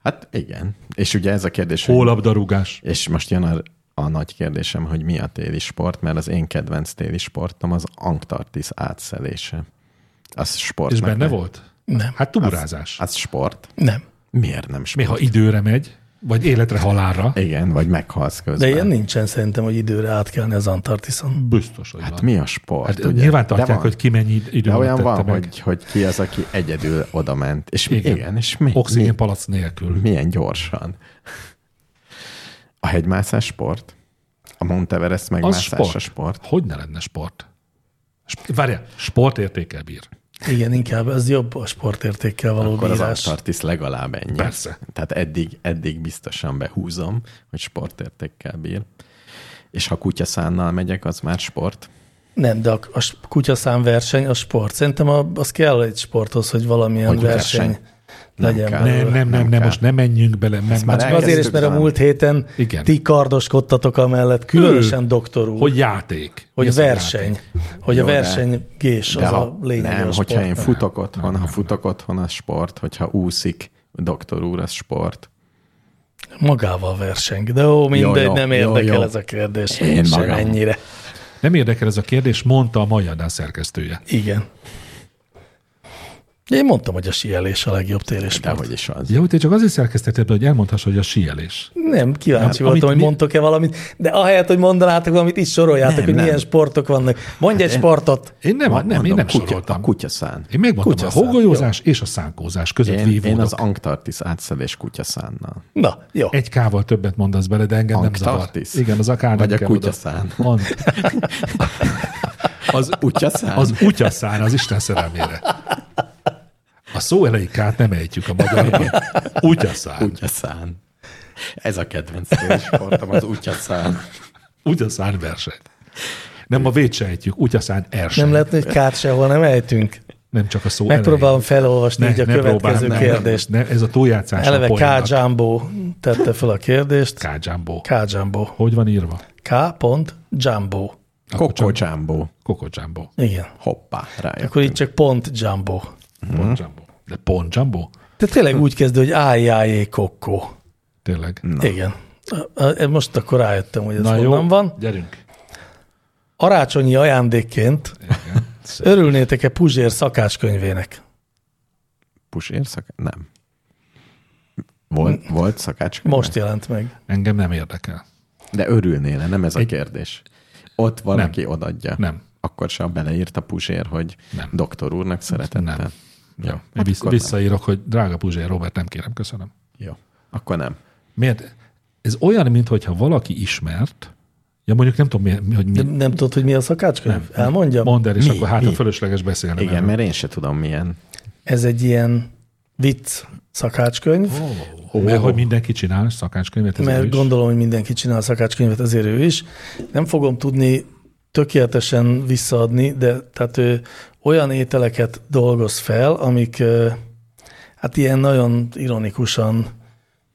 [SPEAKER 2] Hát igen. És ugye ez a kérdés, hogy-
[SPEAKER 1] Hólabdarúgás.
[SPEAKER 2] és most jön a, a nagy kérdésem, hogy mi a téli sport, mert az én kedvenc téli sportom az Antarktisz átszelése. Az sport.
[SPEAKER 1] És benne volt?
[SPEAKER 4] Nem,
[SPEAKER 1] Hát túrázás.
[SPEAKER 2] Az sport.
[SPEAKER 4] nem.
[SPEAKER 2] Miért nem sport?
[SPEAKER 1] Mi, ha időre megy, vagy életre halálra?
[SPEAKER 2] Igen, vagy meghalsz
[SPEAKER 4] De
[SPEAKER 2] közben.
[SPEAKER 4] ilyen nincsen szerintem, hogy időre át kellene az Antarktiszon.
[SPEAKER 1] Biztos, hogy
[SPEAKER 2] Hát
[SPEAKER 1] van.
[SPEAKER 2] mi a sport?
[SPEAKER 1] Hát
[SPEAKER 2] ugye?
[SPEAKER 1] nyilván
[SPEAKER 2] De
[SPEAKER 1] tartják,
[SPEAKER 2] van.
[SPEAKER 1] hogy ki mennyi id-
[SPEAKER 2] De
[SPEAKER 1] időre
[SPEAKER 2] olyan
[SPEAKER 1] tette
[SPEAKER 2] van,
[SPEAKER 1] meg.
[SPEAKER 2] hogy, hogy ki az, aki egyedül oda ment. És igen, igen és mi, mi,
[SPEAKER 1] Oxigénpalac nélkül.
[SPEAKER 2] milyen gyorsan. A hegymászás sport? A Monteverest
[SPEAKER 1] Az
[SPEAKER 2] megmászása
[SPEAKER 1] sport.
[SPEAKER 2] sport. sport?
[SPEAKER 1] Hogy ne lenne sport? Sp- Várjál, sportértékkel bír.
[SPEAKER 4] Igen, inkább ez jobb a sportértékkel való
[SPEAKER 2] Akkor az
[SPEAKER 4] bírás.
[SPEAKER 2] Antarktisz legalább ennyi.
[SPEAKER 1] Persze.
[SPEAKER 2] Tehát eddig, eddig biztosan behúzom, hogy sportértékkel bír. És ha kutyaszánnal megyek, az már sport.
[SPEAKER 4] Nem, de a, a s- kutyaszám verseny a sport. Szerintem a, az kell egy sporthoz, hogy valamilyen
[SPEAKER 2] Hogy
[SPEAKER 4] verseny.
[SPEAKER 2] verseny. Nem
[SPEAKER 4] legyen
[SPEAKER 2] kell.
[SPEAKER 4] belőle.
[SPEAKER 1] Nem, nem, nem,
[SPEAKER 2] nem
[SPEAKER 1] nem
[SPEAKER 2] kell.
[SPEAKER 1] most nem menjünk bele. Nem,
[SPEAKER 2] már
[SPEAKER 1] már
[SPEAKER 4] Csak azért is, mert a
[SPEAKER 2] Elkezdtük
[SPEAKER 4] múlt héten
[SPEAKER 1] Igen.
[SPEAKER 4] ti kardoskodtatok amellett, különösen doktor úr,
[SPEAKER 1] hogy játék.
[SPEAKER 4] hogy
[SPEAKER 1] Mi az,
[SPEAKER 4] verseny,
[SPEAKER 1] játék?
[SPEAKER 4] hogy
[SPEAKER 2] Jó,
[SPEAKER 4] a
[SPEAKER 2] de-
[SPEAKER 4] versenygés az a lényeg.
[SPEAKER 2] nem,
[SPEAKER 4] a
[SPEAKER 2] hogyha én
[SPEAKER 4] sportnak.
[SPEAKER 2] futok otthon, ha futok otthon, az sport, hogyha úszik, doktor úr, az sport.
[SPEAKER 4] Magával verseng, de ó, mindegy,
[SPEAKER 2] jó,
[SPEAKER 4] nem
[SPEAKER 2] jó,
[SPEAKER 4] érdekel
[SPEAKER 2] jó.
[SPEAKER 4] ez a kérdés.
[SPEAKER 2] Én
[SPEAKER 4] sem
[SPEAKER 2] magam.
[SPEAKER 4] ennyire.
[SPEAKER 1] Nem érdekel ez a kérdés, mondta a Majadá szerkesztője.
[SPEAKER 4] Igen. Én mondtam, hogy a síelés a legjobb
[SPEAKER 2] De
[SPEAKER 4] térésport.
[SPEAKER 2] hogy is az.
[SPEAKER 1] Ja, hogy te csak azért szerkesztetted be, hogy elmondhassad, hogy a síelés.
[SPEAKER 4] Nem, kíváncsi
[SPEAKER 1] Nem,
[SPEAKER 4] voltam,
[SPEAKER 1] amit
[SPEAKER 4] hogy
[SPEAKER 1] mi-
[SPEAKER 4] mondtok-e valamit, de ahelyett, hogy mondanátok valamit, is soroljátok,
[SPEAKER 2] Nem,
[SPEAKER 4] hogy
[SPEAKER 2] nem.
[SPEAKER 4] milyen sportok vannak. Mondj egy sportot!
[SPEAKER 1] Én nem, nem, én nem
[SPEAKER 2] kutya,
[SPEAKER 1] soroltam.
[SPEAKER 2] A kutyaszán.
[SPEAKER 1] Én megmondtam, a
[SPEAKER 4] kutyaszám,
[SPEAKER 1] hógolyózás és a szánkózás között
[SPEAKER 2] Én, én az
[SPEAKER 1] vívódok.
[SPEAKER 2] Antarktisz átszedés kutyaszánnal.
[SPEAKER 4] Na, jó.
[SPEAKER 1] Egy kával többet mondasz bele, de engem nem zavar.
[SPEAKER 2] Antarktisz?
[SPEAKER 1] Igen, az akár
[SPEAKER 2] Vagy
[SPEAKER 1] nem
[SPEAKER 2] a
[SPEAKER 1] kell
[SPEAKER 2] kutyaszán.
[SPEAKER 1] oda. Ant- Az,
[SPEAKER 2] Kutyaszán?
[SPEAKER 1] az utyaszán az Isten szerelmére. A szó elejéig át nem ejtjük a magyarban. Utyaszán.
[SPEAKER 2] kutyaszán. Ez a kedvenc sportom, az kutyaszán.
[SPEAKER 1] Utyaszán verseny. Nem a vét se ejtjük, utyaszán erseny. Nem,
[SPEAKER 4] Nem lehetne, hogy kárt sehol nem ejtünk.
[SPEAKER 1] nem csak a szó
[SPEAKER 4] Megpróbálom felolvasni
[SPEAKER 1] elején.
[SPEAKER 4] így a következő
[SPEAKER 1] nem,
[SPEAKER 4] kérdést.
[SPEAKER 1] Nem, nem, ez a túljátszás a
[SPEAKER 4] Eleve K.
[SPEAKER 1] poénnak.
[SPEAKER 4] Jumbo tette fel a kérdést.
[SPEAKER 1] K. Jumbo.
[SPEAKER 4] K. Jumbo.
[SPEAKER 1] Hogy van írva?
[SPEAKER 4] K. pont Jumbo.
[SPEAKER 2] Kokó Jumbo.
[SPEAKER 1] Coco Jumbo.
[SPEAKER 4] Igen.
[SPEAKER 2] Hoppá, rájöttünk.
[SPEAKER 4] Akkor itt csak pont Jumbo.
[SPEAKER 1] Pont Jumbo. De pont Jumbo?
[SPEAKER 4] De tényleg úgy kezdő, hogy ájjájé kokkó.
[SPEAKER 1] Tényleg.
[SPEAKER 4] Igen. Ö, ö, Most akkor rájöttem, hogy ez
[SPEAKER 1] Na
[SPEAKER 4] honnan
[SPEAKER 1] jó,
[SPEAKER 4] van.
[SPEAKER 1] gyerünk.
[SPEAKER 4] Arácsonyi ajándékként
[SPEAKER 1] Igen.
[SPEAKER 4] örülnétek-e Puzsér szakácskönyvének?
[SPEAKER 2] Pusér szakács? Nem. Volt, volt szakács?
[SPEAKER 4] Most jelent meg.
[SPEAKER 1] Engem nem érdekel.
[SPEAKER 2] De örülnél nem ez a kérdés. Ott valaki
[SPEAKER 1] Nem.
[SPEAKER 2] nem. odadja.
[SPEAKER 1] Nem.
[SPEAKER 2] Akkor sem beleírt a Pusér, hogy
[SPEAKER 1] Nem.
[SPEAKER 2] nem. doktor úrnak szeretettel.
[SPEAKER 1] Nem.
[SPEAKER 2] Jó.
[SPEAKER 4] Hát
[SPEAKER 1] Én visz,
[SPEAKER 2] akkor
[SPEAKER 1] visszaírok, hogy drága Puzsér Robert, nem kérem, köszönöm.
[SPEAKER 2] Nem. Jó. Akkor nem.
[SPEAKER 1] Miért? Ez olyan, mintha valaki ismert, ja mondjuk nem tudom, mi, mi- hogy
[SPEAKER 4] De
[SPEAKER 1] mi,
[SPEAKER 4] nem tudod, hogy mi a szakácskönyv? Elmondjam?
[SPEAKER 1] mondd el, és
[SPEAKER 2] Mi?
[SPEAKER 1] akkor hát a
[SPEAKER 2] Mi?
[SPEAKER 1] fölösleges beszélni.
[SPEAKER 2] Igen, mert én se tudom milyen.
[SPEAKER 4] Ez egy ilyen vicc szakácskönyv,
[SPEAKER 1] Oh, mert hogy mindenki csinál szakácskönyvet, ez ő
[SPEAKER 4] mert
[SPEAKER 1] is.
[SPEAKER 4] gondolom, hogy mindenki csinál szakácskönyvet, ezért ő is. Nem fogom tudni tökéletesen visszaadni, de tehát ő olyan ételeket dolgoz fel, amik ö, hát ilyen nagyon ironikusan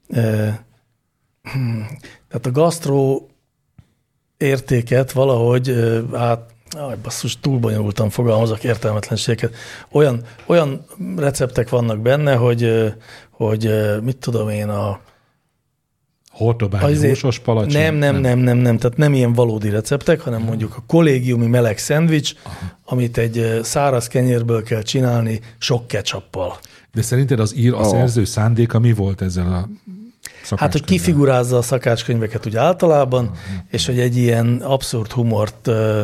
[SPEAKER 4] ö, hm, tehát a gasztró értéket valahogy ö, hát Aj, basszus, túl bonyolultan fogalmazok értelmetlenséget. Olyan, olyan receptek vannak benne, hogy, ö, hogy ö, mit tudom én, a,
[SPEAKER 1] Hortobágyi
[SPEAKER 4] Azért-
[SPEAKER 1] húsos palacs.
[SPEAKER 4] nem, nem, nem, nem, nem, tehát nem ilyen valódi receptek, hanem mondjuk a kollégiumi meleg szendvics, amit egy ö, száraz kenyérből kell csinálni sok ketchuppal.
[SPEAKER 1] De szerinted az ír, a
[SPEAKER 2] Ó.
[SPEAKER 1] szerző szándéka mi volt ezzel a
[SPEAKER 4] Hát, hogy
[SPEAKER 1] szakácskönyvvel?
[SPEAKER 4] kifigurázza a szakácskönyveket úgy általában, és hogy egy ilyen abszurd humort ö,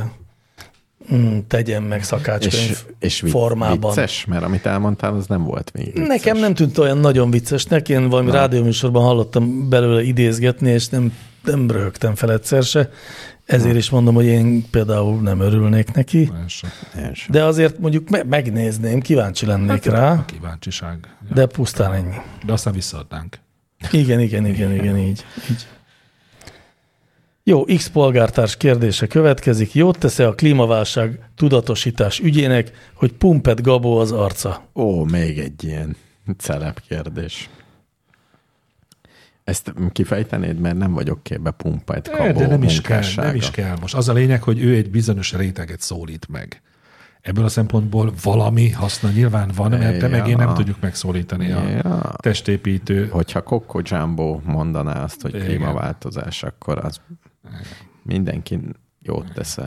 [SPEAKER 4] mm, tegyen meg szakácskönyv
[SPEAKER 2] És, és vi-
[SPEAKER 4] formában.
[SPEAKER 2] vicces? Mert amit elmondtál, az nem volt még vicces.
[SPEAKER 4] Nekem nem tűnt olyan nagyon viccesnek, én valami Na. rádióműsorban hallottam belőle idézgetni, és nem, nem röhögtem fel egyszer se, ezért is mondom, hogy én például nem örülnék neki.
[SPEAKER 1] Nagyon sok
[SPEAKER 2] Én sem.
[SPEAKER 4] De azért mondjuk me- megnézném, kíváncsi lennék
[SPEAKER 1] A
[SPEAKER 4] rá,
[SPEAKER 1] kíváncsiság. Ja.
[SPEAKER 4] de pusztán ennyi.
[SPEAKER 1] De aztán visszaadnánk.
[SPEAKER 4] Igen, igen, igen, igen, így. így. Jó, X polgártárs kérdése következik. Jót tesz-e a klímaválság tudatosítás ügyének, hogy pumpet Gabó az arca?
[SPEAKER 2] Ó, még egy ilyen celeb kérdés. Ezt kifejtenéd, mert nem vagyok képbe pumpajt
[SPEAKER 1] De,
[SPEAKER 2] kabó
[SPEAKER 1] de nem is kell,
[SPEAKER 2] munkássága.
[SPEAKER 1] nem is kell most. Az a lényeg, hogy ő egy bizonyos réteget szólít meg. Ebből a szempontból valami haszna nyilván van, mert te meg én nem
[SPEAKER 2] Ja.
[SPEAKER 1] tudjuk megszólítani
[SPEAKER 2] Ja.
[SPEAKER 1] a testépítő.
[SPEAKER 2] Hogyha Kokko Jumbo mondaná azt, hogy
[SPEAKER 1] Igen.
[SPEAKER 2] klímaváltozás, akkor az mindenki jót tesz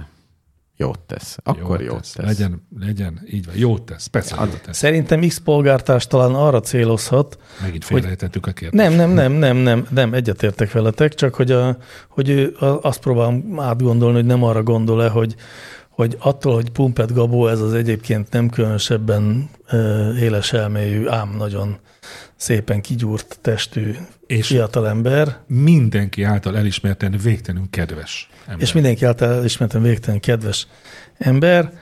[SPEAKER 2] Jót tesz. Akkor jót, tesz.
[SPEAKER 1] Legyen, legyen, így van. Jót tesz, persze
[SPEAKER 4] Hát,
[SPEAKER 1] jót tesz.
[SPEAKER 4] Szerintem X polgártárs talán arra célozhat,
[SPEAKER 1] Megint félrejtettük a kérdést.
[SPEAKER 4] nem, nem, nem, nem, nem, nem, egyetértek veletek, csak hogy, a, hogy ő a- azt próbálom átgondolni, hogy nem arra gondol-e, hogy, hogy attól, hogy Pumpet Gabó ez az egyébként nem különösebben ö, éles elmélyű, ám nagyon szépen kigyúrt testű
[SPEAKER 1] És-
[SPEAKER 4] és fiatalember,
[SPEAKER 1] Mindenki által elismerten végtelenül kedves. Ember.
[SPEAKER 4] és mindenki által elismerten végtelen kedves ember,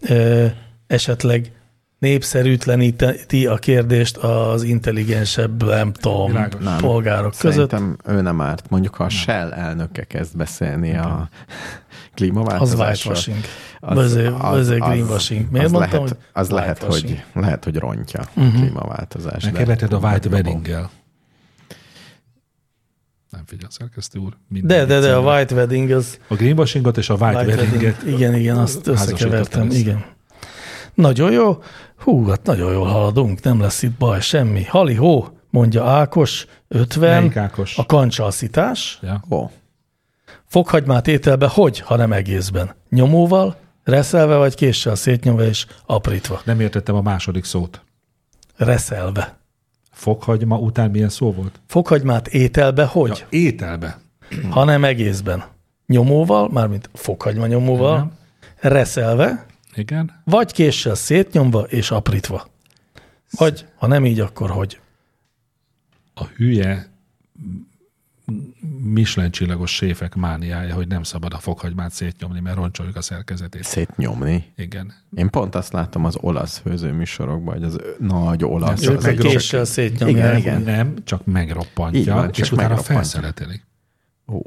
[SPEAKER 4] ö, esetleg népszerűtleníti a kérdést az intelligensebb, nem tudom,
[SPEAKER 1] Világos.
[SPEAKER 4] nem. polgárok között.
[SPEAKER 2] Szerintem ő nem árt. Mondjuk, ha a Shell elnöke kezd beszélni a
[SPEAKER 4] Az
[SPEAKER 2] klímaváltozásról.
[SPEAKER 4] whitewashing. Böző- böző greenwashing. Miért
[SPEAKER 2] az
[SPEAKER 4] mondtam,
[SPEAKER 2] lehet,
[SPEAKER 4] hogy Mhm.
[SPEAKER 2] az lehet, hogy,
[SPEAKER 4] whitewashing?
[SPEAKER 2] lehet, hogy rontja uh-huh. a klímaváltozást. de-
[SPEAKER 1] Megkeverted a White Wedding-gel. Nem figyel, szerkesztő úr. Minden
[SPEAKER 4] De, de, de a
[SPEAKER 1] egyszerre.
[SPEAKER 4] White Wedding az...
[SPEAKER 1] A greenwashingot és a White,
[SPEAKER 4] White Wedding.
[SPEAKER 1] Weddinget
[SPEAKER 4] Igen, igen, azt összekevertem,
[SPEAKER 1] házasítottam össze.
[SPEAKER 4] igen. Nagyon jó. Hú, hát nagyon jól haladunk, nem lesz itt baj, semmi. Hali hó, mondja Ákos, 50.
[SPEAKER 1] Melyik Ákos?
[SPEAKER 4] A kancsalszítás.
[SPEAKER 1] Ja.
[SPEAKER 2] Ó,
[SPEAKER 4] Fokhagymát ételbe hogy, ha nem egészben? Nyomóval, reszelve vagy késsel szétnyomva és aprítva?
[SPEAKER 1] Nem értettem a második szót.
[SPEAKER 4] Reszelve.
[SPEAKER 1] Fokhagyma után milyen szó volt?
[SPEAKER 4] Fokhagymát ételbe hogy,
[SPEAKER 1] Ja, ételbe.
[SPEAKER 4] ja. ha nem Hm. egészben? Nyomóval, mármint fokhagyma nyomóval,
[SPEAKER 1] Igen.
[SPEAKER 4] reszelve,
[SPEAKER 1] Igen.
[SPEAKER 4] vagy késsel szétnyomva és aprítva. Vagy, ha nem így, akkor hogy?
[SPEAKER 1] A hülye Michelin csillagos séfek mániája, hogy nem szabad a fokhagymát szétnyomni, mert roncsoljuk a szerkezetét.
[SPEAKER 2] szétnyomni.
[SPEAKER 1] Igen.
[SPEAKER 2] Én pont azt látom az olasz főzőműsorokban, hogy az ö- nagy olasz.
[SPEAKER 1] Ők
[SPEAKER 2] az
[SPEAKER 1] meg
[SPEAKER 2] egy
[SPEAKER 1] késsel
[SPEAKER 2] csak-
[SPEAKER 4] szétnyomják.
[SPEAKER 2] Igen,
[SPEAKER 1] Igen.
[SPEAKER 2] igen.
[SPEAKER 1] Nem, csak megroppantja,
[SPEAKER 2] Így van,
[SPEAKER 1] és
[SPEAKER 2] csak
[SPEAKER 1] utána
[SPEAKER 2] megroppantja.
[SPEAKER 1] felszeletelik.
[SPEAKER 2] Ó,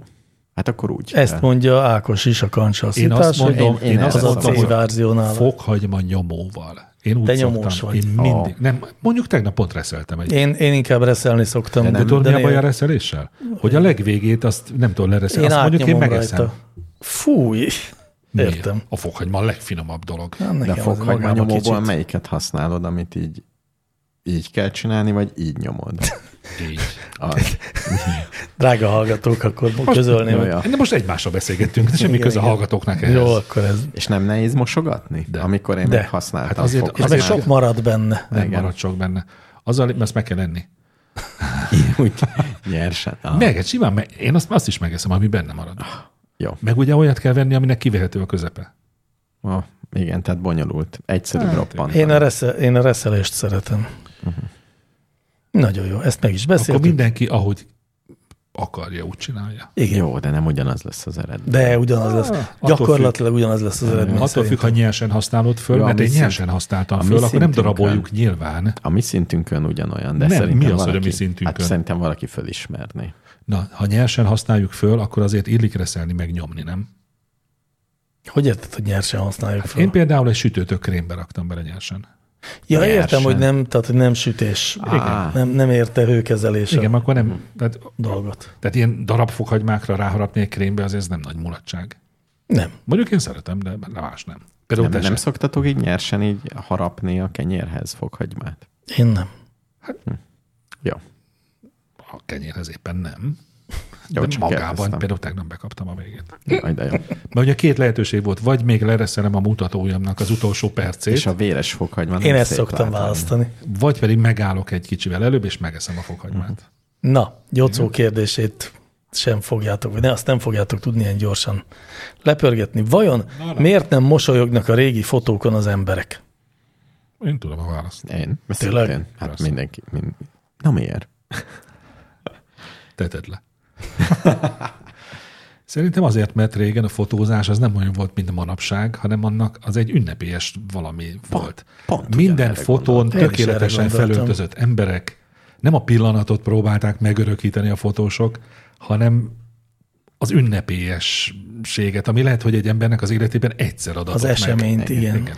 [SPEAKER 2] hát akkor úgy.
[SPEAKER 4] Ezt mondja Ákos is
[SPEAKER 1] Én
[SPEAKER 4] a
[SPEAKER 1] azt
[SPEAKER 4] kancsalszítás, hogy
[SPEAKER 1] mondom, én,
[SPEAKER 2] én- én
[SPEAKER 1] azt
[SPEAKER 4] az
[SPEAKER 2] ezt
[SPEAKER 4] a
[SPEAKER 1] mondom,
[SPEAKER 4] C
[SPEAKER 1] hogy
[SPEAKER 4] verziónál.
[SPEAKER 1] fokhagyma nyomóval. Én úgy
[SPEAKER 4] Te
[SPEAKER 1] szoktam.
[SPEAKER 4] nyomós vagy. Ah.
[SPEAKER 1] Én mindig. Nem, mondjuk tegnap pont reszeltem egy
[SPEAKER 4] Én, én inkább reszelni szoktam.
[SPEAKER 1] De tudod, mi a baj a
[SPEAKER 4] néha-
[SPEAKER 1] reszeléssel? Hogy a legvégét azt nem tudom lereszelni.
[SPEAKER 4] Én
[SPEAKER 1] Azt mondjuk én
[SPEAKER 4] átnyomom
[SPEAKER 1] megeszem.
[SPEAKER 4] rajta. Fúj!
[SPEAKER 1] Miért?
[SPEAKER 4] Értem.
[SPEAKER 1] A fokhagyma a legfinomabb dolog.
[SPEAKER 4] Na, nekem
[SPEAKER 2] De
[SPEAKER 4] az
[SPEAKER 2] fokhagyma
[SPEAKER 4] magába
[SPEAKER 2] nyomóból
[SPEAKER 4] kicsit.
[SPEAKER 2] melyiket használod, amit így így kell csinálni, vagy így nyomod?
[SPEAKER 1] Így.
[SPEAKER 2] Az.
[SPEAKER 4] Drága hallgatók, akkor közölném.
[SPEAKER 2] jó,
[SPEAKER 4] hogy-
[SPEAKER 2] ja.
[SPEAKER 1] Hát De most egymásra beszélgettünk, de semmi
[SPEAKER 4] Igen,
[SPEAKER 1] köze a
[SPEAKER 4] igen.
[SPEAKER 1] hallgatóknak ehhez.
[SPEAKER 4] Jó, akkor ez.
[SPEAKER 2] És nem nehéz mosogatni?
[SPEAKER 1] De.
[SPEAKER 2] De. Amikor én
[SPEAKER 4] De.
[SPEAKER 2] De. még használtam
[SPEAKER 1] Hát azért-
[SPEAKER 4] És
[SPEAKER 1] Az
[SPEAKER 4] meg
[SPEAKER 1] azért- már-
[SPEAKER 2] fokhagymát.
[SPEAKER 4] sok marad benne.
[SPEAKER 1] Nem
[SPEAKER 2] Igen.
[SPEAKER 1] marad sok benne. Azzal, mert ezt meg kell enni.
[SPEAKER 2] úgy nyersen. Ah,
[SPEAKER 1] Meg, hát simán, meg, én azt, azt is megeszem, ami benne marad.
[SPEAKER 2] Jó.
[SPEAKER 1] Meg ugye olyat kell venni, aminek kivehető a közepe.
[SPEAKER 2] Ah, igen, tehát bonyolult. Egyszerű hát, roppant.
[SPEAKER 4] Én a, reszel, én a reszelést szeretem. Nagyon jó, ezt meg is
[SPEAKER 1] Mhm. Akkor
[SPEAKER 4] beszéltük.
[SPEAKER 1] mindenki, ahogy akarja, úgy csinálja.
[SPEAKER 4] Igen.
[SPEAKER 2] Jó, de nem ugyanaz lesz az eredmény.
[SPEAKER 4] De ugyanaz lesz.
[SPEAKER 1] Ah, attól Mhm.
[SPEAKER 4] Gyakorlatilag ugyanaz lesz az eredmény.
[SPEAKER 1] Attól függ,
[SPEAKER 4] szerintem.
[SPEAKER 1] ha nyersen használod föl,
[SPEAKER 2] Jó, a
[SPEAKER 1] mert
[SPEAKER 2] mi
[SPEAKER 1] én
[SPEAKER 2] szint-
[SPEAKER 1] nyersen használtam
[SPEAKER 2] a mi
[SPEAKER 1] föl, akkor nem
[SPEAKER 2] szintünkön.
[SPEAKER 1] daraboljuk nyilván.
[SPEAKER 2] A mi szintünkön ugyanolyan, de
[SPEAKER 1] Nem,
[SPEAKER 2] szerintem
[SPEAKER 1] mi az, hogy
[SPEAKER 2] valaki,
[SPEAKER 1] a mi szintünkön?
[SPEAKER 2] Hát szerintem valaki fölismerné.
[SPEAKER 1] Na, ha nyersen használjuk föl, akkor azért illik reszelni, meg nyomni, nem?
[SPEAKER 4] Hogy érted, hogy nyersen használjuk fel?
[SPEAKER 1] Hát Én például egy sütőtök krémbe raktam bele nyersen. Ah.
[SPEAKER 4] Ja, értem,
[SPEAKER 2] Nyersen.
[SPEAKER 4] hogy nem, tehát, hogy nem sütés.
[SPEAKER 2] Á.
[SPEAKER 4] Nem, nem érte hőkezelés
[SPEAKER 1] Igen,
[SPEAKER 4] a
[SPEAKER 1] akkor nem,
[SPEAKER 2] Hm.
[SPEAKER 1] tehát,
[SPEAKER 4] dolgot.
[SPEAKER 1] tehát ilyen darabfokhagymákra ráharapni egy krémbe, azért ez nem nagy mulatság.
[SPEAKER 4] Nem.
[SPEAKER 1] Mondjuk én szeretem, de más nem. Például
[SPEAKER 2] Nem,
[SPEAKER 1] nem,
[SPEAKER 2] nem szoktatok így nyersen így harapni a kenyérhez fokhagymát?
[SPEAKER 4] Én nem.
[SPEAKER 2] Jó.
[SPEAKER 1] a kenyérhez éppen nem.
[SPEAKER 2] Jó,
[SPEAKER 1] de
[SPEAKER 2] csak
[SPEAKER 1] magában
[SPEAKER 2] kérdeztem.
[SPEAKER 1] például tegnap bekaptam a végét.
[SPEAKER 2] Jaj, de jó.
[SPEAKER 1] Mert ugye két lehetőség volt, vagy még lereszelem a mutatójamnak az utolsó percét,
[SPEAKER 2] És a véres fokhagyma nem
[SPEAKER 4] Én ezt
[SPEAKER 2] szép
[SPEAKER 4] szoktam
[SPEAKER 2] látvány.
[SPEAKER 4] választani.
[SPEAKER 1] vagy pedig megállok egy kicsivel előbb, és megeszem a fokhagymát.
[SPEAKER 4] Na, Jocó
[SPEAKER 1] Mhm.
[SPEAKER 4] kérdését sem fogjátok, vagy ne, azt nem fogjátok tudni ilyen gyorsan lepörgetni. Vajon
[SPEAKER 1] Na, na.
[SPEAKER 4] miért nem mosolyognak a régi fotókon az emberek?
[SPEAKER 2] Mhm.
[SPEAKER 1] Én tudom a választ.
[SPEAKER 2] Én? Mert
[SPEAKER 4] Tényleg?
[SPEAKER 2] szintén. Hát
[SPEAKER 1] Persze.
[SPEAKER 2] mindenki. Mind... Na miért?
[SPEAKER 1] Teted le. Szerintem azért, mert régen a fotózás az nem olyan volt, mint manapság, hanem annak az egy ünnepélyes valami volt.
[SPEAKER 2] pont
[SPEAKER 1] Minden
[SPEAKER 2] ugyanerre
[SPEAKER 1] fotón
[SPEAKER 2] gondoltam.
[SPEAKER 4] Én is
[SPEAKER 1] tökéletesen
[SPEAKER 4] erre gondoltam.
[SPEAKER 1] felöltözött emberek nem a pillanatot próbálták megörökíteni a fotósok, hanem az ünnepélyességet, ami lehet, hogy egy embernek az életében egyszer adatott
[SPEAKER 4] Az
[SPEAKER 1] meg.
[SPEAKER 4] eseményt, igen.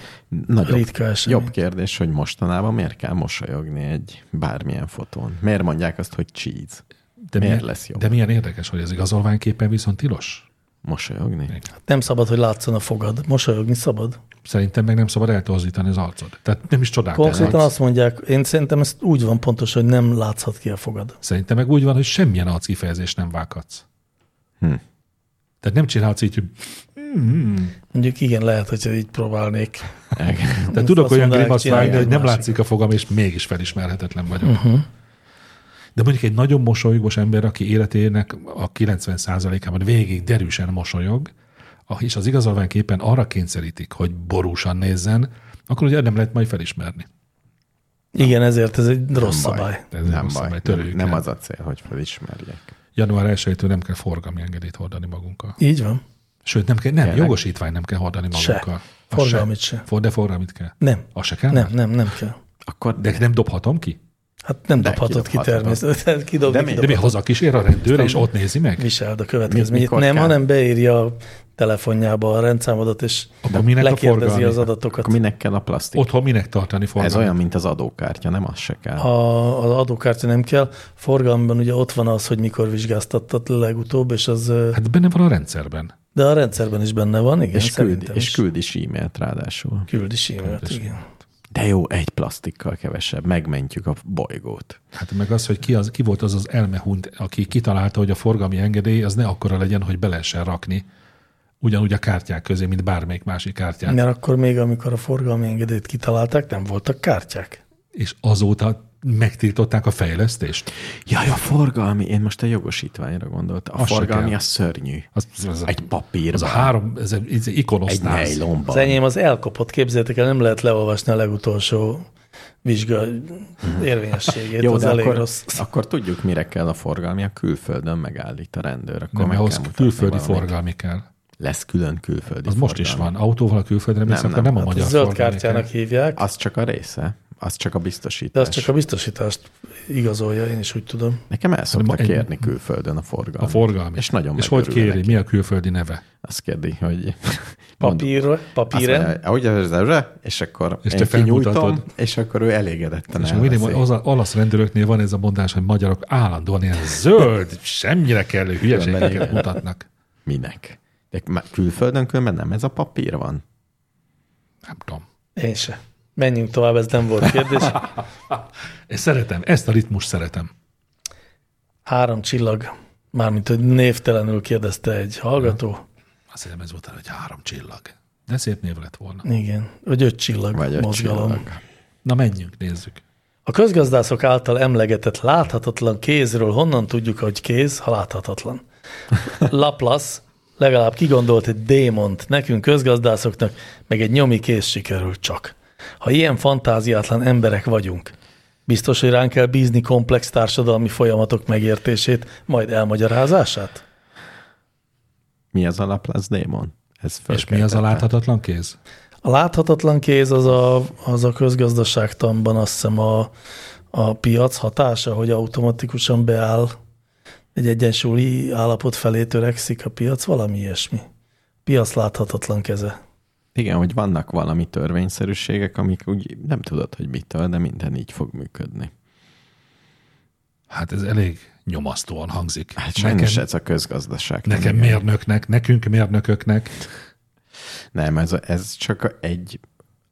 [SPEAKER 2] Nagyon
[SPEAKER 4] Ritka esemény.
[SPEAKER 2] jobb kérdés, hogy mostanában miért kell mosolyogni egy bármilyen fotón? Miért mondják azt, hogy cheese?
[SPEAKER 1] De
[SPEAKER 2] Miért
[SPEAKER 1] milyen,
[SPEAKER 2] lesz jobb?
[SPEAKER 1] De milyen érdekes, hogy az igazolványképpen viszont tilos.
[SPEAKER 2] Mosolyogni?
[SPEAKER 4] Nem szabad, hogy látszon a fogad. Mosolyogni szabad.
[SPEAKER 2] Hát
[SPEAKER 1] Szerintem meg nem szabad eltorzítani az arcod. Tehát nem is csodálkozni.
[SPEAKER 4] Konkrétan azt mondják, én szerintem ez úgy van pontos, hogy nem látszhat ki a fogad.
[SPEAKER 1] Szerintem meg úgy van, hogy semmilyen arckifejezést nem vághatsz. Hm. Tehát nem csinálhatsz így, hogy
[SPEAKER 4] Mondjuk igen, lehet, hogy így próbálnék.
[SPEAKER 1] de tudok
[SPEAKER 4] azt
[SPEAKER 1] olyan
[SPEAKER 4] mondanák,
[SPEAKER 1] grimaszt
[SPEAKER 4] csinálj
[SPEAKER 1] vágni,
[SPEAKER 4] egy Mhm.
[SPEAKER 1] hogy nem
[SPEAKER 4] másik.
[SPEAKER 1] látszik a fogam, és mégis felismerhetetlen vagyok. Uh-huh. De mondjuk egy nagyon mosolygós ember, aki életének a 90%-ában végig derűsen mosolyog, a- és az igazolványképpen arra kényszerítik, hogy borúsan nézzen, akkor ugye nem lehet majd felismerni.
[SPEAKER 4] Igen, ezért ez egy rossz szabály.
[SPEAKER 1] Ez
[SPEAKER 2] nem
[SPEAKER 1] rossz
[SPEAKER 2] baj,
[SPEAKER 1] szabály,
[SPEAKER 2] nem,
[SPEAKER 1] törőjük
[SPEAKER 2] nem
[SPEAKER 1] el.
[SPEAKER 2] az a cél, hogy felismerjék.
[SPEAKER 1] Január 1-től nem kell forgalmi engedélyt hordani magunkkal.
[SPEAKER 4] Így van.
[SPEAKER 1] Sőt, nem, kell, nem
[SPEAKER 2] Tényleg?
[SPEAKER 1] jogosítvány nem kell hordani
[SPEAKER 4] Se.
[SPEAKER 1] magunkkal.
[SPEAKER 4] Forgalmit se.
[SPEAKER 1] For, de forgalmit kell.
[SPEAKER 4] Nem.
[SPEAKER 1] Az se kell?
[SPEAKER 4] Nem, nem, nem kell.
[SPEAKER 2] Akkor
[SPEAKER 1] De nem dobhatom ki?
[SPEAKER 4] Hát nem
[SPEAKER 2] De
[SPEAKER 4] dobhatod ki
[SPEAKER 2] kidobhatod.
[SPEAKER 4] természetesen. Kidobni,
[SPEAKER 2] De mi-
[SPEAKER 1] De mi hozzá kísér a rendőr, és ott nézi meg?
[SPEAKER 4] Viseld a következményét.
[SPEAKER 2] mikor
[SPEAKER 4] Nem,
[SPEAKER 2] kell?
[SPEAKER 4] hanem beírja a telefonjába a rendszámodat, és
[SPEAKER 1] Akkor minek a
[SPEAKER 4] lekérdezi
[SPEAKER 1] forgalmi?
[SPEAKER 4] az adatokat.
[SPEAKER 2] akkor minek kell a plastik? Ott
[SPEAKER 1] Otthon minek tartani
[SPEAKER 2] Ez
[SPEAKER 1] forgalmat?
[SPEAKER 2] olyan, mint az adókártya, nem az se kell.
[SPEAKER 4] A, az adókártya nem kell. Forgalomban ugye ott van az, hogy mikor vizsgáztattat legutóbb, és az, ö,
[SPEAKER 1] Hát benne van a rendszerben.
[SPEAKER 4] de a rendszerben is benne van, igen,
[SPEAKER 2] és, küld,
[SPEAKER 4] szerintem
[SPEAKER 2] és
[SPEAKER 4] is.
[SPEAKER 2] küld is e-mailt ráadásul.
[SPEAKER 4] küld is e-mailt,
[SPEAKER 1] is.
[SPEAKER 4] igen.
[SPEAKER 2] De jó, egy plastikkal kevesebb, megmentjük a bolygót.
[SPEAKER 1] Hát meg az, hogy ki, az, ki volt az az elmehunt, aki kitalálta, hogy a forgalmi engedély az ne akkora legyen, hogy be lehessen rakni ugyanúgy a kártyák közé, mint bármelyik másik
[SPEAKER 2] Hát.
[SPEAKER 1] kártyát.
[SPEAKER 4] Mert akkor még, amikor a forgalmi engedélyt kitalálták, nem voltak kártyák.
[SPEAKER 1] És azóta megtiltották a fejlesztést.
[SPEAKER 2] Jaj, a forgalmi, én most a jogosítványra gondoltam. A
[SPEAKER 1] Az se
[SPEAKER 2] forgalmi
[SPEAKER 1] kell.
[SPEAKER 2] a szörnyű.
[SPEAKER 1] Az, az,
[SPEAKER 2] Egy papír.
[SPEAKER 1] az a három, ez egy, ez egy
[SPEAKER 2] Egy
[SPEAKER 1] ikonosztáz.
[SPEAKER 4] Az
[SPEAKER 2] nejlomban.
[SPEAKER 4] enyém az elkopott, képzeljétek el, nem lehet leolvasni a legutolsó vizsga érvényességét,
[SPEAKER 2] Mhm. Jó,
[SPEAKER 4] az
[SPEAKER 2] de
[SPEAKER 4] elég
[SPEAKER 2] akkor,
[SPEAKER 4] rossz. Hát
[SPEAKER 2] akkor tudjuk, mire kell a forgalmi. A külföldön megállít a rendőr. Akkor
[SPEAKER 1] Nem,
[SPEAKER 2] meg
[SPEAKER 1] ahhoz
[SPEAKER 2] kell mutatni
[SPEAKER 1] külföldi
[SPEAKER 2] valamit.
[SPEAKER 1] forgalmi kell.
[SPEAKER 2] Lesz külön külföldi
[SPEAKER 1] Az most is
[SPEAKER 2] forgalmi.
[SPEAKER 1] van. Autóval a külföldre mész,
[SPEAKER 2] Nem,
[SPEAKER 1] akkor
[SPEAKER 2] nem.
[SPEAKER 1] nem a
[SPEAKER 4] Hát
[SPEAKER 1] magyar
[SPEAKER 4] zöld
[SPEAKER 1] forgalmi
[SPEAKER 4] kártyának
[SPEAKER 1] kell.
[SPEAKER 4] hívják,
[SPEAKER 2] Az csak a része. Az csak a
[SPEAKER 4] de
[SPEAKER 2] biztosítás.
[SPEAKER 4] az csak a biztosítást igazolja, én is úgy tudom.
[SPEAKER 2] Nekem el szoktak
[SPEAKER 1] egy-
[SPEAKER 2] kérni külföldön a forgalmi.
[SPEAKER 1] A forgalmi.
[SPEAKER 2] És nagyon
[SPEAKER 1] És hogy
[SPEAKER 2] megörülnek.
[SPEAKER 1] kéri, mi a külföldi neve?
[SPEAKER 2] Azt kérdi, hogy...
[SPEAKER 4] Papírra,
[SPEAKER 2] Azt
[SPEAKER 4] papíren.
[SPEAKER 2] mondja, ahogy az előre, és akkor
[SPEAKER 1] És
[SPEAKER 2] én
[SPEAKER 1] te
[SPEAKER 2] kinyújtom,
[SPEAKER 1] felmutatod.
[SPEAKER 2] és akkor ő elégedetten
[SPEAKER 1] És mindig
[SPEAKER 2] elveszi.
[SPEAKER 1] az a- olasz rendőröknél van ez a mondás, hogy magyarok állandóan ilyen zöld, semmire kellő hülyeségeket
[SPEAKER 2] igen.
[SPEAKER 1] mutatnak.
[SPEAKER 2] Minek? De már külföldön különben nem ez a papír van.
[SPEAKER 1] Nem tudom.
[SPEAKER 4] Én se. Menjünk tovább, ez nem volt kérdés.
[SPEAKER 1] Én szeretem, ezt a ritmus szeretem.
[SPEAKER 4] Három csillag, mármint hogy névtelenül kérdezte egy hallgató.
[SPEAKER 1] Azt hiszem ez volt el, hogy három csillag. De szép név lett volna.
[SPEAKER 4] Igen, vagy öt csillag
[SPEAKER 2] Vagy
[SPEAKER 4] Vagy
[SPEAKER 2] öt
[SPEAKER 4] mozgalom.
[SPEAKER 2] csillag.
[SPEAKER 4] Csillag.
[SPEAKER 1] Na menjünk, nézzük.
[SPEAKER 4] A közgazdászok által emlegetett láthatatlan kézről honnan tudjuk, hogy kéz, ha láthatatlan? Laplace legalább kigondolt egy démont, nekünk közgazdászoknak meg egy nyomi kéz sikerül csak. Ha ilyen fantáziátlan emberek vagyunk, biztos, hogy ránk kell bízni komplex társadalmi folyamatok megértését, majd elmagyarázását?
[SPEAKER 2] Mi az a Laplace démon? Ez
[SPEAKER 1] És mi az a
[SPEAKER 2] fölkeltette.
[SPEAKER 1] láthatatlan kéz?
[SPEAKER 4] A láthatatlan kéz az a, az a közgazdaságtanban azt hiszem a, a piac hatása, hogy automatikusan beáll egy egyensúlyi állapot felé törekszik a piac, valami ilyesmi. Piac láthatatlan keze.
[SPEAKER 2] Igen, hogy vannak valami törvényszerűségek, amik úgy nem tudod, hogy mitől, de minden így fog működni.
[SPEAKER 1] Hát ez elég nyomasztóan hangzik.
[SPEAKER 2] Hát sajnos
[SPEAKER 1] nekem,
[SPEAKER 2] ez a közgazdaság.
[SPEAKER 1] nekem
[SPEAKER 2] Igen.
[SPEAKER 1] mérnöknek, nekünk mérnököknek.
[SPEAKER 2] Nem, ez, ez csak egy,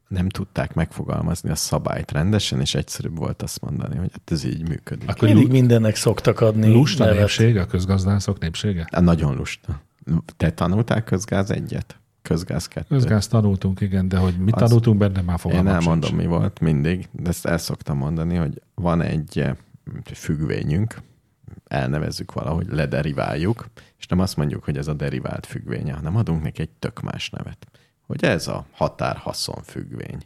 [SPEAKER 2] nem tudták megfogalmazni a szabályt rendesen, és egyszerűbb volt azt mondani, hogy hát ez így működik.
[SPEAKER 1] Akkor
[SPEAKER 4] Mindig
[SPEAKER 1] lu-
[SPEAKER 4] mindennek szoktak adni
[SPEAKER 1] lusta
[SPEAKER 4] nevet.
[SPEAKER 1] népség, a közgazdászok népsége?
[SPEAKER 2] Hát Nagyon lusta. Te tanultál közgáz egyet? Közgáz kettőt?
[SPEAKER 1] Közgáz tanultunk, igen, de hogy mit
[SPEAKER 2] Az-
[SPEAKER 1] tanultunk benne, már
[SPEAKER 2] Én
[SPEAKER 1] fogalmam
[SPEAKER 2] elmondom,
[SPEAKER 1] sincs.
[SPEAKER 2] mi volt mindig, de ezt el szoktam mondani, hogy van egy eh, függvényünk, elnevezzük valahogy, lederiváljuk, és nem azt mondjuk, hogy ez a derivált függvénye, hanem adunk neki egy tök más nevet. Hogy ez a határhaszon függvény.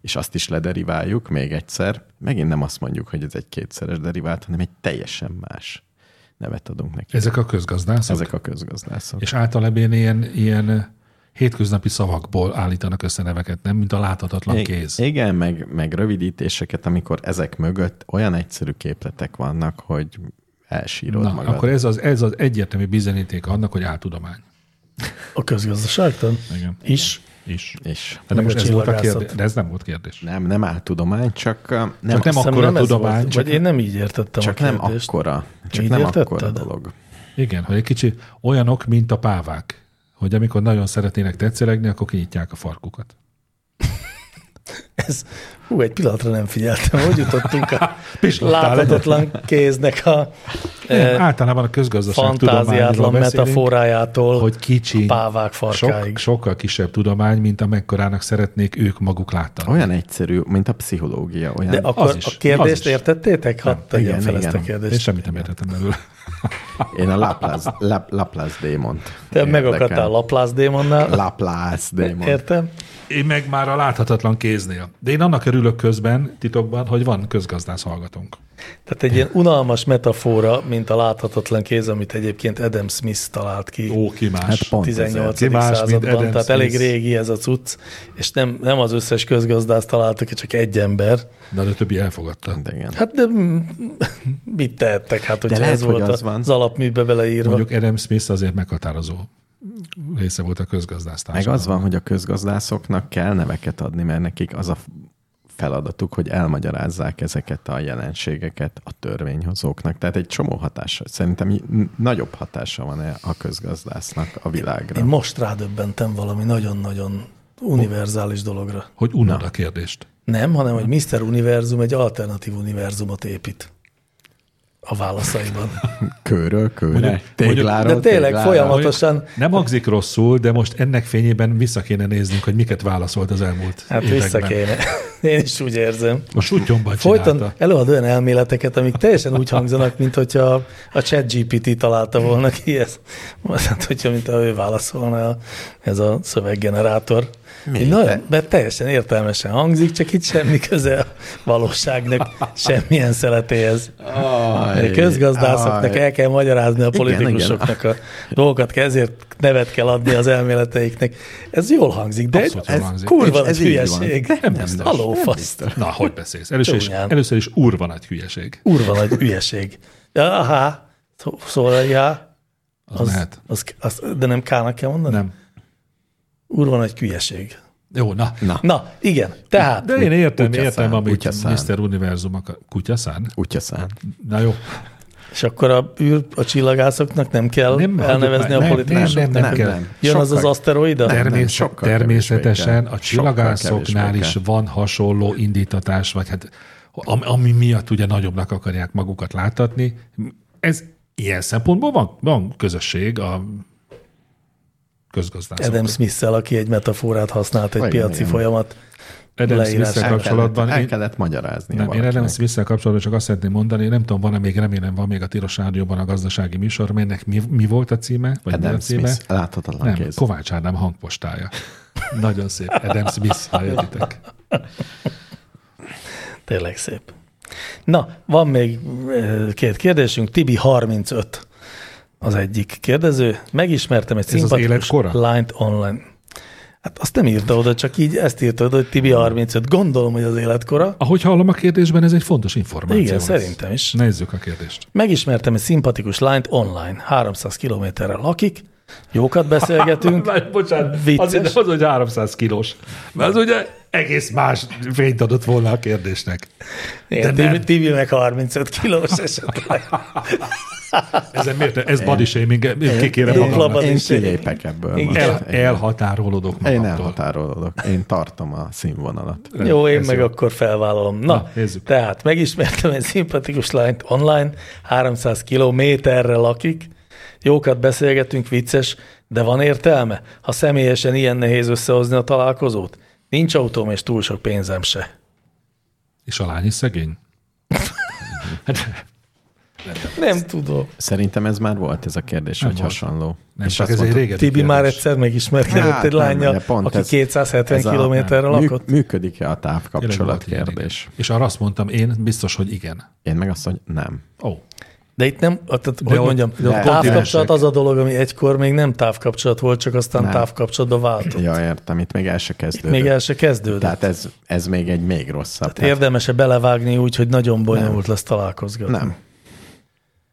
[SPEAKER 2] És azt is lederiváljuk még egyszer, megint nem azt mondjuk, hogy ez egy kétszeres derivált, hanem egy teljesen más nevet adunk neki.
[SPEAKER 1] Ezek a közgazdászok?
[SPEAKER 2] Ezek a közgazdászok.
[SPEAKER 1] És általában ilyen, ilyen eh, hétköznapi szavakból állítanak össze neveket, nem? Mint a láthatatlan
[SPEAKER 2] I-
[SPEAKER 1] kéz.
[SPEAKER 2] Igen, meg, meg rövidítéseket, amikor ezek mögött olyan egyszerű képletek vannak, hogy elsírod
[SPEAKER 1] Na,
[SPEAKER 2] magad.
[SPEAKER 1] akkor ez az, ez az egyértelmű bizonyíték annak, hogy áltudomány.
[SPEAKER 4] A közgazdaságtan
[SPEAKER 1] Igen.
[SPEAKER 4] is.
[SPEAKER 1] Is.
[SPEAKER 2] És
[SPEAKER 1] De,
[SPEAKER 4] Meg
[SPEAKER 1] most
[SPEAKER 4] a
[SPEAKER 1] ez volt a kérdés,
[SPEAKER 4] csillagászat.
[SPEAKER 1] de ez nem volt kérdés.
[SPEAKER 2] nem, nem áltudomány, csak uh, nem,
[SPEAKER 1] Csak nem
[SPEAKER 2] azt-
[SPEAKER 1] akkora
[SPEAKER 4] Szerintem ez
[SPEAKER 1] tudomány,
[SPEAKER 4] volt,
[SPEAKER 1] csak-
[SPEAKER 4] Vagy én nem így értettem
[SPEAKER 2] csak
[SPEAKER 4] a
[SPEAKER 2] nem
[SPEAKER 4] kérdést.
[SPEAKER 2] akkora, csak
[SPEAKER 4] Így
[SPEAKER 2] nem
[SPEAKER 4] értetted?
[SPEAKER 2] akkora dolog.
[SPEAKER 1] Igen, hogy egy kicsi olyanok, mint a pávák, hogy amikor nagyon szeretnének tetszelegni, akkor kinyitják a farkukat.
[SPEAKER 4] Ez, hú, egy pillanatra nem figyeltem, hogy jutottunk a
[SPEAKER 1] Pislogtál
[SPEAKER 4] láthatatlan kéznek a eh,
[SPEAKER 1] Nem, általában a közgazdaság
[SPEAKER 4] fantáziátlan
[SPEAKER 1] tudományról beszélünk,
[SPEAKER 4] metaforájától
[SPEAKER 1] hogy kicsi,
[SPEAKER 4] a pávák farkáig.
[SPEAKER 1] sok, sokkal kisebb tudomány, mint amekkorának szeretnék ők maguk látni.
[SPEAKER 2] Olyan egyszerű, mint a pszichológia. Olyan,
[SPEAKER 4] De akkor
[SPEAKER 1] az is,
[SPEAKER 4] a kérdést
[SPEAKER 1] az is.
[SPEAKER 4] értettétek? Hadd tegyem
[SPEAKER 2] igen,
[SPEAKER 4] fel ezt a
[SPEAKER 2] igen.
[SPEAKER 1] Én
[SPEAKER 4] kérdést.
[SPEAKER 1] semmit nem értettem belőle.
[SPEAKER 2] Én a Laplace, La, Laplace démont.
[SPEAKER 4] Te
[SPEAKER 2] érdekel.
[SPEAKER 4] megakadtál Laplace démonnál,
[SPEAKER 2] Laplace démon.
[SPEAKER 4] értem?
[SPEAKER 1] Én meg már a láthatatlan kéznél. De én annak örülök közben, titokban, hogy van közgazdász hallgatónk.
[SPEAKER 4] Tehát egy ilyen unalmas metafora, mint a láthatatlan kéz, amit egyébként Adam Smith talált ki.
[SPEAKER 1] Ó, ki más.
[SPEAKER 2] Hát pont ezért.
[SPEAKER 4] 18.
[SPEAKER 1] Ki más, mint
[SPEAKER 4] században,
[SPEAKER 1] Adam
[SPEAKER 4] tehát elég
[SPEAKER 1] Smith.
[SPEAKER 4] régi ez a cucc, és nem, nem az összes közgazdász találta ki, csak egy ember.
[SPEAKER 1] De a többi elfogadta.
[SPEAKER 2] De igen.
[SPEAKER 4] Hát de mm, mit tehettek, hát hogy
[SPEAKER 2] lehet,
[SPEAKER 4] ez
[SPEAKER 2] hogy
[SPEAKER 4] volt
[SPEAKER 2] az
[SPEAKER 4] az,
[SPEAKER 2] van.
[SPEAKER 4] az alapműbe beleírva.
[SPEAKER 1] Mondjuk Adam Smith azért meghatározó része volt a közgazdász
[SPEAKER 2] Meg az van, hogy a közgazdászoknak kell neveket adni, mert nekik az a feladatuk, hogy elmagyarázzák ezeket a jelenségeket a törvényhozóknak. Tehát egy csomó hatása. Szerintem i- n- nagyobb hatása van -e a közgazdásznak a világra.
[SPEAKER 4] Én most rádöbbentem valami nagyon-nagyon univerzális dologra.
[SPEAKER 1] Hogy unod a kérdést.
[SPEAKER 4] Nem, hanem hogy Mr. Univerzum egy alternatív univerzumot épít a válaszaiban.
[SPEAKER 2] Kőről, kőre,
[SPEAKER 1] Mondjuk-
[SPEAKER 2] tégláról,
[SPEAKER 4] De tényleg
[SPEAKER 2] téglára.
[SPEAKER 4] folyamatosan,
[SPEAKER 1] Nem hangzik rosszul, de most ennek fényében vissza kéne néznünk, hogy miket válaszolt az elmúlt
[SPEAKER 4] hát
[SPEAKER 1] években.
[SPEAKER 4] vissza kéne. Én is úgy érzem.
[SPEAKER 1] A sutyomban
[SPEAKER 4] Folyton
[SPEAKER 1] csinálta.
[SPEAKER 4] előad olyan elméleteket, amik teljesen úgy hangzanak, mint hogyha a chat GPT találta volna ki ezt. Hát, hogyha mint a ő válaszolna a- ez a szöveggenerátor. Így Nagyon, mert teljesen értelmesen hangzik, csak itt semmi köze a valóságnak, semmilyen szeletéhez.
[SPEAKER 2] Aj,
[SPEAKER 4] A közgazdászoknak
[SPEAKER 2] aj.
[SPEAKER 4] el kell magyarázni a politikusoknak
[SPEAKER 2] igen.
[SPEAKER 4] a dolgokat, kell, ezért nevet kell adni az elméleteiknek. Ez jól hangzik, de
[SPEAKER 1] Abszolút jól
[SPEAKER 4] ez
[SPEAKER 1] hangzik.
[SPEAKER 4] kurva
[SPEAKER 2] Ez
[SPEAKER 4] ez
[SPEAKER 2] így van.
[SPEAKER 4] hülyeség.
[SPEAKER 2] Nem
[SPEAKER 1] biztos.
[SPEAKER 4] Halófaszt.
[SPEAKER 1] Na, hogy beszélsz? Először is,
[SPEAKER 4] Csúnyán.
[SPEAKER 1] először is urva nagy hülyeség.
[SPEAKER 4] Kurva nagy hülyeség. Aha, szó- szóval já,
[SPEAKER 1] Az, az lehet.
[SPEAKER 4] az, az, de nem K-nak kell mondani?
[SPEAKER 1] Nem.
[SPEAKER 4] Urva nagy hülyeség.
[SPEAKER 1] Jó, na. na.
[SPEAKER 4] Na, igen, tehát
[SPEAKER 1] De én értem,
[SPEAKER 2] Kutyaszán,
[SPEAKER 1] értem, amit
[SPEAKER 2] kutyaszán.
[SPEAKER 1] Mr. Univerzum akar. Kutyaszán?
[SPEAKER 2] Kutyaszán.
[SPEAKER 1] Na jó.
[SPEAKER 4] És akkor a, űr, a csillagászoknak nem kell
[SPEAKER 1] Nem,
[SPEAKER 4] nem, elnevezni
[SPEAKER 1] nem,
[SPEAKER 4] a
[SPEAKER 1] nem,
[SPEAKER 4] politikusoknak?
[SPEAKER 1] nem, nem, nem kell.
[SPEAKER 4] Jön az az
[SPEAKER 2] Sokkal-
[SPEAKER 4] aszteroida?
[SPEAKER 2] Nem, nem,
[SPEAKER 1] Természet,
[SPEAKER 2] sokkal kevésbé
[SPEAKER 1] természetesen
[SPEAKER 2] kell.
[SPEAKER 1] a
[SPEAKER 2] Sokkal
[SPEAKER 1] csillagászoknál
[SPEAKER 2] kevésbé
[SPEAKER 1] is
[SPEAKER 2] kell.
[SPEAKER 1] van hasonló indítatás, vagy hát ami, ami miatt ugye nagyobbnak akarják magukat láttatni. Ez ilyen szempontból van, van közösség a közgazdászok.
[SPEAKER 4] Adam Smith-szel, aki egy metaforát használt egy
[SPEAKER 2] Igen,
[SPEAKER 4] piaci
[SPEAKER 2] igen.
[SPEAKER 4] folyamat.
[SPEAKER 1] Adam
[SPEAKER 4] leírás.
[SPEAKER 1] Smith-szel
[SPEAKER 2] El
[SPEAKER 1] kapcsolatban
[SPEAKER 2] kellett, el
[SPEAKER 1] én-
[SPEAKER 2] kellett magyarázni.
[SPEAKER 1] Nem, én Adam Smith-szel kapcsolatban csak azt szeretném mondani, nem tudom, van-e még, remélem van még a Tilos Rádióban a gazdasági műsor, melynek mi, mi volt a címe? Vagy mi a
[SPEAKER 2] Adam
[SPEAKER 1] címe?
[SPEAKER 2] Smith, láthatatlan
[SPEAKER 1] Nem,
[SPEAKER 2] kéz.
[SPEAKER 1] Kovács Ádám hangpostája. Nagyon szép, Adam Smith, ha értitek.
[SPEAKER 4] Tényleg szép. Na, van még eh, két kérdésünk. Tibi 35 az egyik kérdező. Megismertem egy
[SPEAKER 1] az
[SPEAKER 4] szimpatikus
[SPEAKER 1] életkora?
[SPEAKER 4] lányt online. Hát azt nem írta oda, csak így ezt írta oda, hogy Tibi 35. Gondolom, hogy az életkora.
[SPEAKER 1] Ahogy hallom a kérdésben, ez egy fontos információ.
[SPEAKER 4] Igen,
[SPEAKER 1] lesz.
[SPEAKER 4] szerintem is.
[SPEAKER 1] Nézzük a kérdést.
[SPEAKER 4] Megismertem egy szimpatikus lányt online. 300 kilométerre lakik, jókat beszélgetünk.
[SPEAKER 1] Bocsánat,
[SPEAKER 4] Vicces.
[SPEAKER 1] azért nem az, hogy 300 kilós. Mert az ugye egész más fényt adott volna a kérdésnek.
[SPEAKER 4] Igen,
[SPEAKER 1] de
[SPEAKER 4] Tibi,
[SPEAKER 1] nem.
[SPEAKER 4] Tibi meg 35 kilós esetleg.
[SPEAKER 1] Ezen miért? Ez body shaming, én kikérem
[SPEAKER 4] Dupla
[SPEAKER 1] magamnak.
[SPEAKER 4] body-
[SPEAKER 2] Én
[SPEAKER 4] Vadiség.
[SPEAKER 2] kilépek ebből.
[SPEAKER 4] Igen.
[SPEAKER 2] most.
[SPEAKER 1] El,
[SPEAKER 2] Én-
[SPEAKER 1] elhatárolódok
[SPEAKER 2] Én
[SPEAKER 1] magamtól.
[SPEAKER 2] elhatárolódok. Én tartom a színvonalat.
[SPEAKER 4] Jó, én
[SPEAKER 1] Ez
[SPEAKER 4] meg
[SPEAKER 1] jó.
[SPEAKER 4] akkor felvállalom. Na,
[SPEAKER 1] Na,
[SPEAKER 4] Na
[SPEAKER 1] nézzük.
[SPEAKER 4] tehát megismertem egy szimpatikus lányt online, 300 kilométerre lakik, jókat beszélgetünk, vicces, de van értelme, ha személyesen ilyen nehéz összehozni a találkozót? Nincs autóm és túl sok pénzem se.
[SPEAKER 1] És a lány is szegény?
[SPEAKER 4] Nem tudom.
[SPEAKER 2] Szerintem ez már volt ez a kérdés, hogy
[SPEAKER 1] volt.
[SPEAKER 2] hasonló.
[SPEAKER 1] Nem, csak
[SPEAKER 2] azt
[SPEAKER 1] ez egy
[SPEAKER 2] mondtuk,
[SPEAKER 1] régebbi
[SPEAKER 4] Tibi
[SPEAKER 1] kérdés.
[SPEAKER 4] már egyszer megismerkedett
[SPEAKER 2] hát
[SPEAKER 4] egy
[SPEAKER 2] nem,
[SPEAKER 4] lányjal,
[SPEAKER 2] ugye, pont
[SPEAKER 4] aki
[SPEAKER 2] ez-
[SPEAKER 4] 270
[SPEAKER 2] ez a-
[SPEAKER 4] kilométerre
[SPEAKER 2] mű-
[SPEAKER 4] lakott.
[SPEAKER 2] Működik-e a
[SPEAKER 1] Tényleg
[SPEAKER 2] távkapcsolat
[SPEAKER 1] volt ilyen,
[SPEAKER 2] kérdés?
[SPEAKER 1] igen. És arra azt mondtam én, biztos, hogy igen.
[SPEAKER 2] Én meg azt mondom, nem.
[SPEAKER 1] Ó, oh,
[SPEAKER 4] De itt nem, tehát, hogy
[SPEAKER 1] ott-
[SPEAKER 4] mondjam,
[SPEAKER 1] de ott kontinensek.
[SPEAKER 4] távkapcsolat az a dolog, ami egykor még nem távkapcsolat volt, csak aztán
[SPEAKER 2] Nem.
[SPEAKER 4] távkapcsolatba váltott.
[SPEAKER 2] Ja, értem, itt még el se kezdődött.
[SPEAKER 4] Még el se kezdődött.
[SPEAKER 2] Tehát ez, ez még egy még
[SPEAKER 1] Hát
[SPEAKER 2] rosszabb. Tehát
[SPEAKER 4] Érdemese belevágni úgy, hogy nagyon bonyolult lesz találkozgatni.
[SPEAKER 2] nem.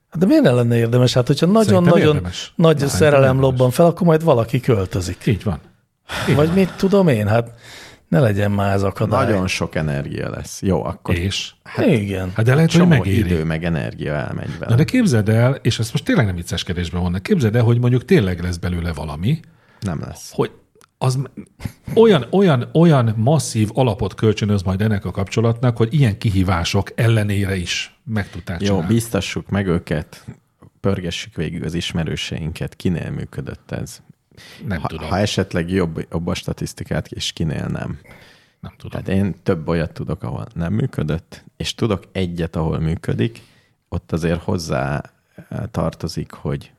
[SPEAKER 4] Hát De miért ne lenne érdemes? Hát, hogyha
[SPEAKER 1] Szerintem
[SPEAKER 4] nagyon-nagyon
[SPEAKER 1] érdemes.
[SPEAKER 4] nagy
[SPEAKER 1] Szerintem
[SPEAKER 4] szerelem
[SPEAKER 1] érdemes.
[SPEAKER 4] lobban fel, akkor majd valaki költözik.
[SPEAKER 1] így van.
[SPEAKER 4] Vagy mit tudom én? Hát ne legyen már ez akadály.
[SPEAKER 2] Nagyon sok energia lesz. Jó, akkor
[SPEAKER 1] És?
[SPEAKER 4] Igen.
[SPEAKER 1] Hát de lehet, hogy
[SPEAKER 2] csomó
[SPEAKER 1] megéri.
[SPEAKER 2] idő meg energia elmegy
[SPEAKER 1] Na
[SPEAKER 2] vele.
[SPEAKER 1] de képzeld el, és ezt most tényleg nem vicceskedésben mondnak, képzeld el, hogy mondjuk tényleg lesz belőle valami,
[SPEAKER 2] Nem lesz.
[SPEAKER 1] hogy az m- olyan, olyan, olyan masszív alapot kölcsönöz majd ennek a kapcsolatnak, hogy ilyen kihívások ellenére is meg tudták
[SPEAKER 2] Jó,
[SPEAKER 1] csinálni.
[SPEAKER 2] biztassuk meg őket, pörgessük végig az ismerőseinket, kinél működött ez.
[SPEAKER 1] Nem
[SPEAKER 2] Ha,
[SPEAKER 1] tudom.
[SPEAKER 2] ha esetleg jobb, jobb a statisztikát, és kinél nem.
[SPEAKER 1] nem tudom.
[SPEAKER 2] Tehát én több olyat tudok, ahol nem működött, és tudok egyet, ahol működik. Ott azért hozzá eh, tartozik, hogy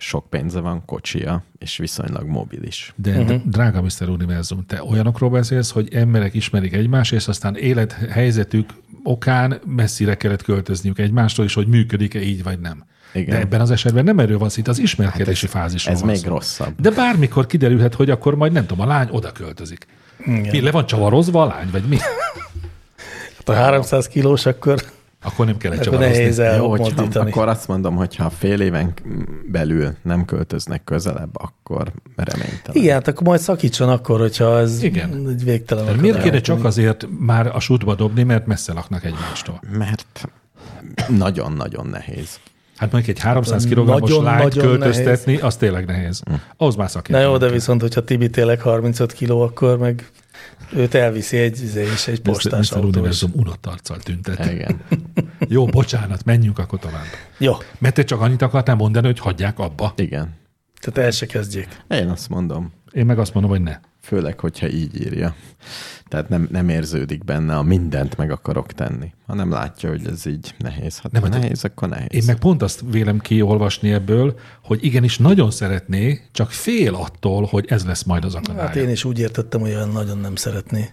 [SPEAKER 2] sok pénze van, kocsia, és viszonylag mobilis.
[SPEAKER 1] De uh-huh.
[SPEAKER 2] Mhm.
[SPEAKER 1] drága Mr. Univerzum, te olyanokról beszélsz, hogy emberek ismerik egymást, és aztán élethelyzetük okán messzire kellett költözniük egymástól, és hogy működik-e így vagy nem.
[SPEAKER 2] Igen.
[SPEAKER 1] Igen. De ebben az esetben nem erről van szó, itt az ismerkedési hát
[SPEAKER 2] ez-
[SPEAKER 1] fázisról
[SPEAKER 2] Ez
[SPEAKER 1] van
[SPEAKER 2] még
[SPEAKER 1] szó.
[SPEAKER 2] rosszabb.
[SPEAKER 1] De bármikor kiderülhet, hogy akkor majd nem tudom, a lány oda költözik.
[SPEAKER 4] Igen.
[SPEAKER 1] Mi, le van csavarozva a lány, vagy mi?
[SPEAKER 4] Ha 300 kilós, akkor,
[SPEAKER 1] Akkor nem kell
[SPEAKER 4] akkor
[SPEAKER 1] csavarozni.
[SPEAKER 4] nehéz
[SPEAKER 2] Jó, hogyha,
[SPEAKER 4] elmozdítani.
[SPEAKER 2] akkor azt mondom, hogy ha fél éven belül nem költöznek közelebb, akkor reménytelen.
[SPEAKER 4] Igen, hát akkor majd szakítson akkor, hogyha ez
[SPEAKER 1] Igen.
[SPEAKER 4] egy végtelen.
[SPEAKER 1] De
[SPEAKER 4] akadály.
[SPEAKER 1] Miért kéne csak azért már a sútba dobni, mert messze laknak egymástól?
[SPEAKER 2] Mert nagyon-nagyon nehéz.
[SPEAKER 1] Hát mondjuk egy 300
[SPEAKER 4] Nagyon,
[SPEAKER 1] kg-os lányt
[SPEAKER 4] nagyon
[SPEAKER 1] költöztetni, az tényleg nehéz. Ahhoz már
[SPEAKER 4] Na
[SPEAKER 1] szakértő.
[SPEAKER 4] jó, de viszont, hogyha Tibi tényleg 35 kiló, akkor meg őt elviszi egy, izé is, egy postás
[SPEAKER 1] Mr.
[SPEAKER 4] autó. is.
[SPEAKER 1] Univerzum unott arccal tüntet.
[SPEAKER 2] Igen.
[SPEAKER 1] Jó, bocsánat, menjünk akkor tovább.
[SPEAKER 4] Jó,
[SPEAKER 1] Mert te csak annyit akartál mondani, hogy hagyják abba.
[SPEAKER 2] Igen.
[SPEAKER 4] tehát el se kezdjék.
[SPEAKER 2] Én azt mondom,
[SPEAKER 1] Én meg azt mondom, hogy ne.
[SPEAKER 2] főleg, hogyha így írja. Tehát nem, nem érződik benne a mindent meg akarok tenni, hanem látja, hogy ez így nehéz. Hát
[SPEAKER 1] Nem,
[SPEAKER 2] nem, ha
[SPEAKER 1] hát
[SPEAKER 2] nehéz, akkor nehéz.
[SPEAKER 1] Én meg pont azt vélem kiolvasni ebből, hogy igenis nagyon szeretné, csak fél attól, hogy ez lesz majd az akadály.
[SPEAKER 4] Hát én is úgy értettem, hogy olyan nagyon nem szeretné.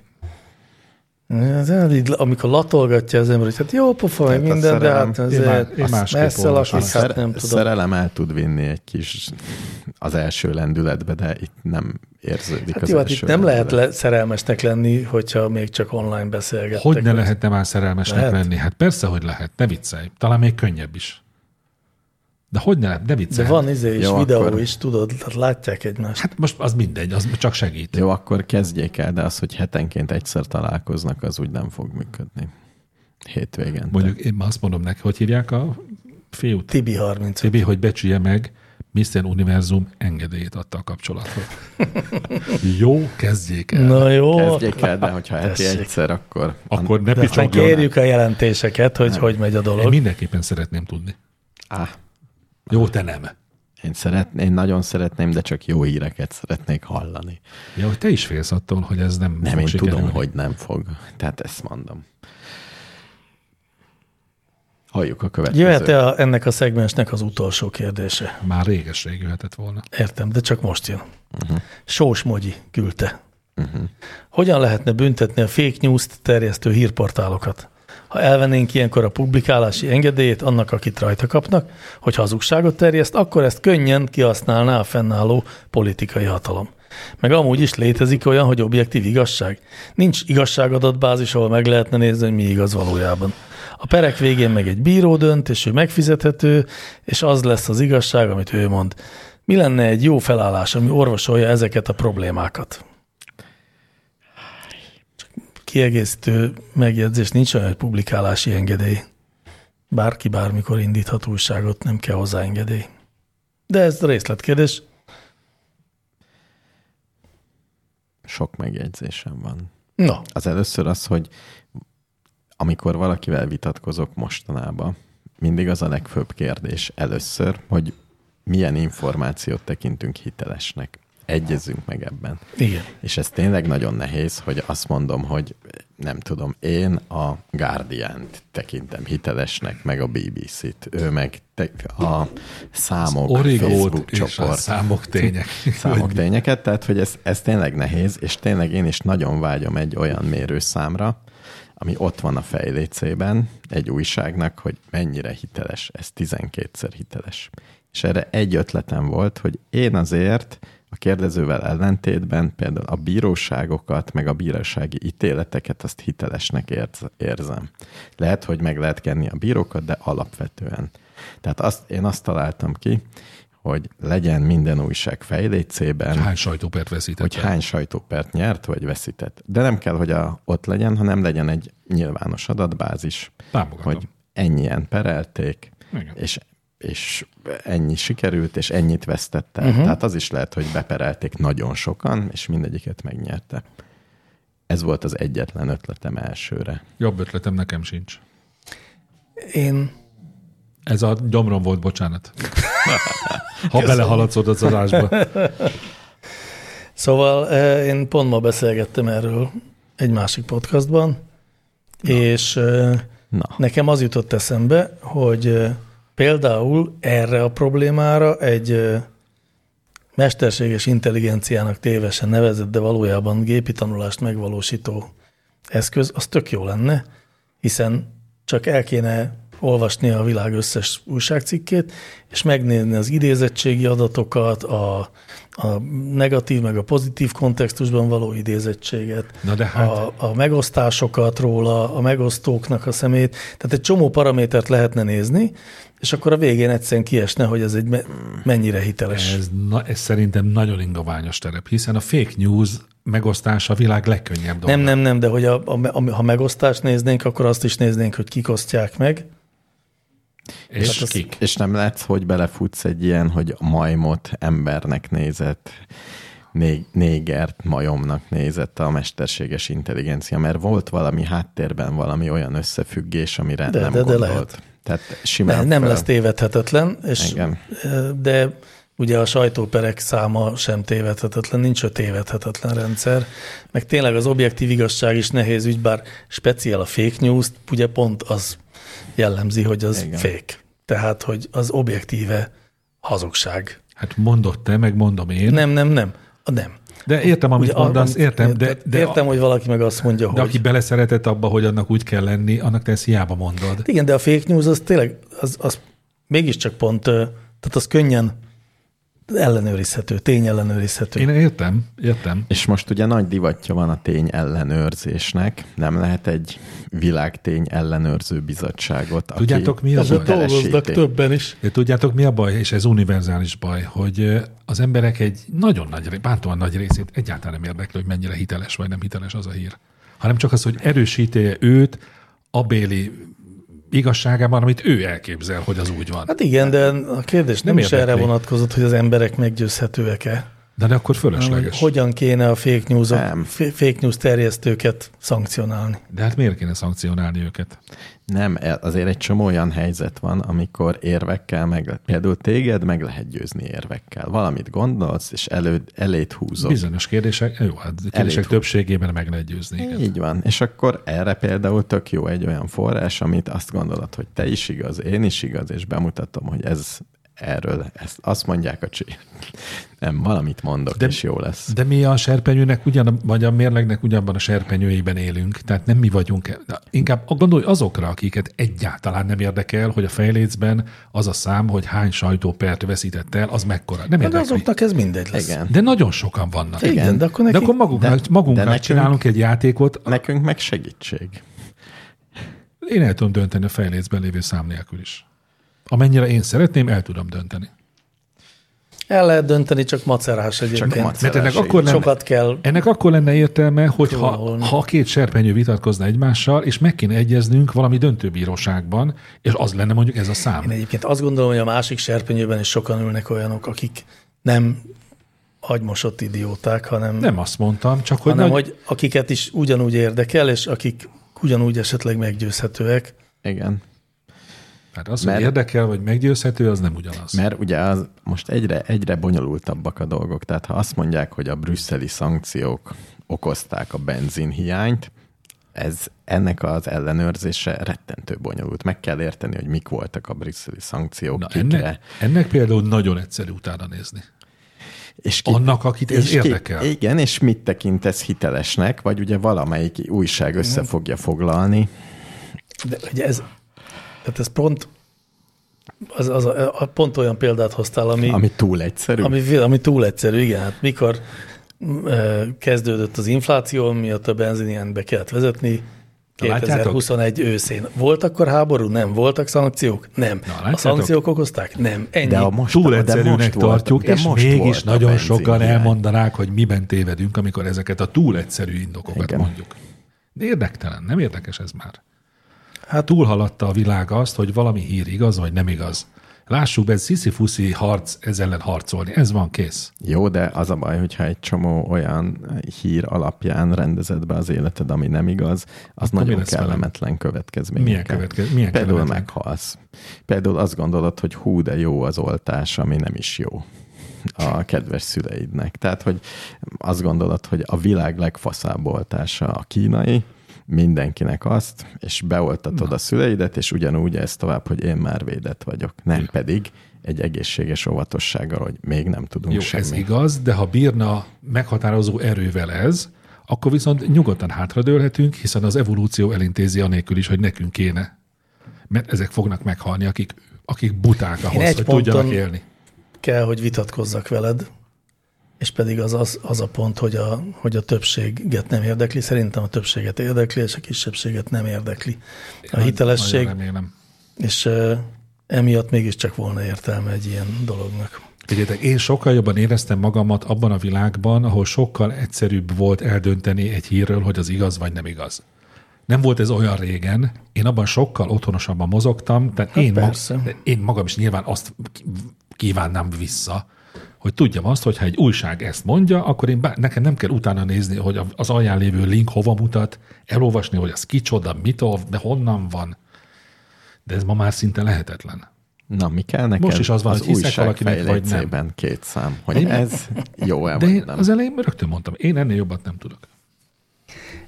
[SPEAKER 4] Ez el- így, Amikor latolgatja az ember, hogy hát jó pofa, meg
[SPEAKER 2] Tehát a
[SPEAKER 4] minden, de
[SPEAKER 2] szerelem-
[SPEAKER 4] hát
[SPEAKER 1] Én már-
[SPEAKER 4] azért
[SPEAKER 1] én másképp
[SPEAKER 4] messze
[SPEAKER 1] olvasom.
[SPEAKER 4] lakik,
[SPEAKER 1] is,
[SPEAKER 4] hát nem tudom.
[SPEAKER 2] Szerelem el tud vinni egy kis az első lendületbe, de itt nem érződik
[SPEAKER 4] Hát
[SPEAKER 2] az
[SPEAKER 4] jó, hát
[SPEAKER 2] első
[SPEAKER 4] itt nem lehet
[SPEAKER 2] lendület.
[SPEAKER 4] le, szerelmesnek lenni, hogyha még csak online beszélgettek.
[SPEAKER 1] Hogy ne lehetne már szerelmesnek
[SPEAKER 4] Lehet?
[SPEAKER 1] lehet? lenni? Hát persze, hogy lehet. Ne viccelj. Talán még könnyebb is. De hogy ne lehet? Ne
[SPEAKER 4] De
[SPEAKER 1] viccelj.
[SPEAKER 4] van izé is,
[SPEAKER 2] Jó,
[SPEAKER 4] videó
[SPEAKER 2] akkor-
[SPEAKER 4] is, tudod, tehát látják egymást.
[SPEAKER 1] Hát most az mindegy, az csak segít.
[SPEAKER 2] Jó, akkor kezdjék el, de az, hogy hetenként egyszer találkoznak, az úgy nem fog működni. Hétvégén.
[SPEAKER 1] Mondjuk én már azt mondom neki, hogy hívják a fiút?
[SPEAKER 4] Tibi 30.
[SPEAKER 1] Tibi, hogy becsülje meg, Mr. Univerzum engedélyét adta a kapcsolathoz. Jó, kezdjék el.
[SPEAKER 4] Na jó,
[SPEAKER 2] Kezdjék el, de hogyha heti
[SPEAKER 4] Tessék.
[SPEAKER 2] egyszer, akkor
[SPEAKER 1] Akkor ne
[SPEAKER 4] de aztán
[SPEAKER 1] picsogjon.
[SPEAKER 4] kérjük a jelentéseket, hogy hogy megy a
[SPEAKER 1] Én
[SPEAKER 4] dolog.
[SPEAKER 1] mindenképpen szeretném tudni.
[SPEAKER 2] Á,
[SPEAKER 1] Jó, te nem.
[SPEAKER 2] én, szeretném, én nagyon szeretném, de csak jó híreket szeretnék hallani.
[SPEAKER 1] Ja, hogy te is félsz attól, hogy ez nem
[SPEAKER 2] Nem,
[SPEAKER 1] fog
[SPEAKER 2] én
[SPEAKER 1] sikerülni.
[SPEAKER 2] tudom, hogy nem fog. Tehát ezt mondom. Halljuk a következőt.
[SPEAKER 4] Jöhet -e a, ennek a szegmensnek az utolsó kérdése?
[SPEAKER 1] Már réges-rég jöhetett volna.
[SPEAKER 4] Értem, de csak most jön. Uh-huh.
[SPEAKER 2] Mhm.
[SPEAKER 4] Sós Mogyi küldte. Uh-huh. Hogyan lehetne büntetni a fake news-t terjesztő hírportálokat? Ha elvennénk ilyenkor a publikálási engedélyét annak, akit rajta kapnak, hogy hazugságot terjeszt, akkor ezt könnyen kihasználná a fennálló politikai hatalom. Meg amúgy is létezik olyan, hogy objektív igazság. Nincs igazságadatbázis, ahol meg lehetne nézni, hogy mi igaz valójában. A perek végén meg egy bíró dönt, és ő megfizethető, és az lesz az igazság, amit ő mond. Mi lenne egy jó felállás, ami orvosolja ezeket a problémákat? Csak kiegészítő megjegyzés, nincs olyan, hogy publikálási engedély. Bárki bármikor indíthat újságot, nem kell hozzá engedély. De ez részletkérdés.
[SPEAKER 2] Sok megjegyzésem van.
[SPEAKER 4] Na,
[SPEAKER 2] Az először az, hogy amikor valakivel vitatkozok mostanában, mindig az a legfőbb kérdés először, hogy milyen információt tekintünk hitelesnek. Egyezünk meg ebben.
[SPEAKER 4] igen.
[SPEAKER 2] És ez tényleg nagyon nehéz, hogy azt mondom, hogy nem tudom, én a guardian tekintem hitelesnek, meg a BBC-t, ő meg te, a számok, Facebook
[SPEAKER 1] Origót és a
[SPEAKER 2] csoport
[SPEAKER 1] számok tények.
[SPEAKER 2] számok tényeket, tehát hogy ez, ez tényleg nehéz, és tényleg én is nagyon vágyom egy olyan mérőszámra, ami ott van a fejlécében egy újságnak, hogy mennyire hiteles, ez 12-szer hiteles. És erre egy ötletem volt, hogy én azért a kérdezővel ellentétben például a bíróságokat, meg a bírósági ítéleteket azt hitelesnek érz- érzem. Lehet, hogy meg lehet kenni a bírókat, de alapvetően. Tehát azt, én azt találtam ki, hogy legyen minden újság fejlécében,
[SPEAKER 1] Hány sajtópert veszített?
[SPEAKER 2] hogy hány sajtópert nyert vagy veszített. De nem kell, hogy a, ott legyen, hanem legyen egy nyilvános adatbázis,
[SPEAKER 1] Támogatom.
[SPEAKER 2] hogy ennyien perelték,
[SPEAKER 1] Igen.
[SPEAKER 2] és, és ennyi sikerült, és ennyit vesztette. Uh-huh. Tehát az is lehet, hogy beperelték nagyon sokan, és mindegyiket megnyerte. Ez volt az egyetlen ötletem elsőre.
[SPEAKER 1] Jobb ötletem nekem sincs.
[SPEAKER 4] Én
[SPEAKER 1] Ez a gyomrom volt, bocsánat. Ha belehaladszod az adásba.
[SPEAKER 4] Szóval eh, én pont ma beszélgettem erről egy másik podcastban, és eh,
[SPEAKER 2] Na,
[SPEAKER 4] nekem az jutott eszembe, hogy eh, Például erre a problémára egy ö, mesterséges intelligenciának tévesen nevezett, de valójában gépi tanulást megvalósító eszköz, az tök jó lenne, hiszen csak el kéne olvasni a világ összes újságcikkét, és megnézni az idézettségi adatokat, a, a negatív meg a pozitív kontextusban való idézettséget,
[SPEAKER 1] Na de hát-
[SPEAKER 4] a, a megosztásokat róla, a megosztóknak a szemét, tehát egy csomó paramétert lehetne nézni, és akkor a végén egyszerűen kiesne, hogy ez egy me- mennyire hiteles.
[SPEAKER 1] Ez, na, ez szerintem nagyon ingoványos terep, hiszen a fake news megosztása a világ legkönnyebb dolga.
[SPEAKER 4] Nem, nem, nem, de hogy a, a, a, ha megosztást néznénk, akkor azt is néznénk, hogy kik osztják meg.
[SPEAKER 1] És
[SPEAKER 4] hát az-
[SPEAKER 1] kik?
[SPEAKER 2] És nem látsz, hogy belefutsz egy ilyen, hogy a majmot embernek nézett, né- négert majomnak nézett a mesterséges intelligencia, mert volt valami háttérben valami olyan összefüggés, amire
[SPEAKER 4] De-
[SPEAKER 2] nem
[SPEAKER 4] de- de
[SPEAKER 2] gondolt.
[SPEAKER 4] lehet.
[SPEAKER 2] Tehát simán
[SPEAKER 4] Nem, nem
[SPEAKER 2] fel-
[SPEAKER 4] lesz tévedhetetlen, és,
[SPEAKER 2] Igen.
[SPEAKER 4] ö, de ugye a sajtóperek száma sem tévedhetetlen, nincs a tévedhetetlen rendszer, meg tényleg az objektív igazság is nehéz ügy, bár speciál a fake news, ugye pont az jellemzi, hogy az
[SPEAKER 2] Igen.
[SPEAKER 4] Igen. fake. Tehát, hogy az objektíve hazugság.
[SPEAKER 1] Hát mondod te, meg mondom én.
[SPEAKER 4] Nem, nem, nem. A nem.
[SPEAKER 1] De értem, amit
[SPEAKER 4] Ugye,
[SPEAKER 1] mondasz,
[SPEAKER 4] amit-
[SPEAKER 1] értem, de,
[SPEAKER 4] tehát
[SPEAKER 1] de,
[SPEAKER 4] értem, hogy valaki meg azt mondja,
[SPEAKER 1] de
[SPEAKER 4] hogy...
[SPEAKER 1] aki beleszeretett abba, hogy annak úgy kell lenni, annak te ezt hiába mondod.
[SPEAKER 4] Igen, de a fake news az tényleg, az, az mégiscsak pont, ö, tehát az könnyen ellenőrizhető, tényellenőrizhető.
[SPEAKER 1] Én értem, értem.
[SPEAKER 2] És most ugye nagy divatja van a tény ellenőrzésnek, nem lehet egy világtény ellenőrző bizottságot, aki
[SPEAKER 1] Tudjátok, mi az
[SPEAKER 2] a
[SPEAKER 1] a
[SPEAKER 2] keresíti.
[SPEAKER 4] többen is.
[SPEAKER 1] De tudjátok, mi a baj, és ez univerzális baj, hogy ö, az emberek egy nagyon nagy, ré- bántóan nagy részét egyáltalán nem érdekli, hogy mennyire hiteles vagy nem hiteles az a hír, hanem csak az, hogy erősíti őt a béli igazságában, amit ő elképzel, hogy az úgy van.
[SPEAKER 4] Hát igen, de a kérdés
[SPEAKER 1] Nem
[SPEAKER 4] nem, nem is erre
[SPEAKER 1] érdekli.
[SPEAKER 4] vonatkozott, hogy az emberek meggyőzhetőek-e.
[SPEAKER 1] De, de akkor
[SPEAKER 4] Hogy
[SPEAKER 1] fölösleges. Hogy,
[SPEAKER 4] hogyan kéne a fake news,
[SPEAKER 2] Nem.
[SPEAKER 4] fake news terjesztőket szankcionálni.
[SPEAKER 1] De hát miért kéne szankcionálni őket?
[SPEAKER 2] Nem, e- azért egy csomó olyan helyzet van, amikor érvekkel, meg, például téged meg lehet győzni érvekkel. Valamit gondolsz, és elő, elét húzod.
[SPEAKER 1] Bizonyos kérdések, jó, hát kérdések
[SPEAKER 2] Elég.
[SPEAKER 1] többségében meg lehet győzni. Igen.
[SPEAKER 2] Így van. És akkor erre például tök jó egy olyan forrás, amit azt gondolod, hogy te is igaz, én is igaz, és bemutatom, hogy ez erről, ezt azt mondják a csi. Nem, valamit mondok, De... és jó lesz.
[SPEAKER 1] De mi a serpenyőnek, ugyan, vagy a mérlegnek ugyanabban a serpenyőjében élünk, tehát nem mi vagyunk. de Inkább gondolj azokra, akiket egyáltalán nem érdekel, hogy a fejlécben az a szám, hogy hány sajtópert veszített el, az mekkora. Nem
[SPEAKER 4] Hát De
[SPEAKER 1] érdekli.
[SPEAKER 4] azoknak ez mindegy lesz.
[SPEAKER 2] Igen.
[SPEAKER 1] De nagyon sokan vannak.
[SPEAKER 4] Igen,
[SPEAKER 2] Igen.
[SPEAKER 4] de akkor
[SPEAKER 1] De
[SPEAKER 4] neki...
[SPEAKER 1] akkor magunknak, de, magunknak
[SPEAKER 2] de
[SPEAKER 1] de
[SPEAKER 2] nekünk-
[SPEAKER 1] csinálunk egy játékot,
[SPEAKER 2] Nekünk meg segítség.
[SPEAKER 1] én el tudom dönteni a fejlécben lévő szám nélkül is. Amennyire én szeretném, el tudom dönteni.
[SPEAKER 4] El lehet dönteni, csak macerás egyébként.
[SPEAKER 2] macerás.
[SPEAKER 1] Mert ennek
[SPEAKER 2] Szerelség.
[SPEAKER 1] akkor lenne,
[SPEAKER 4] Sokat kell
[SPEAKER 1] Ennek akkor lenne értelme, hogyha
[SPEAKER 4] Klónolni.
[SPEAKER 1] ha a két serpenyő vitatkozna egymással, és meg kéne egyeznünk valami döntőbíróságban, és az lenne mondjuk ez a szám.
[SPEAKER 4] Én egyébként azt gondolom, hogy a másik serpenyőben is sokan ülnek olyanok, akik nem agymosott idióták, hanem,
[SPEAKER 1] Nem azt mondtam, csak hogy,
[SPEAKER 4] hanem
[SPEAKER 1] nagy,
[SPEAKER 4] hogy,
[SPEAKER 1] hogy
[SPEAKER 4] hogy akiket is ugyanúgy érdekel, és akik ugyanúgy esetleg meggyőzhetőek.
[SPEAKER 2] Igen.
[SPEAKER 1] hát az,
[SPEAKER 2] mert-
[SPEAKER 1] hogy érdekel, vagy meggyőzhető, az nem ugyanaz.
[SPEAKER 2] Mert ugye az most egyre, egyre bonyolultabbak a dolgok. Tehát ha azt mondják, hogy a brüsszeli szankciók okozták a benzinhiányt, ez ennek az ellenőrzése rettentő bonyolult. Meg kell érteni, hogy mik voltak a brüsszeli szankciók,
[SPEAKER 1] Na,
[SPEAKER 2] Na, kikre,
[SPEAKER 1] ennek, ennek például nagyon egyszerű utána nézni.
[SPEAKER 2] és ki,
[SPEAKER 1] Annak, akit ez
[SPEAKER 2] ki-
[SPEAKER 1] érdekel.
[SPEAKER 2] igen, és mit tekintesz hitelesnek, vagy ugye valamelyik újság össze
[SPEAKER 1] Mm.
[SPEAKER 2] fogja foglalni.
[SPEAKER 4] De ugye ez, tehát ez pont, az, az a, a, pont olyan példát hoztál, ami,
[SPEAKER 2] Ami túl egyszerű. Ami...
[SPEAKER 4] ami, ami túl egyszerű, igen. Hát mikor m, ö, kezdődött az infláció, miatt a benzin be kellett vezetni,
[SPEAKER 1] Na, látjátok?
[SPEAKER 4] 2021 őszén. Volt akkor háború? Nem. Voltak szankciók? Nem. a
[SPEAKER 1] látjátok?
[SPEAKER 4] szankciók okozták? Nem. Ennyi.
[SPEAKER 2] De a most,
[SPEAKER 1] Túl
[SPEAKER 2] de
[SPEAKER 1] egyszerűnek
[SPEAKER 2] most volt-
[SPEAKER 1] tartjuk,
[SPEAKER 2] de
[SPEAKER 1] és
[SPEAKER 2] most volt
[SPEAKER 1] mégis
[SPEAKER 2] a
[SPEAKER 1] nagyon sokan
[SPEAKER 2] benzinhiány.
[SPEAKER 1] elmondanák, hogy miben tévedünk, amikor ezeket a túl egyszerű indokokat
[SPEAKER 2] Igen.
[SPEAKER 1] Igen. mondjuk. De érdektelen, nem érdekes ez már. Hát túlhaladta a világ azt, hogy valami hír igaz vagy nem igaz. Lássuk be, ez sziszi-fuszi harc, ez ellen harcolni. Ez van, kész.
[SPEAKER 2] Jó, de az a baj, hogyha egy csomó olyan hír alapján rendezed be az életed, ami nem igaz, az
[SPEAKER 1] Akkor mi
[SPEAKER 2] nagyon
[SPEAKER 1] lesz vele?
[SPEAKER 2] kellemetlen következmény.
[SPEAKER 1] Milyen követke- milyen
[SPEAKER 2] Például
[SPEAKER 1] kellemetlen?
[SPEAKER 2] meghalsz. Például azt gondolod, hogy hú, de jó az oltás, ami nem is jó a kedves szüleidnek. Tehát, hogy azt gondolod, hogy a világ legfaszább oltása a kínai, mindenkinek azt, és beoltatod a szüleidet, és ugyanúgy ez tovább, hogy én már védett vagyok. Nem pedig egy egészséges óvatossággal, hogy még nem tudunk
[SPEAKER 1] Jó, ez
[SPEAKER 2] semmit.
[SPEAKER 1] igaz, de ha bírna meghatározó erővel ez, akkor viszont nyugodtan hátradőlhetünk, hiszen az evolúció elintézi anélkül is, hogy nekünk kéne. Mert ezek fognak meghalni, akik, akik buták ahhoz,
[SPEAKER 4] egy
[SPEAKER 1] hogy tudjanak
[SPEAKER 4] ponton-
[SPEAKER 1] élni.
[SPEAKER 4] kell, hogy vitatkozzak veled, és pedig az, az, az a pont, hogy a, hogy a többséget nem érdekli. Szerintem a többséget érdekli, és a kisebbséget nem érdekli. A hitelesség,
[SPEAKER 1] Nagyon remélem.
[SPEAKER 4] és ö, emiatt mégiscsak volna értelme egy ilyen dolognak.
[SPEAKER 1] Figyeljetek, én sokkal jobban éreztem magamat abban a világban, ahol sokkal egyszerűbb volt eldönteni egy hírről, hogy az igaz vagy nem igaz. Nem volt ez olyan régen, én abban sokkal otthonosabban mozogtam, tehát hát én, mag,
[SPEAKER 4] persze.
[SPEAKER 1] de én magam is nyilván azt k- kívánnám vissza, hogy tudjam azt, hogy ha egy újság ezt mondja, akkor én bár, nekem nem kell utána nézni, hogy a- az alján lévő link hova mutat, elolvasni, hogy az kicsoda, mitől, de honnan van. De ez ma már szinte lehetetlen.
[SPEAKER 2] Na, mi kell nekem?
[SPEAKER 1] Most is az van, hogy hiszek valakinek, vagy nem.
[SPEAKER 2] fejlécében két szám, hogy ez jó-e,
[SPEAKER 1] De
[SPEAKER 2] vagy
[SPEAKER 1] én
[SPEAKER 2] nem.
[SPEAKER 1] az elején rögtön mondtam, én ennél jobbat nem tudok.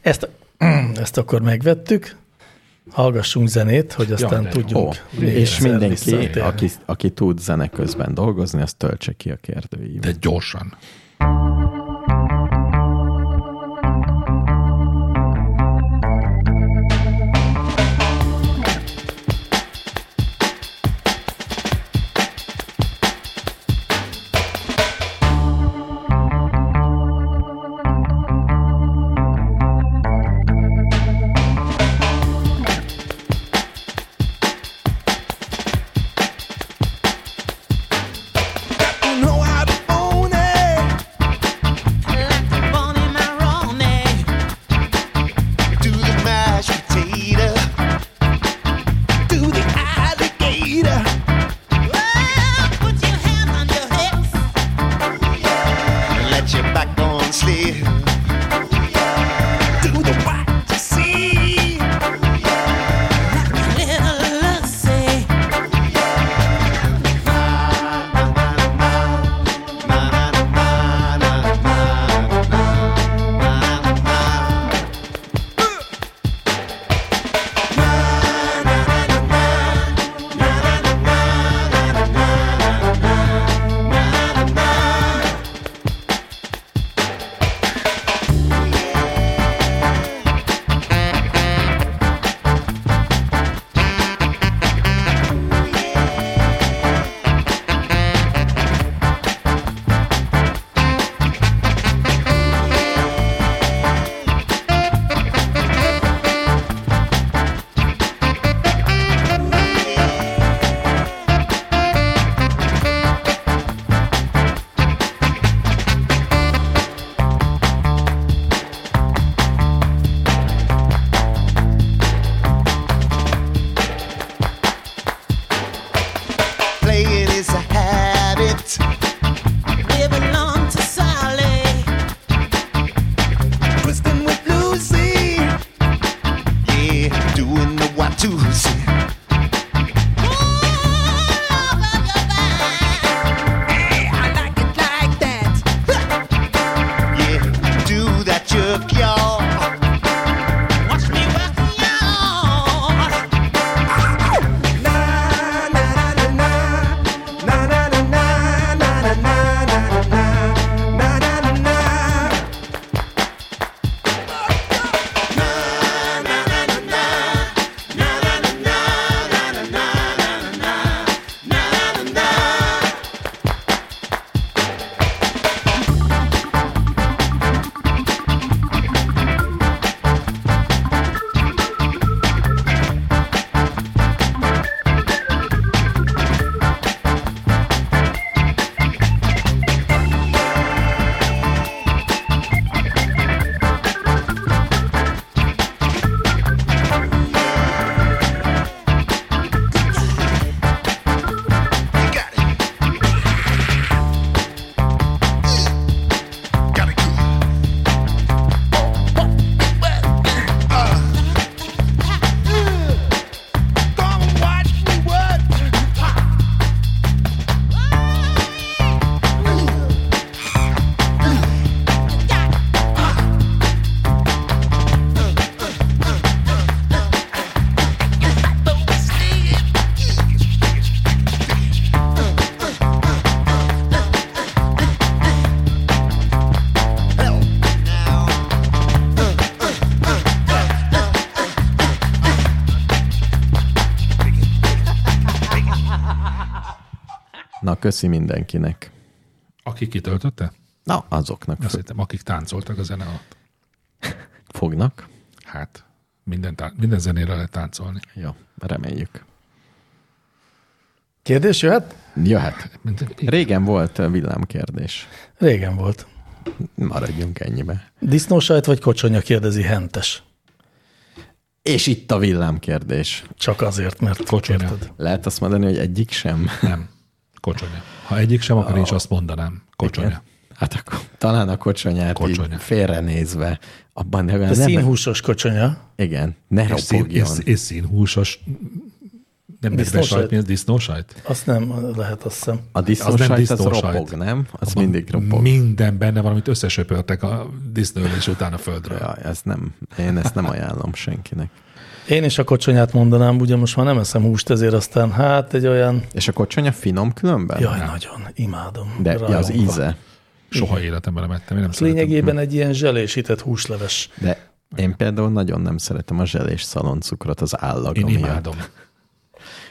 [SPEAKER 4] Ezt, ezt akkor megvettük, hallgassunk zenét, hogy aztán
[SPEAKER 1] de jó.
[SPEAKER 4] tudjunk.
[SPEAKER 2] Ó,
[SPEAKER 4] még
[SPEAKER 2] és
[SPEAKER 4] egyszer
[SPEAKER 2] mindenki,
[SPEAKER 4] visszatérni.
[SPEAKER 2] aki, aki tud zene közben dolgozni, az töltse ki a kérdőívet.
[SPEAKER 1] De gyorsan.
[SPEAKER 5] know how to own it.
[SPEAKER 2] Na, köszi mindenkinek.
[SPEAKER 1] Akik kitöltötte?
[SPEAKER 2] Na, azoknak
[SPEAKER 1] Azt hittem, akik táncoltak a zene alatt.
[SPEAKER 2] fognak.
[SPEAKER 1] Hát, minden, tá- minden zenére lehet táncolni.
[SPEAKER 2] Jó, reméljük.
[SPEAKER 4] Kérdés jöhet?
[SPEAKER 2] Jöhet.
[SPEAKER 1] Mint-
[SPEAKER 2] hát, Régen volt ö, villámkérdés.
[SPEAKER 4] Régen volt.
[SPEAKER 2] Maradjunk ennyibe.
[SPEAKER 4] Disznósajt vagy kocsonya kérdezi Hentes.
[SPEAKER 2] És itt a villámkérdés.
[SPEAKER 4] Csak azért, mert
[SPEAKER 1] Kocsonya.
[SPEAKER 4] érted.
[SPEAKER 2] Lehet azt mondani, hogy egyik sem?
[SPEAKER 1] Nem. Kocsonya. Ha egyik sem, akkor én is azt mondanám. Kocsonya.
[SPEAKER 2] Hát akkor talán a kocsonyát Kocsonya.
[SPEAKER 1] Kocsonya.
[SPEAKER 2] így félrenézve, abban ne,
[SPEAKER 4] De
[SPEAKER 2] nem,
[SPEAKER 4] színhúsos kocsonya.
[SPEAKER 2] igen, ne
[SPEAKER 1] És, szín, és,
[SPEAKER 2] ropogjon.
[SPEAKER 1] és színhúsos, nem
[SPEAKER 4] Disznósajt?
[SPEAKER 1] nedvesajt, mi ez disznósajt?
[SPEAKER 4] Azt nem lehet, azt hiszem.
[SPEAKER 2] A
[SPEAKER 1] az nem
[SPEAKER 2] disznósajt az, az
[SPEAKER 1] disznósajt.
[SPEAKER 2] ropog, nem? Az mindig ropog.
[SPEAKER 1] Minden benne valamit összesöpörtek a disznőlés után a földről.
[SPEAKER 2] Ja, ez nem, én ezt nem ajánlom senkinek.
[SPEAKER 4] Én is a kocsonyát mondanám, ugye most már nem eszem húst, ezért aztán hát egy olyan...
[SPEAKER 2] És a kocsonya finom különben?
[SPEAKER 4] Jaj, nagyon, imádom.
[SPEAKER 2] De ja, az
[SPEAKER 4] Rajongva.
[SPEAKER 2] íze.
[SPEAKER 1] Soha életemben nem ettem, én nem szeretem.
[SPEAKER 4] Lényegében egy ilyen zselésített húsleves.
[SPEAKER 2] De én például nagyon nem szeretem a zselés szaloncukrot az állaga
[SPEAKER 1] Én
[SPEAKER 2] miatt.
[SPEAKER 1] imádom.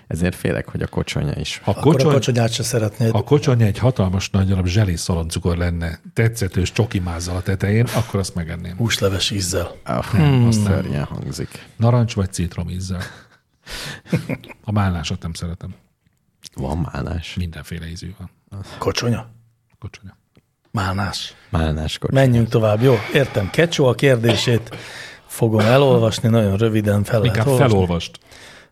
[SPEAKER 2] Ezért félek, hogy a kocsonya is.
[SPEAKER 1] Ha
[SPEAKER 4] hát. Akkor a
[SPEAKER 1] kocsony,
[SPEAKER 4] kocsonyát se szeretnéd.
[SPEAKER 1] ha kocsonya egy hatalmas nagy alap zselé szaloncukor lenne, tetszetős csokimázzal a tetején, akkor azt megenném.
[SPEAKER 4] Húsleves ízzel.
[SPEAKER 2] Ah,
[SPEAKER 1] Mm.
[SPEAKER 2] hmm. Az szörnyen hangzik.
[SPEAKER 1] Narancs vagy citrom ízzel. A málnásat nem szeretem.
[SPEAKER 2] Van málnás.
[SPEAKER 1] Mindenféle ízű van.
[SPEAKER 4] Kocsonya?
[SPEAKER 1] Kocsonya.
[SPEAKER 4] Málnás.
[SPEAKER 2] Málnás kocsonya.
[SPEAKER 4] Menjünk tovább, jó? Értem, Kecsó a kérdését fogom elolvasni, nagyon röviden fel lehet
[SPEAKER 1] Inkább
[SPEAKER 4] olvasni.
[SPEAKER 1] felolvast.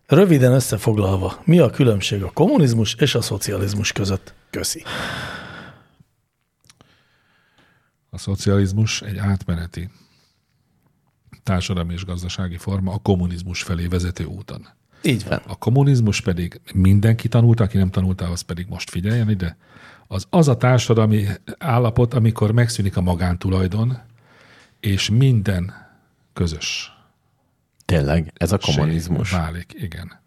[SPEAKER 4] Röviden összefoglalva, mi a különbség a kommunizmus és a szocializmus között? Köszi.
[SPEAKER 1] A szocializmus egy átmeneti társadalmi és gazdasági forma a kommunizmus felé vezető úton.
[SPEAKER 4] Így van.
[SPEAKER 1] A kommunizmus pedig mindenki tanulta, aki nem tanulta, az pedig most figyeljen ide. Az az a társadalmi állapot, amikor megszűnik a magántulajdon, és minden közös.
[SPEAKER 2] Tényleg, ez a kommunizmus.
[SPEAKER 1] Válik, igen.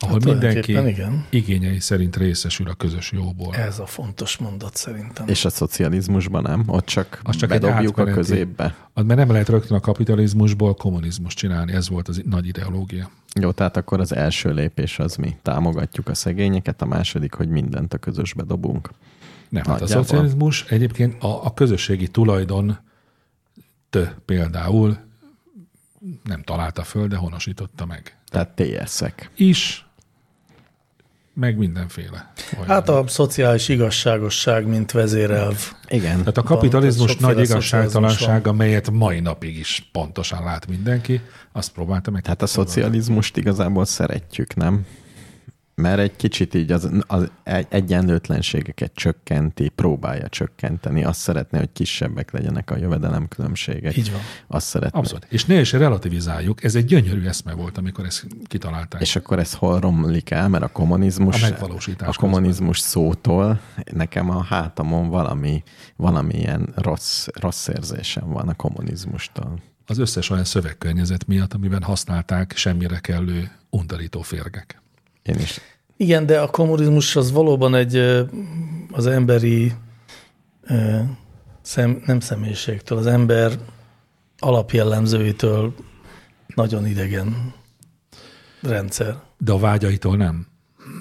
[SPEAKER 1] Ahol mindenki
[SPEAKER 4] Hát tulajdonképpen igen.
[SPEAKER 1] igényei szerint részesül a közös jóból.
[SPEAKER 4] Ez a fontos mondat szerintem.
[SPEAKER 2] És a szocializmusban nem, ott csak,
[SPEAKER 1] Az csak egy
[SPEAKER 2] bedobjuk a
[SPEAKER 1] átmeneti-
[SPEAKER 2] középbe.
[SPEAKER 1] Az mert nem lehet rögtön a kapitalizmusból kommunizmus csinálni, ez volt az nagy ideológia.
[SPEAKER 2] Jó, tehát akkor az első lépés az mi? Támogatjuk a szegényeket, a második, hogy mindent a közösbe dobunk.
[SPEAKER 1] Nem, hát a
[SPEAKER 2] Nagyjából.
[SPEAKER 1] szocializmus egyébként a, a közösségi tulajdon tő például nem találta föl, de honosította meg.
[SPEAKER 2] Tehát TS-ek.
[SPEAKER 1] Is, meg mindenféle. Olyan.
[SPEAKER 4] Hát a szociális igazságosság, mint vezérelv.
[SPEAKER 2] Igen.
[SPEAKER 1] Tehát a kapitalizmus
[SPEAKER 4] sokféle
[SPEAKER 1] nagy igazságtalanság,
[SPEAKER 4] szocializmus
[SPEAKER 1] amelyet mai napig is pontosan lát mindenki, azt próbálta meg.
[SPEAKER 2] Hát a szocializmust igazából szeretjük, nem? Mert egy kicsit így az, az egy- egyenlőtlenségeket csökkenti, próbálja csökkenteni. Azt szeretné, hogy kisebbek legyenek a jövedelemkülönbségek.
[SPEAKER 4] Így van.
[SPEAKER 2] Azt szeretné.
[SPEAKER 1] Abszolút. És ne is relativizáljuk, ez egy gyönyörű eszme volt, amikor ezt kitalálták.
[SPEAKER 2] És akkor ez hol romlik el, mert a kommunizmus,
[SPEAKER 1] A megvalósítás
[SPEAKER 2] a kommunizmus szótól nekem a hátamon valami, valamilyen rossz, rossz érzésem van a kommunizmustól.
[SPEAKER 1] az összes olyan szövegkörnyezet miatt, amiben használták semmire kellő undorító férgek.
[SPEAKER 2] Én is.
[SPEAKER 4] Igen, de a kommunizmus az valóban egy ö, az emberi ö, szem, nem személyiségtől, az ember alapjellemzőitől nagyon idegen rendszer.
[SPEAKER 1] De a vágyaitól nem.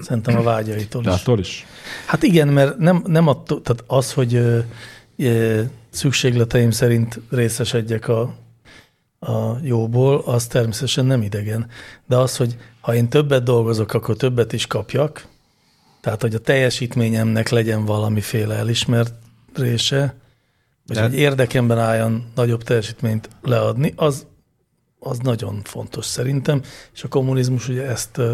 [SPEAKER 4] Szerintem a vágyaitól
[SPEAKER 1] De
[SPEAKER 4] is.
[SPEAKER 1] attól is.
[SPEAKER 4] Hát igen, mert nem, nem attól, tehát az, hogy ö, ö, szükségleteim szerint részesedjek a, a jóból, az természetesen nem idegen. De az, hogy ha én többet dolgozok, akkor többet is kapjak, tehát hogy a teljesítményemnek legyen valamiféle elismerése, vagy
[SPEAKER 2] De-
[SPEAKER 4] hogy érdekemben álljon nagyobb teljesítményt leadni, az, az nagyon fontos szerintem, és a kommunizmus ugye ezt ö,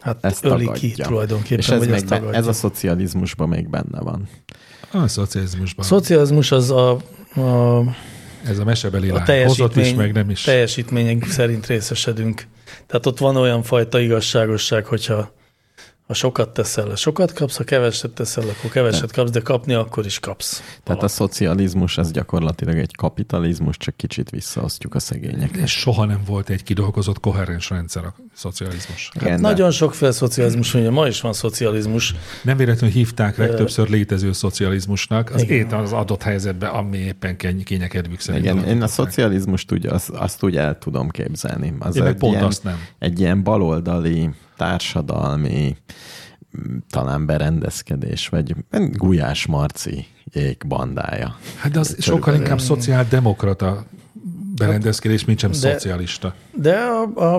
[SPEAKER 4] hát
[SPEAKER 2] Ezt
[SPEAKER 4] ezt öli
[SPEAKER 2] tagadja.
[SPEAKER 4] ki tulajdonképpen,
[SPEAKER 2] és ez,
[SPEAKER 4] vagy
[SPEAKER 2] még
[SPEAKER 4] ezt
[SPEAKER 2] be,
[SPEAKER 4] tagadja.
[SPEAKER 2] ez a szocializmusban még benne van.
[SPEAKER 1] A szocializmusban. Szoci...
[SPEAKER 4] Szocializmus az a, a,
[SPEAKER 1] Ez a mesebeli
[SPEAKER 4] a
[SPEAKER 1] lány. Hozott is,
[SPEAKER 4] teljesítmény,
[SPEAKER 1] meg nem is.
[SPEAKER 4] teljesítmények szerint részesedünk. Tehát ott van olyan fajta igazságosság, hogyha ha sokat teszel, sokat kapsz, ha keveset teszel, akkor keveset kapsz, de kapni akkor is kapsz.
[SPEAKER 2] Tehát a szocializmus az gyakorlatilag egy kapitalizmus, csak kicsit visszaosztjuk a szegények.
[SPEAKER 1] De soha nem volt egy kidolgozott, koherens rendszer a szocializmus.
[SPEAKER 2] Igen, de-
[SPEAKER 4] Nagyon sokféle szocializmus, ugye ma is van szocializmus,
[SPEAKER 1] Hát Nem véletlenül hívták legtöbbször létező szocializmusnak, az
[SPEAKER 4] Igen.
[SPEAKER 1] ét az adott helyzetben, ami éppen keny- kényekedvük szerint.
[SPEAKER 2] Igen, én a
[SPEAKER 1] alakították.
[SPEAKER 2] szocializmust úgy, azt, azt úgy el tudom képzelni. Az
[SPEAKER 1] Én meg
[SPEAKER 2] egy
[SPEAKER 1] pont
[SPEAKER 2] ilyen,
[SPEAKER 1] azt nem.
[SPEAKER 2] Egy ilyen baloldali, társadalmi, talán berendezkedés, vagy Gulyás Marci jégbandája.
[SPEAKER 1] Hát de az
[SPEAKER 2] Körülbelül.
[SPEAKER 1] sokkal inkább szociáldemokrata berendezkedés, mint sem
[SPEAKER 4] De-
[SPEAKER 1] szocialista.
[SPEAKER 4] De a, a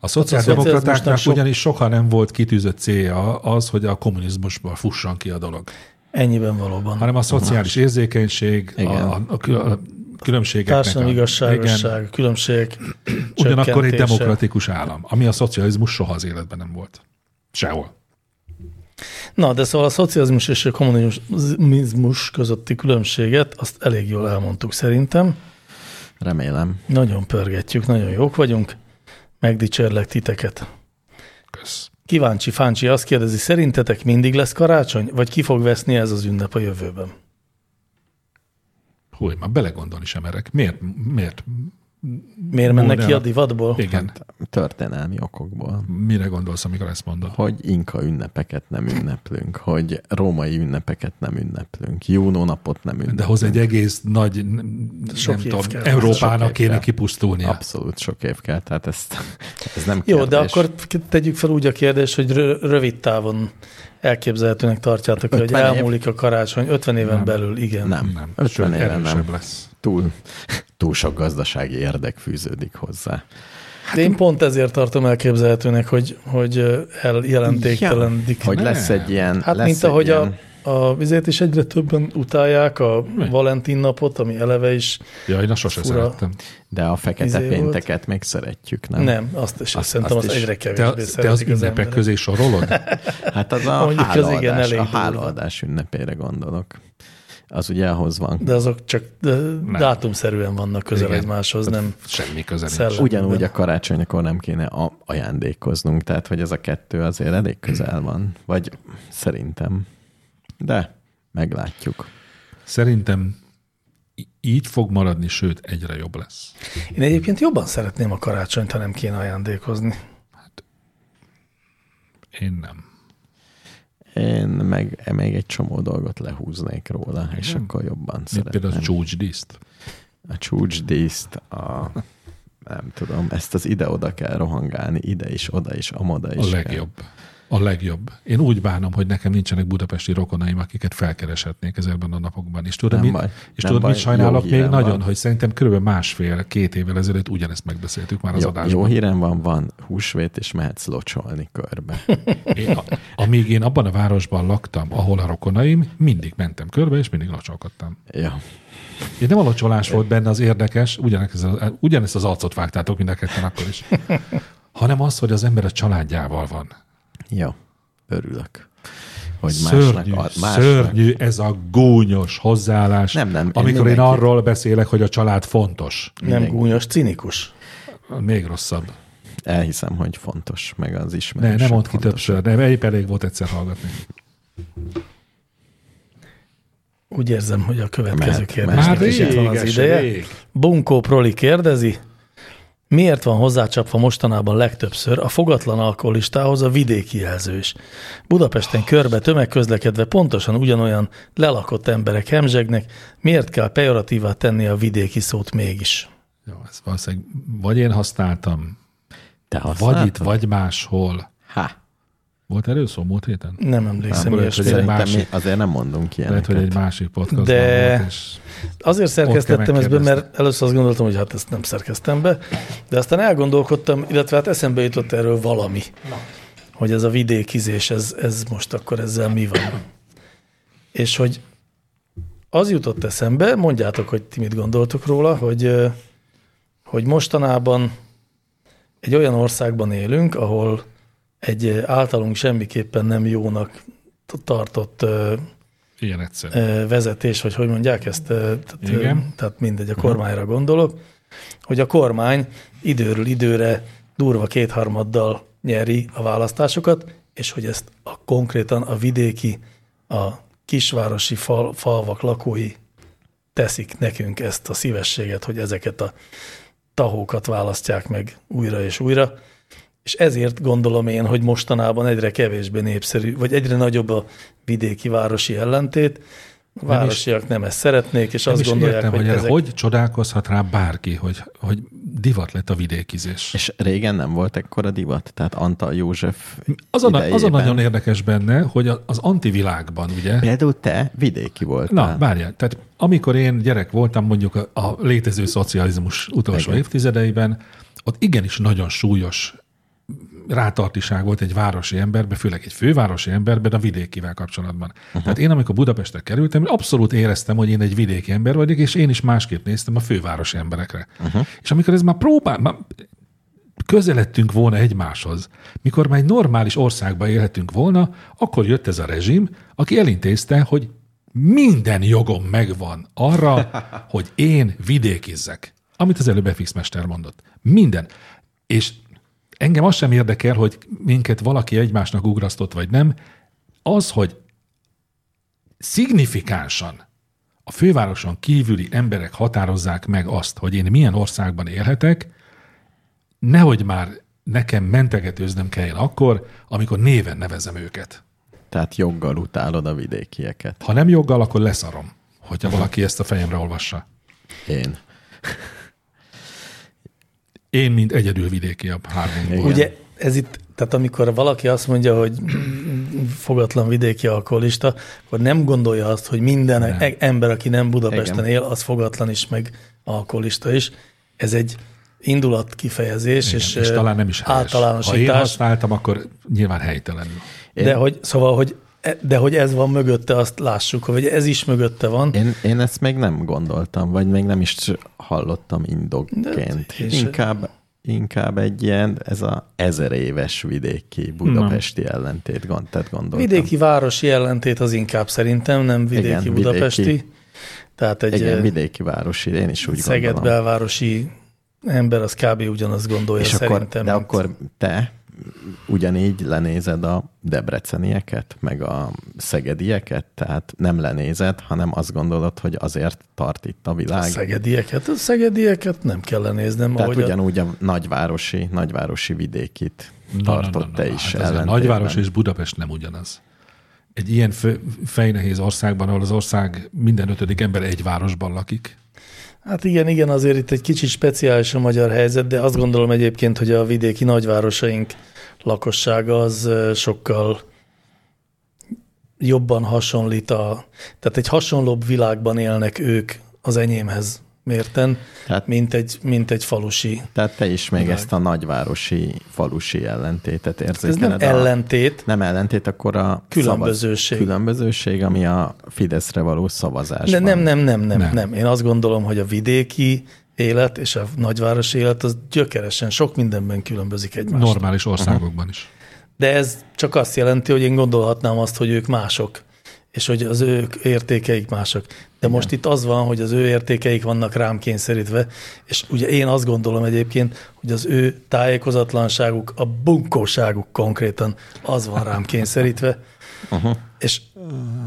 [SPEAKER 1] A
[SPEAKER 4] szocializmusnak
[SPEAKER 1] szociáldemokratáknak
[SPEAKER 4] sok-
[SPEAKER 1] ugyanis soha nem volt kitűzött célja az, hogy a kommunizmusból fusson ki a dolog,
[SPEAKER 4] ennyiben valóban.
[SPEAKER 1] hanem Hát a szociális érzékenység, a,
[SPEAKER 2] Igen.
[SPEAKER 1] a, a, kül- a különbségeknek.
[SPEAKER 4] Társadalmi
[SPEAKER 1] a-
[SPEAKER 4] igazságosság,
[SPEAKER 1] Igen,
[SPEAKER 4] különbség
[SPEAKER 1] ugyanakkor egy
[SPEAKER 4] csökkentése.
[SPEAKER 1] demokratikus állam, ami a szocializmus soha az életben nem volt. Sehol.
[SPEAKER 4] Na, de szóval a szocializmus és a kommunizmus közötti különbséget, azt elég jól elmondtuk szerintem.
[SPEAKER 2] Remélem.
[SPEAKER 4] Nagyon pörgetjük, nagyon jók vagyunk. Megdicsérlek titeket.
[SPEAKER 1] Kösz.
[SPEAKER 4] Kíváncsi Fáncsi azt kérdezi, szerintetek mindig lesz karácsony, vagy ki fog veszni ez az ünnep a jövőben?
[SPEAKER 1] Hú, én már belegondolni sem merek. Miért? Miért?
[SPEAKER 4] Miért mennek
[SPEAKER 1] Módel.
[SPEAKER 4] ki a divatból?
[SPEAKER 1] Igen.
[SPEAKER 2] Történelmi okokból.
[SPEAKER 1] Mire gondolsz, amikor ezt mondod?
[SPEAKER 2] Hogy inka ünnepeket nem ünneplünk, hogy római ünnepeket nem ünneplünk, Júnó napot nem ünneplünk.
[SPEAKER 1] De hozzá egy egész nagy, n-
[SPEAKER 4] Sok
[SPEAKER 1] nem
[SPEAKER 4] év
[SPEAKER 1] tudom,
[SPEAKER 4] kell.
[SPEAKER 1] Európának
[SPEAKER 2] Sok év
[SPEAKER 1] kéne
[SPEAKER 2] kell.
[SPEAKER 1] kipusztulnia.
[SPEAKER 2] Abszolút sok év kell, tehát ezt, ez nem
[SPEAKER 4] Jó, de
[SPEAKER 2] kérdés.
[SPEAKER 4] akkor tegyük fel úgy a kérdést, hogy rö- rövid távon elképzelhetőnek tartjátok, hogy
[SPEAKER 2] 50 év?
[SPEAKER 4] elmúlik a karácsony 50 éven belül, igen.
[SPEAKER 2] Nem,
[SPEAKER 1] Nem,
[SPEAKER 2] nem. 50
[SPEAKER 1] sőt,
[SPEAKER 2] éve
[SPEAKER 1] erősebb
[SPEAKER 2] nem.
[SPEAKER 1] lesz.
[SPEAKER 2] Túl, túl sok gazdasági érdek fűződik hozzá.
[SPEAKER 4] Hát De én pont ezért tartom elképzelhetőnek, hogy, hogy eljelentéktelendik.
[SPEAKER 2] Hogy
[SPEAKER 1] Nem.
[SPEAKER 2] lesz egy ilyen...
[SPEAKER 4] Hát
[SPEAKER 2] lesz
[SPEAKER 4] mint
[SPEAKER 2] egy
[SPEAKER 4] ahogy
[SPEAKER 2] ilyen,
[SPEAKER 4] a, a vizet is egyre többen utálják, a Valentin napot, ami eleve is
[SPEAKER 1] Jaj, na sose
[SPEAKER 4] Fura.
[SPEAKER 1] szerettem.
[SPEAKER 2] De a fekete
[SPEAKER 4] izé volt.
[SPEAKER 2] pénteket még szeretjük, nem?
[SPEAKER 4] nem, nem azt is azt, szerintem azt
[SPEAKER 2] azt
[SPEAKER 4] az
[SPEAKER 2] is.
[SPEAKER 1] Te,
[SPEAKER 4] egyre kevésbé
[SPEAKER 1] te az ünnepek
[SPEAKER 4] emberek.
[SPEAKER 1] közé sorolod?
[SPEAKER 2] Hát az a
[SPEAKER 4] Mondjuk az igen,
[SPEAKER 2] hálaadás,
[SPEAKER 4] elég
[SPEAKER 2] a
[SPEAKER 4] durva.
[SPEAKER 2] hálaadás ünnepére gondolok. Az ugye ahhoz van.
[SPEAKER 4] De azok csak de dátumszerűen vannak közel
[SPEAKER 1] Igen. Hát-
[SPEAKER 4] egymáshoz, nem?
[SPEAKER 1] Semmi köze nincs.
[SPEAKER 4] Szellem.
[SPEAKER 2] Ugyanúgy
[SPEAKER 4] de-
[SPEAKER 2] a karácsonykor nem kéne a ajándékoznunk, tehát hogy ez a kettő azért elég közel van, vagy szerintem. De meglátjuk.
[SPEAKER 1] Szerintem í- így fog maradni, sőt, egyre jobb lesz.
[SPEAKER 4] Én egyébként jobban szeretném a karácsonyt, ha nem kéne ajándékozni.
[SPEAKER 1] Én nem.
[SPEAKER 2] Én meg még egy csomó dolgot lehúznék róla, és
[SPEAKER 1] Igen?
[SPEAKER 2] akkor jobban
[SPEAKER 1] Mint
[SPEAKER 2] szeretném.
[SPEAKER 1] például a csúcsdíszt.
[SPEAKER 2] a csúcsdíszt, a nem tudom, ezt az ide-oda kell rohangálni, ide is, oda is, amoda is.
[SPEAKER 1] A
[SPEAKER 2] kell.
[SPEAKER 1] legjobb. A legjobb. Én úgy bánom, hogy nekem nincsenek budapesti rokonaim, akiket felkereshetnék ezekben a napokban. És tudod,
[SPEAKER 2] Nem
[SPEAKER 1] mit,
[SPEAKER 2] baj,
[SPEAKER 1] és
[SPEAKER 2] nem
[SPEAKER 1] tudod
[SPEAKER 2] baj,
[SPEAKER 1] mit sajnálok
[SPEAKER 2] jó
[SPEAKER 1] még
[SPEAKER 2] hírem
[SPEAKER 1] nagyon,
[SPEAKER 2] van.
[SPEAKER 1] hogy szerintem körülbelül másfél-két évvel ezelőtt ugyanezt megbeszéltük már az
[SPEAKER 2] Jó,
[SPEAKER 1] adásban.
[SPEAKER 2] jó hírem van, van húsvét, és mehetsz locsolni körbe.
[SPEAKER 1] Én, a- amíg én abban a városban laktam, ahol a rokonaim, mindig mentem körbe, és mindig locsolkodtam.
[SPEAKER 2] ja.
[SPEAKER 1] Én nem a locsolás volt benne az érdekes, ugyanezt, az- ugyanezt az arcot vágtátok mind a ketten akkor is, hanem az, hogy az ember a családjával van.
[SPEAKER 2] Jó, örülök. Hogy
[SPEAKER 1] Szörnyű,
[SPEAKER 2] másnak, ad, másnak
[SPEAKER 1] szörnyű ez a gúnyos hozzáállás,
[SPEAKER 2] Nem, nem, én
[SPEAKER 1] amikor én
[SPEAKER 2] mindenkit-
[SPEAKER 1] arról beszélek, hogy a család fontos.
[SPEAKER 4] Nem gúnyos, cinikus.
[SPEAKER 1] Még rosszabb.
[SPEAKER 2] elhiszem, hogy fontos, meg az
[SPEAKER 1] Ne,
[SPEAKER 2] ismerős.
[SPEAKER 1] nem mondd ki többször, nem, épp elég volt egyszer hallgatni.
[SPEAKER 4] Úgy érzem, hogy a következő
[SPEAKER 2] Mehet,
[SPEAKER 4] kérdés
[SPEAKER 2] mehet.
[SPEAKER 1] Már
[SPEAKER 2] Már
[SPEAKER 4] is itt van az
[SPEAKER 1] réges,
[SPEAKER 4] ideje.
[SPEAKER 1] rég.
[SPEAKER 4] Bunkó Proli kérdezi, miért van hozzácsapva mostanában legtöbbször a fogatlan alkoholistához a vidéki jelző is? Budapesten körbe tömegközlekedve pontosan ugyanolyan lelakott emberek hemzsegnek, miért kell pejoratívá tenni a vidéki szót mégis?
[SPEAKER 1] Jó, ezt valószínűleg vagy én használtam,
[SPEAKER 2] Te
[SPEAKER 1] Vagy
[SPEAKER 2] használtad?
[SPEAKER 1] itt, vagy máshol.
[SPEAKER 2] Ha,
[SPEAKER 1] Volt erről szó múlt héten?
[SPEAKER 4] Nem emlékszem
[SPEAKER 1] Ámból
[SPEAKER 4] ilyesmire.
[SPEAKER 1] egy
[SPEAKER 2] szerintem mi
[SPEAKER 1] másik.
[SPEAKER 2] azért nem mondunk
[SPEAKER 1] Lehet,
[SPEAKER 2] ilyeneket.
[SPEAKER 1] hogy egy másik podcastban
[SPEAKER 4] De-
[SPEAKER 1] volt, és
[SPEAKER 4] Azért szerkesztettem ezt be,
[SPEAKER 1] megkérdezni.
[SPEAKER 4] mert először azt gondoltam, hogy hát ezt nem szerkeztem be, de aztán elgondolkodtam, illetve hát eszembe jutott erről valami, hogy ez a vidékizés, ez, ez most akkor ezzel mi van. És hogy az jutott eszembe, mondjátok, hogy ti mit gondoltok róla, hogy, ö, hogy mostanában egy olyan országban élünk, ahol egy ö, általunk semmiképpen nem jónak t- tartott ö,
[SPEAKER 1] ilyen egyszerű.
[SPEAKER 4] ö, vezetés, vagy hogy mondják ezt, ö, tehát, ö,
[SPEAKER 1] Igen.
[SPEAKER 4] tehát mindegy, a kormányra gondolok, hogy a kormány időről időre durva kétharmaddal nyeri a választásokat, és hogy ezt a, konkrétan a vidéki, a kisvárosi fal, falvak lakói teszik nekünk ezt a szívességet, hogy ezeket a tahókat választják meg újra és újra, és ezért gondolom én, hogy mostanában egyre kevésbé népszerű, vagy egyre nagyobb a vidéki-városi ellentét. A városiak nem, ezt szeretnék, és
[SPEAKER 1] Nem
[SPEAKER 4] azt
[SPEAKER 1] is
[SPEAKER 4] gondolják,
[SPEAKER 1] értem, hogy
[SPEAKER 4] hogy
[SPEAKER 1] erre
[SPEAKER 4] ezek...
[SPEAKER 1] hogy csodálkozhat rá bárki, hogy, hogy divat lett a vidékizés.
[SPEAKER 2] És régen nem volt ekkora divat? Tehát Antal József
[SPEAKER 1] Az a, na- az a
[SPEAKER 2] idejében.
[SPEAKER 1] nagyon érdekes benne, hogy a- az antivilágban, ugye?
[SPEAKER 2] Például te vidéki voltál.
[SPEAKER 1] Na, várjál, tehát amikor én gyerek voltam mondjuk a, a létező szocializmus utolsó
[SPEAKER 2] Igen.
[SPEAKER 1] Igen. évtizedeiben, ott igenis nagyon súlyos rátartiság volt egy városi emberben, főleg egy fővárosi emberben a vidékivel kapcsolatban. Uh-huh. Tehát én, amikor Budapestre kerültem, abszolút éreztem, hogy én egy vidéki ember vagyok, és én is másképp néztem a fővárosi emberekre. Uh-huh. És amikor ez már próbál, már közeledtünk volna egymáshoz, mikor már egy normális országban élhetünk volna, akkor jött ez a rezsim, aki elintézte, hogy minden jogom megvan arra, hogy én vidékizzek. Amit az előbb FX mester mondott. Minden. És engem az sem érdekel, hogy minket valaki egymásnak ugrasztott, vagy nem. Az, hogy szignifikánsan a fővároson kívüli emberek határozzák meg azt, hogy én milyen országban élhetek, nehogy már nekem mentegetőznöm kelljen akkor, amikor néven nevezem őket.
[SPEAKER 2] Tehát joggal utálod a vidékieket.
[SPEAKER 1] Ha nem joggal, akkor leszarom, hogyha valaki ezt a fejemre olvassa.
[SPEAKER 2] Én.
[SPEAKER 1] Én, mint egyedül vidékiabb hármunkból.
[SPEAKER 2] Igen.
[SPEAKER 4] Ugye ez itt, tehát amikor valaki azt mondja, hogy fogatlan vidéki alkoholista, akkor nem gondolja azt, hogy minden nem. ember, aki nem Budapesten él, az fogatlan is, meg alkoholista is. Ez egy indulat kifejezés,
[SPEAKER 1] Igen,
[SPEAKER 4] és,
[SPEAKER 1] és
[SPEAKER 4] ö,
[SPEAKER 1] talán nem is helyes. Ha én
[SPEAKER 4] általánosítás.
[SPEAKER 1] használtam, akkor nyilván helytelenül.
[SPEAKER 4] De hogy, szóval, hogy, de hogy ez van mögötte, azt lássuk, hogy ez is mögötte van.
[SPEAKER 2] Én, én ezt még nem gondoltam, vagy még nem is hallottam indokként.
[SPEAKER 4] De- és-
[SPEAKER 2] Inkább, inkább egy ilyen, ez a ezer éves vidéki budapesti nem. ellentét gond, tehát gondoltam.
[SPEAKER 4] Vidéki városi ellentét az inkább szerintem, nem vidéki
[SPEAKER 2] Igen,
[SPEAKER 4] Igen,
[SPEAKER 2] vidéki.
[SPEAKER 4] budapesti. Vidéki. Tehát egy
[SPEAKER 2] Igen,
[SPEAKER 4] Igen,
[SPEAKER 2] vidéki városi, én is úgy
[SPEAKER 4] Szeged
[SPEAKER 2] gondolom.
[SPEAKER 4] belvárosi ember az kb. ugyanazt gondolja
[SPEAKER 2] És akkor,
[SPEAKER 4] szerintem.
[SPEAKER 2] de
[SPEAKER 4] mint-
[SPEAKER 2] akkor te ugyanígy lenézed a debrecenieket, meg a szegedieket, tehát nem lenézed, hanem azt gondolod, hogy azért tart itt a világ.
[SPEAKER 4] A szegedieket, Hát a szegedieket nem kell néznem.
[SPEAKER 2] Tehát
[SPEAKER 4] ahogy a-
[SPEAKER 2] ugyanúgy a nagyvárosi, nagyvárosi vidékit
[SPEAKER 1] Na, na, na,
[SPEAKER 2] tartott
[SPEAKER 1] na,
[SPEAKER 2] te
[SPEAKER 1] na,
[SPEAKER 2] is
[SPEAKER 1] hát ez a
[SPEAKER 2] ellentétben.
[SPEAKER 1] nagyváros és Budapest nem ugyanaz. Egy ilyen fő- fejnehéz országban, ahol az ország minden ötödik ember egy városban lakik.
[SPEAKER 4] Hát igen, igen, azért itt egy kicsit speciális a magyar helyzet, de azt gondolom egyébként, hogy a vidéki nagyvárosaink lakossága az ö, sokkal jobban hasonlít a... Tehát egy hasonlóbb világban élnek ők az enyémhez mérten,
[SPEAKER 2] Tehát-
[SPEAKER 4] hát, mint, egy, mint egy falusi.
[SPEAKER 2] Tehát te is még ezt a nagyvárosi, falusi ellentétet
[SPEAKER 4] Ez nem
[SPEAKER 2] érzékeled. a-
[SPEAKER 4] ellentét,
[SPEAKER 2] Nem ellentét, akkor a
[SPEAKER 4] Különbözőség.
[SPEAKER 2] Szavaz, különbözőség, ami a Fideszre való
[SPEAKER 4] de
[SPEAKER 2] szavazásban.
[SPEAKER 4] nem, nem, nem, nem,
[SPEAKER 1] Nem.
[SPEAKER 4] nem, nem. Én azt gondolom, hogy a vidéki élet és a nagyvárosi élet az gyökeresen sok mindenben különbözik egymástól.
[SPEAKER 1] Normális országokban is.
[SPEAKER 4] De ez csak azt jelenti, hogy én gondolhatnám azt, hogy ők mások, és hogy az ők értékeik mások. De Igen. most itt az van, hogy az ő értékeik vannak rám kényszerítve, és ugye én azt gondolom egyébként, hogy az ő tájékozatlanságuk, a bunkóságuk konkrétan az van rám kényszerítve. Uh-huh. És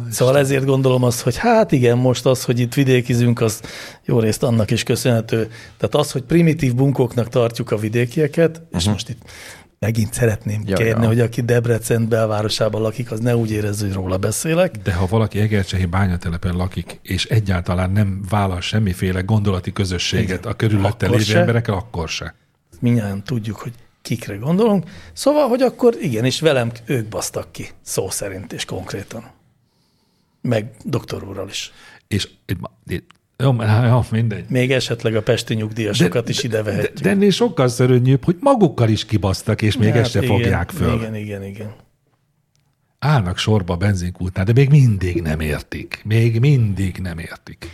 [SPEAKER 4] szóval ezért gondolom azt, hogy hát igen, most az, hogy itt vidékizünk, az jó részt annak is köszönhető. Tehát az, hogy primitív bunkóknak tartjuk a vidékieket, és
[SPEAKER 1] Mhm.
[SPEAKER 4] most itt megint szeretném
[SPEAKER 2] Ja,
[SPEAKER 4] kérni,
[SPEAKER 2] ja.
[SPEAKER 4] hogy aki Debrecen belvárosában lakik, az ne úgy érezze, hogy róla beszélek.
[SPEAKER 1] De ha valaki Egercsehi bányatelepen lakik, és egyáltalán nem vállal semmiféle gondolati közösséget a körülötte
[SPEAKER 4] Akkor
[SPEAKER 1] lévő
[SPEAKER 4] se.
[SPEAKER 1] emberekkel, akkor se.
[SPEAKER 4] Mindjárt tudjuk, hogy kikre gondolunk. Szóval, hogy akkor igenis velem ők basztak ki, szó szerint és konkrétan. Meg doktor úrral is.
[SPEAKER 1] És egy ma- egy- jó, m- jó, mindegy.
[SPEAKER 4] Még esetleg a pesti nyugdíjasokat is ide
[SPEAKER 1] De,
[SPEAKER 4] vehetjük.
[SPEAKER 1] de ennél sokkal szörnyűbb, hogy magukkal is kibasztak, és még hát ezt se
[SPEAKER 4] igen,
[SPEAKER 1] fogják föl. Igen.
[SPEAKER 4] Igen, igen, igen.
[SPEAKER 1] Állnak sorba a benzinkútnál, de még mindig nem értik. Még mindig nem értik.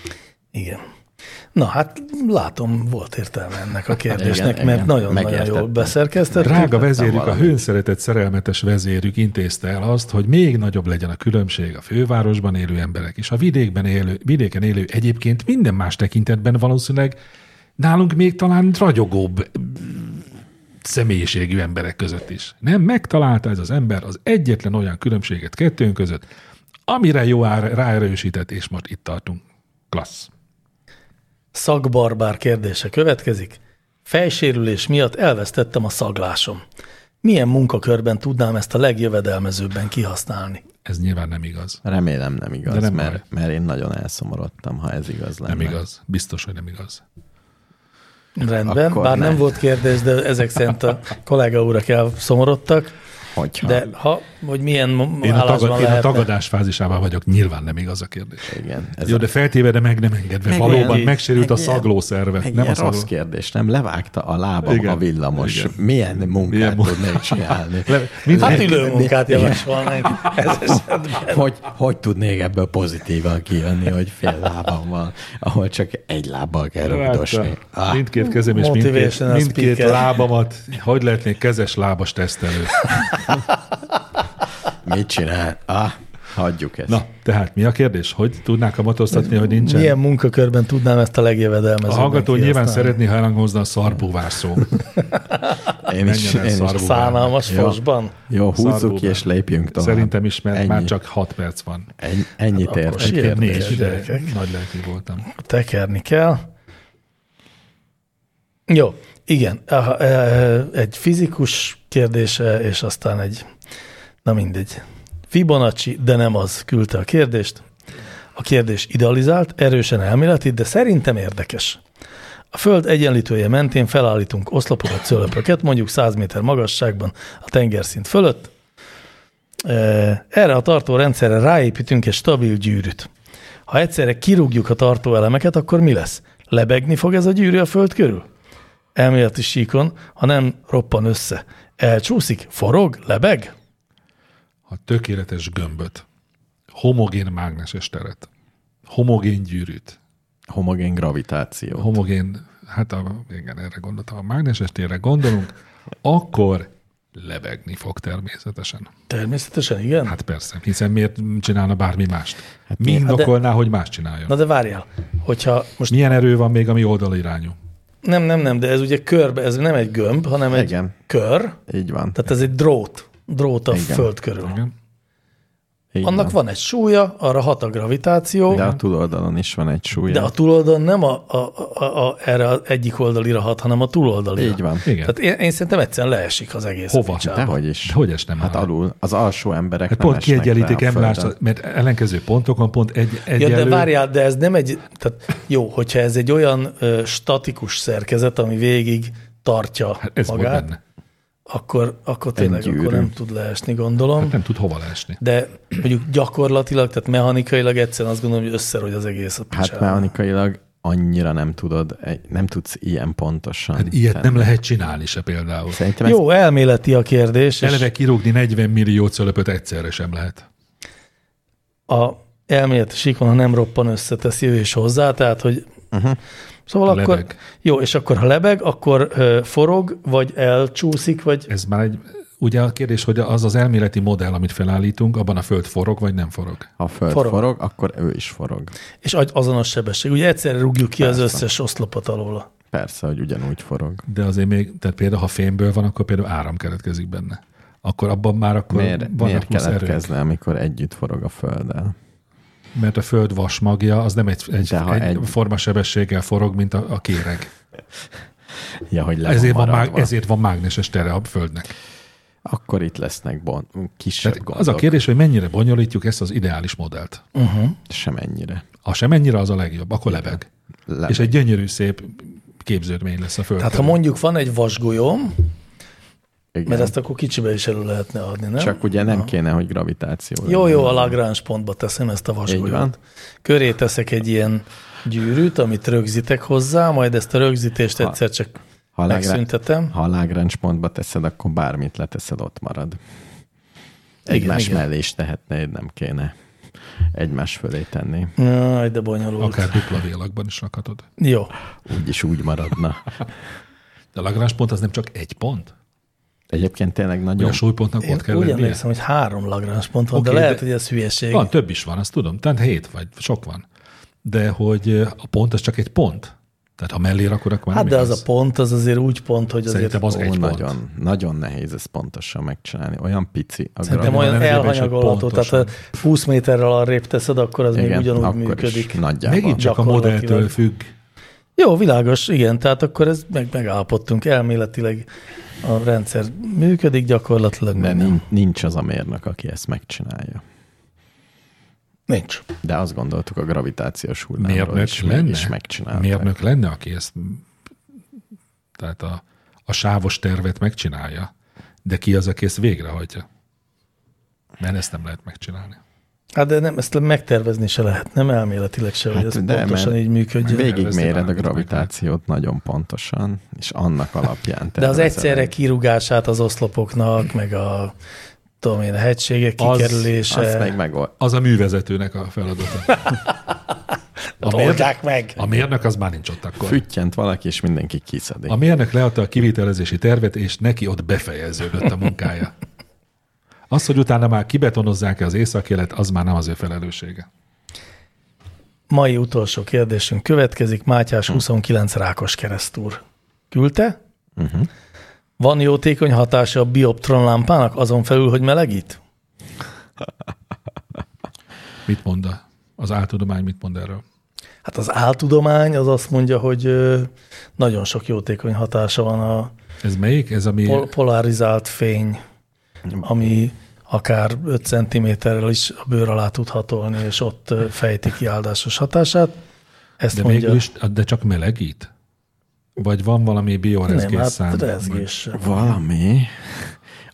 [SPEAKER 4] Igen. Na hát látom, volt értelme ennek a kérdésnek,
[SPEAKER 2] Igen,
[SPEAKER 4] igen, mert
[SPEAKER 2] igen,
[SPEAKER 4] nagyon-nagyon jól
[SPEAKER 2] megértettem.
[SPEAKER 4] beszerkesztettük.
[SPEAKER 1] Drága vezérük,
[SPEAKER 2] valamit.
[SPEAKER 1] a hőnszeretett szerelmetes vezérük intézte el azt, hogy még nagyobb legyen a különbség a fővárosban élő emberek és a vidékben élő, vidéken élő egyébként minden más tekintetben valószínűleg nálunk még talán ragyogóbb mm, személyiségű emberek között is. Nem megtalálta ez az ember az egyetlen olyan különbséget kettőnk között, amire jó ára- ráerősített, és most itt tartunk. Klassz.
[SPEAKER 4] Szagbarbár kérdése következik. Fejsérülés miatt elvesztettem a szaglásom. Milyen munkakörben tudnám ezt a legjövedelmezőbben kihasználni?
[SPEAKER 1] Ez nyilván nem igaz.
[SPEAKER 2] Remélem nem igaz,
[SPEAKER 1] De nem
[SPEAKER 2] mert, mert én nagyon elszomorodtam, ha ez igaz lenne.
[SPEAKER 1] Nem igaz. Biztos, hogy nem igaz.
[SPEAKER 4] Rendben,
[SPEAKER 2] Akkor
[SPEAKER 4] bár nem.
[SPEAKER 2] nem.
[SPEAKER 4] volt kérdés, de ezek szerint a kollega úrak elszomorodtak.
[SPEAKER 2] Hogyha.
[SPEAKER 4] De ha, hogy milyen
[SPEAKER 1] Én a, tagad,
[SPEAKER 4] állásban
[SPEAKER 1] én a
[SPEAKER 4] lehetne.
[SPEAKER 1] tagadás fázisában vagyok, nyilván nem igaz a kérdés.
[SPEAKER 2] Igen.
[SPEAKER 1] Ez Jó, de feltéve, de meg nem engedve.
[SPEAKER 2] Meg
[SPEAKER 1] Valóban
[SPEAKER 2] ilyen-
[SPEAKER 1] megsérült a
[SPEAKER 2] meg ilyen-
[SPEAKER 1] szaglószerve. Nem
[SPEAKER 2] Egy
[SPEAKER 1] a
[SPEAKER 2] ilyen rossz
[SPEAKER 1] szagló.
[SPEAKER 2] kérdés, nem? Levágta a lábam
[SPEAKER 1] Igen.
[SPEAKER 2] a villamos.
[SPEAKER 1] Igen.
[SPEAKER 2] Milyen munkát
[SPEAKER 1] Milyen
[SPEAKER 2] Milyen
[SPEAKER 1] mun-
[SPEAKER 2] tudnék csinálni?
[SPEAKER 1] Le- mind-
[SPEAKER 4] Hát ülő munkát javasolnánk ez esetben.
[SPEAKER 2] hogy, hogy tudnék ebből pozitívan kijönni, hogy fél lábam van, ahol csak egy lábbal kell rugdosni?
[SPEAKER 1] Ah, mindkét kezem és mindkét,
[SPEAKER 4] Motivational
[SPEAKER 1] mindkét
[SPEAKER 4] speaker.
[SPEAKER 1] lábamat, hogy lehetnék kezes lábas tesztelő.
[SPEAKER 2] Mit csinál? Ah, hagyjuk ezt.
[SPEAKER 1] Na, tehát mi a kérdés? Hogy tudnák kamatoztatni, hogy nincsen?
[SPEAKER 4] Milyen munkakörben tudnám ezt a
[SPEAKER 1] a
[SPEAKER 4] legjövedelmezőbben
[SPEAKER 1] hallgató nyilván
[SPEAKER 4] kihasználni?
[SPEAKER 1] szeretné, ha elhangozna a szarbúvár szó.
[SPEAKER 2] én is,
[SPEAKER 1] menjen el
[SPEAKER 2] én is.
[SPEAKER 1] szarba.
[SPEAKER 4] Szánalmas
[SPEAKER 2] Jó.
[SPEAKER 4] fosban.
[SPEAKER 2] Jó, húzzuk ki
[SPEAKER 1] Szarvóba.
[SPEAKER 2] és lépjünk tovább.
[SPEAKER 1] Szerintem Hát is, mert
[SPEAKER 2] Ennyi.
[SPEAKER 1] már csak hat perc van.
[SPEAKER 2] Ennyi, ennyit
[SPEAKER 4] akkor
[SPEAKER 2] ért.
[SPEAKER 4] si-
[SPEAKER 1] Egyébként
[SPEAKER 4] Kérdés,
[SPEAKER 1] négy, de
[SPEAKER 4] gyerekek.
[SPEAKER 1] nagy lelkű voltam.
[SPEAKER 4] Tekerni kell. Jó, igen. Aha, e, e, Egy fizikus kérdése, és aztán egy, na mindegy. Fibonacci, de nem az, küldte a kérdést. A kérdés idealizált, erősen elméleti, de szerintem érdekes. A föld egyenlítője mentén felállítunk oszlopokat, cölöpöket, mondjuk 100 méter magasságban a tengerszint fölött. E, Erre a tartó rendszerre ráépítünk egy stabil gyűrűt. Ha egyszerre kirúgjuk a tartó elemeket, akkor mi lesz? Lebegni fog ez a gyűrű a föld körül? Elméleti síkon, ha nem roppan össze. Elcsúszik, forog, lebeg?
[SPEAKER 1] Ha tökéletes gömböt, homogén mágneses teret, homogén gyűrűt,
[SPEAKER 2] Homogén gravitáció.
[SPEAKER 1] homogén, hát a, igen, erre gondoltam, a mágneses térre gondolunk, akkor lebegni fog természetesen.
[SPEAKER 4] Természetesen igen.
[SPEAKER 1] Hát persze, hiszen miért csinálna bármi mást? Hát Mi
[SPEAKER 2] mi-
[SPEAKER 1] indokolná, hogy más csináljon?
[SPEAKER 4] Na de várjál, hogyha most
[SPEAKER 1] Milyen erő van még, ami oldalirányú?
[SPEAKER 4] nem, nem, nem, de ez ugye körbe, ez nem egy gömb, hanem egy
[SPEAKER 2] Igen.
[SPEAKER 4] kör,
[SPEAKER 2] Így van.
[SPEAKER 4] tehát ez egy drót, drót a
[SPEAKER 2] Igen.
[SPEAKER 4] föld körül.
[SPEAKER 1] Igen?
[SPEAKER 2] Így
[SPEAKER 4] Annak van egy súlya, arra hat a gravitáció,
[SPEAKER 2] De a túloldalon is van egy súlya.
[SPEAKER 4] de a túloldalon nem a, a, a, a, a, erre az egyik oldalira hat, hanem a túloldalira.
[SPEAKER 2] Így van.
[SPEAKER 1] Igen.
[SPEAKER 4] Tehát én, én szerintem egyszerűen leesik az egész.
[SPEAKER 1] Hova?
[SPEAKER 4] picsába.
[SPEAKER 2] Dehogy is.
[SPEAKER 1] De hogy esne már
[SPEAKER 2] Hát
[SPEAKER 1] le?
[SPEAKER 2] alul. Az alsó emberek
[SPEAKER 1] Hát
[SPEAKER 2] nem
[SPEAKER 1] pont
[SPEAKER 2] esnek
[SPEAKER 1] kiegyenlítik
[SPEAKER 2] le a
[SPEAKER 1] egymást,
[SPEAKER 2] földön.
[SPEAKER 1] mert ellenkező pontokon pont egy,
[SPEAKER 4] Ja,
[SPEAKER 1] egyenlő.
[SPEAKER 4] de várjál, de ez nem egy, tehát jó, hogyha ez egy olyan ö, statikus szerkezet, ami végig tartja
[SPEAKER 1] Hát
[SPEAKER 4] ez
[SPEAKER 1] ez volt
[SPEAKER 4] magát,
[SPEAKER 1] benne.
[SPEAKER 4] akkor, akkor tényleg
[SPEAKER 2] gyűrű.
[SPEAKER 4] akkor nem tud leesni, gondolom.
[SPEAKER 1] Hát nem tud hova leesni.
[SPEAKER 4] De mondjuk gyakorlatilag, tehát mechanikailag egyszerűen azt gondolom, hogy összerogy az egész a
[SPEAKER 2] Hát
[SPEAKER 4] picsába.
[SPEAKER 2] mechanikailag annyira nem tudod, egy- nem tudsz ilyen pontosan.
[SPEAKER 1] Hát ilyet nem lehet csinálni se például.
[SPEAKER 2] Szerintem Jó.
[SPEAKER 4] Jó, elméleti a kérdés, és
[SPEAKER 1] Eleve kirúgni 40 millió cölöpöt egyszerre sem lehet.
[SPEAKER 4] a elméleti síkon, ha nem roppan össze, teszi ő is hozzá, tehát, hogy uh-huh. Szóval
[SPEAKER 1] Lebeg.
[SPEAKER 4] akkor, jó, és akkor ha lebeg, akkor ö, forog, vagy elcsúszik, vagy
[SPEAKER 1] Ez már egy, ugye a kérdés, hogy az az elméleti modell, amit felállítunk, abban a föld forog, vagy nem forog?
[SPEAKER 2] ha a föld
[SPEAKER 4] Forog.
[SPEAKER 2] forog. akkor ő is forog.
[SPEAKER 4] És agy- azonos sebesség. Ugye egyszerre rúgjuk ki az összes oszlopot alóla.
[SPEAKER 2] Persze, hogy ugyanúgy forog.
[SPEAKER 1] De azért még, tehát például, ha fémből van, akkor például áram keletkezik benne. Akkor abban már akkor
[SPEAKER 2] Miért,
[SPEAKER 1] vannak
[SPEAKER 2] miért
[SPEAKER 1] plusz erők.
[SPEAKER 2] keletkezne, amikor együtt forog a földdel?
[SPEAKER 1] Mert a föld vasmagja az nem egy, egy,
[SPEAKER 2] De ha
[SPEAKER 1] egy, egy
[SPEAKER 2] egy-
[SPEAKER 1] forma sebességgel forog, mint a, a kéreg.
[SPEAKER 2] Ja, hogy le
[SPEAKER 1] Ezért van, mág,
[SPEAKER 2] maradva.
[SPEAKER 1] ezért van mágneses tere a földnek.
[SPEAKER 2] Akkor itt lesznek bon, kisebb
[SPEAKER 1] Tehát
[SPEAKER 2] Tehát gondok.
[SPEAKER 1] Hát az a kérdés, hogy mennyire bonyolítjuk ezt az ideális modellt.
[SPEAKER 2] Sem ennyire.
[SPEAKER 1] Ha sem ennyire az a legjobb, akkor lebeg.
[SPEAKER 2] Le,
[SPEAKER 1] És egy gyönyörű szép képződmény lesz a föld.
[SPEAKER 4] Tehát ha
[SPEAKER 1] körül.
[SPEAKER 4] mondjuk van egy vasgolyóm,
[SPEAKER 2] igen.
[SPEAKER 4] mert ezt akkor kicsibe is elő lehetne adni, nem?
[SPEAKER 2] Csak ugye nem kéne, hogy gravitáció
[SPEAKER 4] Jó,
[SPEAKER 2] legyen.
[SPEAKER 4] jó, a Lagrange pontba teszem ezt a
[SPEAKER 2] Így van.
[SPEAKER 4] vasgolyót. Köré teszek egy ilyen gyűrűt, amit rögzítek hozzá, majd ezt a rögzítést egyszer csak
[SPEAKER 2] Ha Lagrange-
[SPEAKER 4] megszüntetem.
[SPEAKER 2] Ha a Lagrange pontba teszed, akkor bármit leteszed, ott marad.
[SPEAKER 4] Igen,
[SPEAKER 2] Egymás
[SPEAKER 4] igen.
[SPEAKER 2] mellé is tehetnéd, nem kéne egymás fölé tenni.
[SPEAKER 4] Jaj, de bonyolult.
[SPEAKER 1] Akár dupla vélakban is rakhatod.
[SPEAKER 4] Jó.
[SPEAKER 2] Úgyis úgy maradna.
[SPEAKER 1] De a Lagrange pont az nem csak egy pont?
[SPEAKER 2] Egyébként tényleg
[SPEAKER 1] Ugye
[SPEAKER 2] nagyon...
[SPEAKER 1] a súlypontnak
[SPEAKER 4] Én
[SPEAKER 1] ott kell
[SPEAKER 4] úgy
[SPEAKER 1] lennie?
[SPEAKER 4] emlékszem, hogy három Lagrange pont van, de
[SPEAKER 1] Oké,
[SPEAKER 4] lehet,
[SPEAKER 1] de-
[SPEAKER 4] hogy ez hülyeség.
[SPEAKER 1] Van, több is van, azt tudom. Tehát hét vagy, sok van. De hogy eh, a pont az csak egy pont. Tehát ha mellé rakod, akkor már
[SPEAKER 4] Hát
[SPEAKER 1] nem
[SPEAKER 4] de az
[SPEAKER 1] igaz.
[SPEAKER 4] a pont, az azért úgy pont, hogy azért
[SPEAKER 1] Szerintem az
[SPEAKER 2] ó,
[SPEAKER 1] egy pont.
[SPEAKER 2] nagyon, nagyon nehéz ezt pontosan megcsinálni. Olyan pici. A
[SPEAKER 4] Szerintem
[SPEAKER 1] Ragnar
[SPEAKER 4] olyan
[SPEAKER 1] nevében is, hogy
[SPEAKER 4] elhanyagolható, tehát ha
[SPEAKER 1] pontosan.
[SPEAKER 4] 20 méterrel arrébb teszed, akkor az
[SPEAKER 2] gra-
[SPEAKER 4] még ugyanúgy
[SPEAKER 2] akkor
[SPEAKER 4] működik.
[SPEAKER 2] Is nagyjából.
[SPEAKER 1] Megint csak a
[SPEAKER 4] gyakorlatilag.
[SPEAKER 1] modelltől függ.
[SPEAKER 4] Jó, világos, igen, tehát akkor ez meg, megállapodtunk. Elméletileg a rendszer működik, gyakorlatilag
[SPEAKER 2] De
[SPEAKER 4] meg nem.
[SPEAKER 2] nincs, nincs az a mérnök, aki ezt megcsinálja.
[SPEAKER 4] Nincs.
[SPEAKER 2] De azt gondoltuk a gravitációs hullámról
[SPEAKER 1] Mérnök
[SPEAKER 2] is,
[SPEAKER 1] lenne?
[SPEAKER 2] is megcsinálták.
[SPEAKER 1] Mérnök lenne, aki ezt tehát a, a sávos tervet megcsinálja, de ki az, aki ezt végrehajtja? Mert ezt nem lehet megcsinálni.
[SPEAKER 4] Hát de nem, ezt megtervezni se lehet, nem elméletileg se, hát hogy ez de, pontosan
[SPEAKER 2] mert
[SPEAKER 4] így működjön.
[SPEAKER 2] Végigméred a gravitációt nagyon pontosan, és annak alapján.
[SPEAKER 4] De az
[SPEAKER 2] tervezed
[SPEAKER 4] egyszerre
[SPEAKER 2] el.
[SPEAKER 4] kirúgását az oszlopoknak, meg a, tudom én, a hegységek
[SPEAKER 1] Az-
[SPEAKER 4] kikerülése.
[SPEAKER 2] Azt meg megold.
[SPEAKER 1] Az a művezetőnek a feladata. A,
[SPEAKER 4] Oldják meg!
[SPEAKER 1] a mérnök az már nincs ott akkor.
[SPEAKER 2] Füttyent valaki, és mindenki kiszedi.
[SPEAKER 1] A mérnök leadta a kivitelezési tervet, és neki ott befejeződött a munkája. Az, hogy utána már kibetonozzák-e az északjelet, az már nem az ő felelőssége.
[SPEAKER 4] Mai utolsó kérdésünk következik. Mátyás 29 Rákos keresztúr. Küldte? Uh-huh. Van jótékony hatása a bioptron lámpának azon felül, hogy melegít?
[SPEAKER 1] Mit mond a- az áltudomány, mit mond erről?
[SPEAKER 4] Hát az áltudomány az azt mondja, hogy ö, nagyon sok jótékony hatása van a
[SPEAKER 1] Ez melyik? Ez ami...
[SPEAKER 4] pol- polarizált fény, ami akár 5 centiméterrel is a bőr alá tud hatolni, és ott ö, fejti ki áldásos hatását. Ezt
[SPEAKER 1] de
[SPEAKER 4] mondja.
[SPEAKER 1] mégis, de csak melegít? Vagy van valami biorezgés
[SPEAKER 4] nem,
[SPEAKER 1] szám?
[SPEAKER 4] hát rezgés.
[SPEAKER 2] Valami.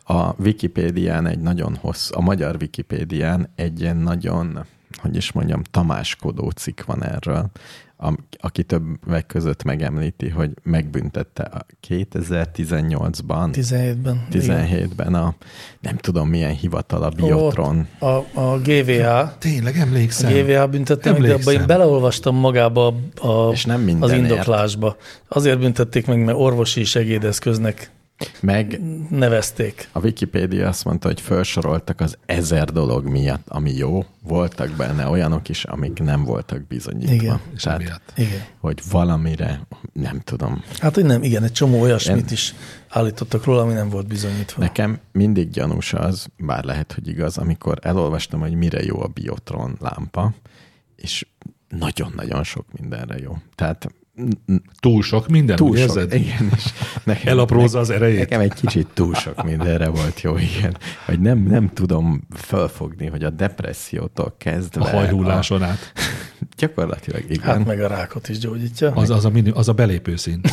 [SPEAKER 2] A Wikipédián egy nagyon hosszú, a magyar Wikipédián egy ilyen nagyon, hogy is mondjam, tamáskodó cikk van erről, am- aki többek között megemlíti, hogy megbüntette a 2018-ban,
[SPEAKER 4] 17-ben. igen.
[SPEAKER 2] 17-ben a nem tudom milyen hivatal a Biotron.
[SPEAKER 4] Ott A, a GVH,
[SPEAKER 1] Tényleg
[SPEAKER 4] a
[SPEAKER 1] emlékszem.
[SPEAKER 4] GVH büntette meg, de abban én
[SPEAKER 1] Emlékszem.
[SPEAKER 4] beleolvastam magába a, a,
[SPEAKER 2] És nem
[SPEAKER 4] az
[SPEAKER 2] mindenért.
[SPEAKER 4] indoklásba. Azért büntették meg, mert orvosi segédeszköznek
[SPEAKER 2] Meg
[SPEAKER 4] nevezték.
[SPEAKER 2] A Wikipédia azt mondta, hogy felsoroltak az ezer dolog miatt, ami jó, voltak benne olyanok is, amik nem voltak bizonyítva.
[SPEAKER 4] Igen.
[SPEAKER 1] És
[SPEAKER 2] Tehát,
[SPEAKER 1] emiatt.
[SPEAKER 4] Igen.
[SPEAKER 2] hogy valamire, nem tudom.
[SPEAKER 4] Hát, hogy nem, igen, egy csomó olyasmit
[SPEAKER 2] Igen.
[SPEAKER 4] is állítottak róla, ami nem volt bizonyítva.
[SPEAKER 2] Nekem mindig gyanús az, bár lehet, hogy igaz, amikor elolvastam, hogy mire jó a biotron lámpa, és nagyon-nagyon sok mindenre jó. Tehát n- n-
[SPEAKER 1] Túl sok minden,
[SPEAKER 2] túl
[SPEAKER 1] úgy
[SPEAKER 2] sok.
[SPEAKER 1] érzed?
[SPEAKER 2] Igen, és nekem,
[SPEAKER 1] Elaprózza az erejét.
[SPEAKER 2] Nekem egy kicsit túl sok mindenre volt jó, igen. Vagy nem, nem tudom felfogni, hogy a depressziótól kezdve...
[SPEAKER 1] A hajhulláson át.
[SPEAKER 2] Gyakorlatilag igen.
[SPEAKER 4] Hát meg a rákot is gyógyítja.
[SPEAKER 1] Az, az, a, minim, az a belépő szint.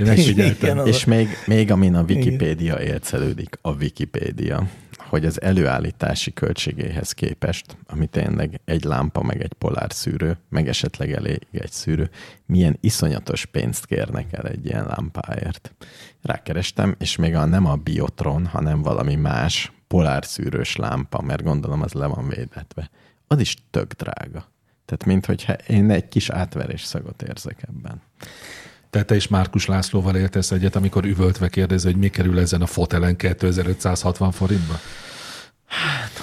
[SPEAKER 1] Én megfigyeltem.
[SPEAKER 4] Igen, az
[SPEAKER 2] És
[SPEAKER 4] és
[SPEAKER 2] még, még amin a Wikipédia élcelődik, a Wikipédia, hogy az előállítási költségéhez képest, ami tényleg egy lámpa, meg egy polárszűrő, meg esetleg elég egy szűrő, milyen iszonyatos pénzt kérnek el egy ilyen lámpáért. Rákerestem, és még a nem a Biotron, hanem valami más polárszűrős lámpa, mert gondolom az le van védetve. Az is tök drága. Tehát minthogyha én egy kis átverés szagot érzek ebben.
[SPEAKER 1] Tehát te is Márkus Lászlóval értesz egyet, amikor üvöltve kérdezi, hogy mi kerül ezen a fotelen 2560 forintba?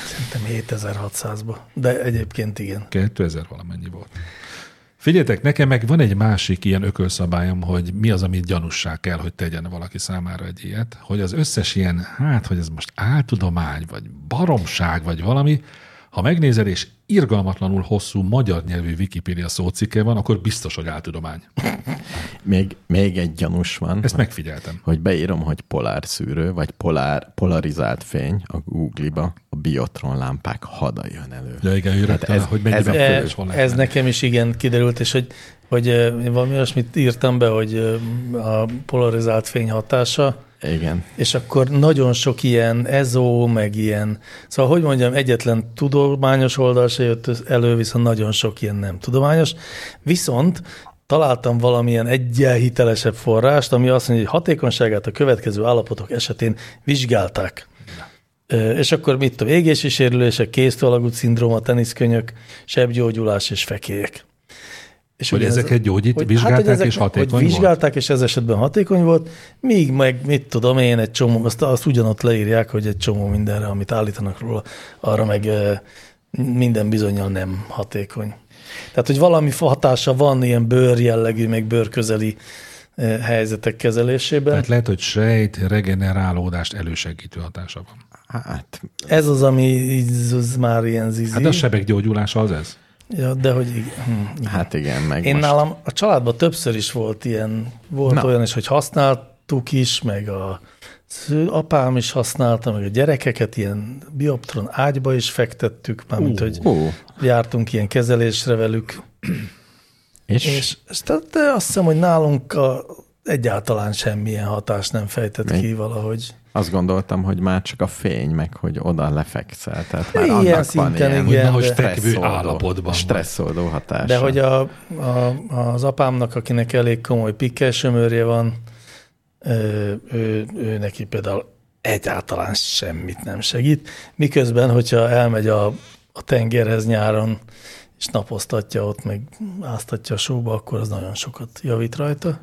[SPEAKER 4] szerintem 7600-ba. De egyébként igen.
[SPEAKER 1] 2000 valamennyi volt. Figyeljetek, nekem meg van egy másik ilyen ökölszabályom, hogy mi az, amit gyanussá kell, hogy tegyen valaki számára egy ilyet, hogy az összes ilyen, hát, hogy ez most áltudomány, vagy baromság, vagy valami, ha megnézed, és irgalmatlanul hosszú magyar nyelvű Wikipédia szócikke van, akkor biztos, hogy áltudomány.
[SPEAKER 2] Még, még egy gyanús van.
[SPEAKER 1] Ezt megfigyeltem.
[SPEAKER 2] hogy beírom, hogy polárszűrő, vagy polár, polarizált fény a Google-ba, a biotron lámpák hada jön elő.
[SPEAKER 1] Ja, igen, hogy,
[SPEAKER 2] Hát
[SPEAKER 1] rögtön,
[SPEAKER 2] ez-
[SPEAKER 1] hogy mennyiben
[SPEAKER 2] ez-
[SPEAKER 4] E,
[SPEAKER 1] fölös van
[SPEAKER 4] ez
[SPEAKER 1] lehet
[SPEAKER 4] nekem is igen kiderült, és hogy, hogy ö, én valami olyasmit írtam be, hogy ö, a polarizált fény hatása,
[SPEAKER 2] Igen.
[SPEAKER 4] és akkor nagyon sok ilyen ezó, meg ilyen, szóval hogy mondjam, egyetlen tudományos oldal se jött össz- elő, viszont nagyon sok ilyen nem tudományos. Viszont találtam valamilyen egyel hitelesebb forrást, ami azt mondja, hogy hatékonyságát a következő állapotok esetén vizsgálták. Ö, És akkor mit tudom, égési sérülések, kéztalagú szindróma, teniszkönyök, sebgyógyulás és fekélyek. És
[SPEAKER 1] Hogy
[SPEAKER 4] ugyanez-
[SPEAKER 1] ezeket gyógyít, vizsgálták és hatékony
[SPEAKER 4] hát, hogy
[SPEAKER 1] volt?
[SPEAKER 4] vizsgálták, és ez esetben hatékony volt, míg meg mit tudom én, egy csomó, azt, azt ugyanott leírják, hogy egy csomó mindenre, amit állítanak róla, arra meg ö, minden bizonyal nem hatékony. Tehát, hogy valami fa- hatása van ilyen bőr jellegű, meg bőrközeli ö, helyzetek kezelésében.
[SPEAKER 1] Tehát lehet, hogy sejt regenerálódást elősegítő hatása van.
[SPEAKER 2] Hát,
[SPEAKER 4] ez az, ami így, az már ilyen zizi.
[SPEAKER 1] Hát a sebek gyógyulása az ez?
[SPEAKER 4] ja, de hogy igen. Hm.
[SPEAKER 2] hát igen, meg
[SPEAKER 4] Én
[SPEAKER 2] most
[SPEAKER 4] nálam a családban többször is volt ilyen, volt Na.
[SPEAKER 2] Na.
[SPEAKER 4] olyan is, hogy használtuk is, meg a szül- apám is használta, meg a gyerekeket ilyen bioptron ágyba is fektettük, mármint, hogy
[SPEAKER 2] Ó,
[SPEAKER 4] jártunk ilyen kezelésre velük.
[SPEAKER 2] és, és
[SPEAKER 4] És, és tehát de azt hiszem, hogy nálunk a egyáltalán semmilyen hatást nem fejtett
[SPEAKER 2] Mi?
[SPEAKER 4] ki valahogy.
[SPEAKER 2] Azt gondoltam, hogy már csak a fény, meg hogy oda lefekszel. Tehát már
[SPEAKER 4] Ilyen
[SPEAKER 2] annak
[SPEAKER 4] szinten
[SPEAKER 2] van ilyen
[SPEAKER 1] Hogy
[SPEAKER 4] Igen,
[SPEAKER 1] nehogy
[SPEAKER 4] de-
[SPEAKER 1] fekvő
[SPEAKER 2] stresszoldó-
[SPEAKER 1] állapotban van.
[SPEAKER 2] Stresszoldó hatása.
[SPEAKER 4] De hogy a, a, az apámnak, akinek elég komoly pikkel sömörje van, ö, ő, ő neki például egyáltalán semmit nem segít, miközben, hogyha elmegy a, a tengerhez nyáron, és napoztatja ott, meg áztatja a sóba, akkor az nagyon sokat javít rajta.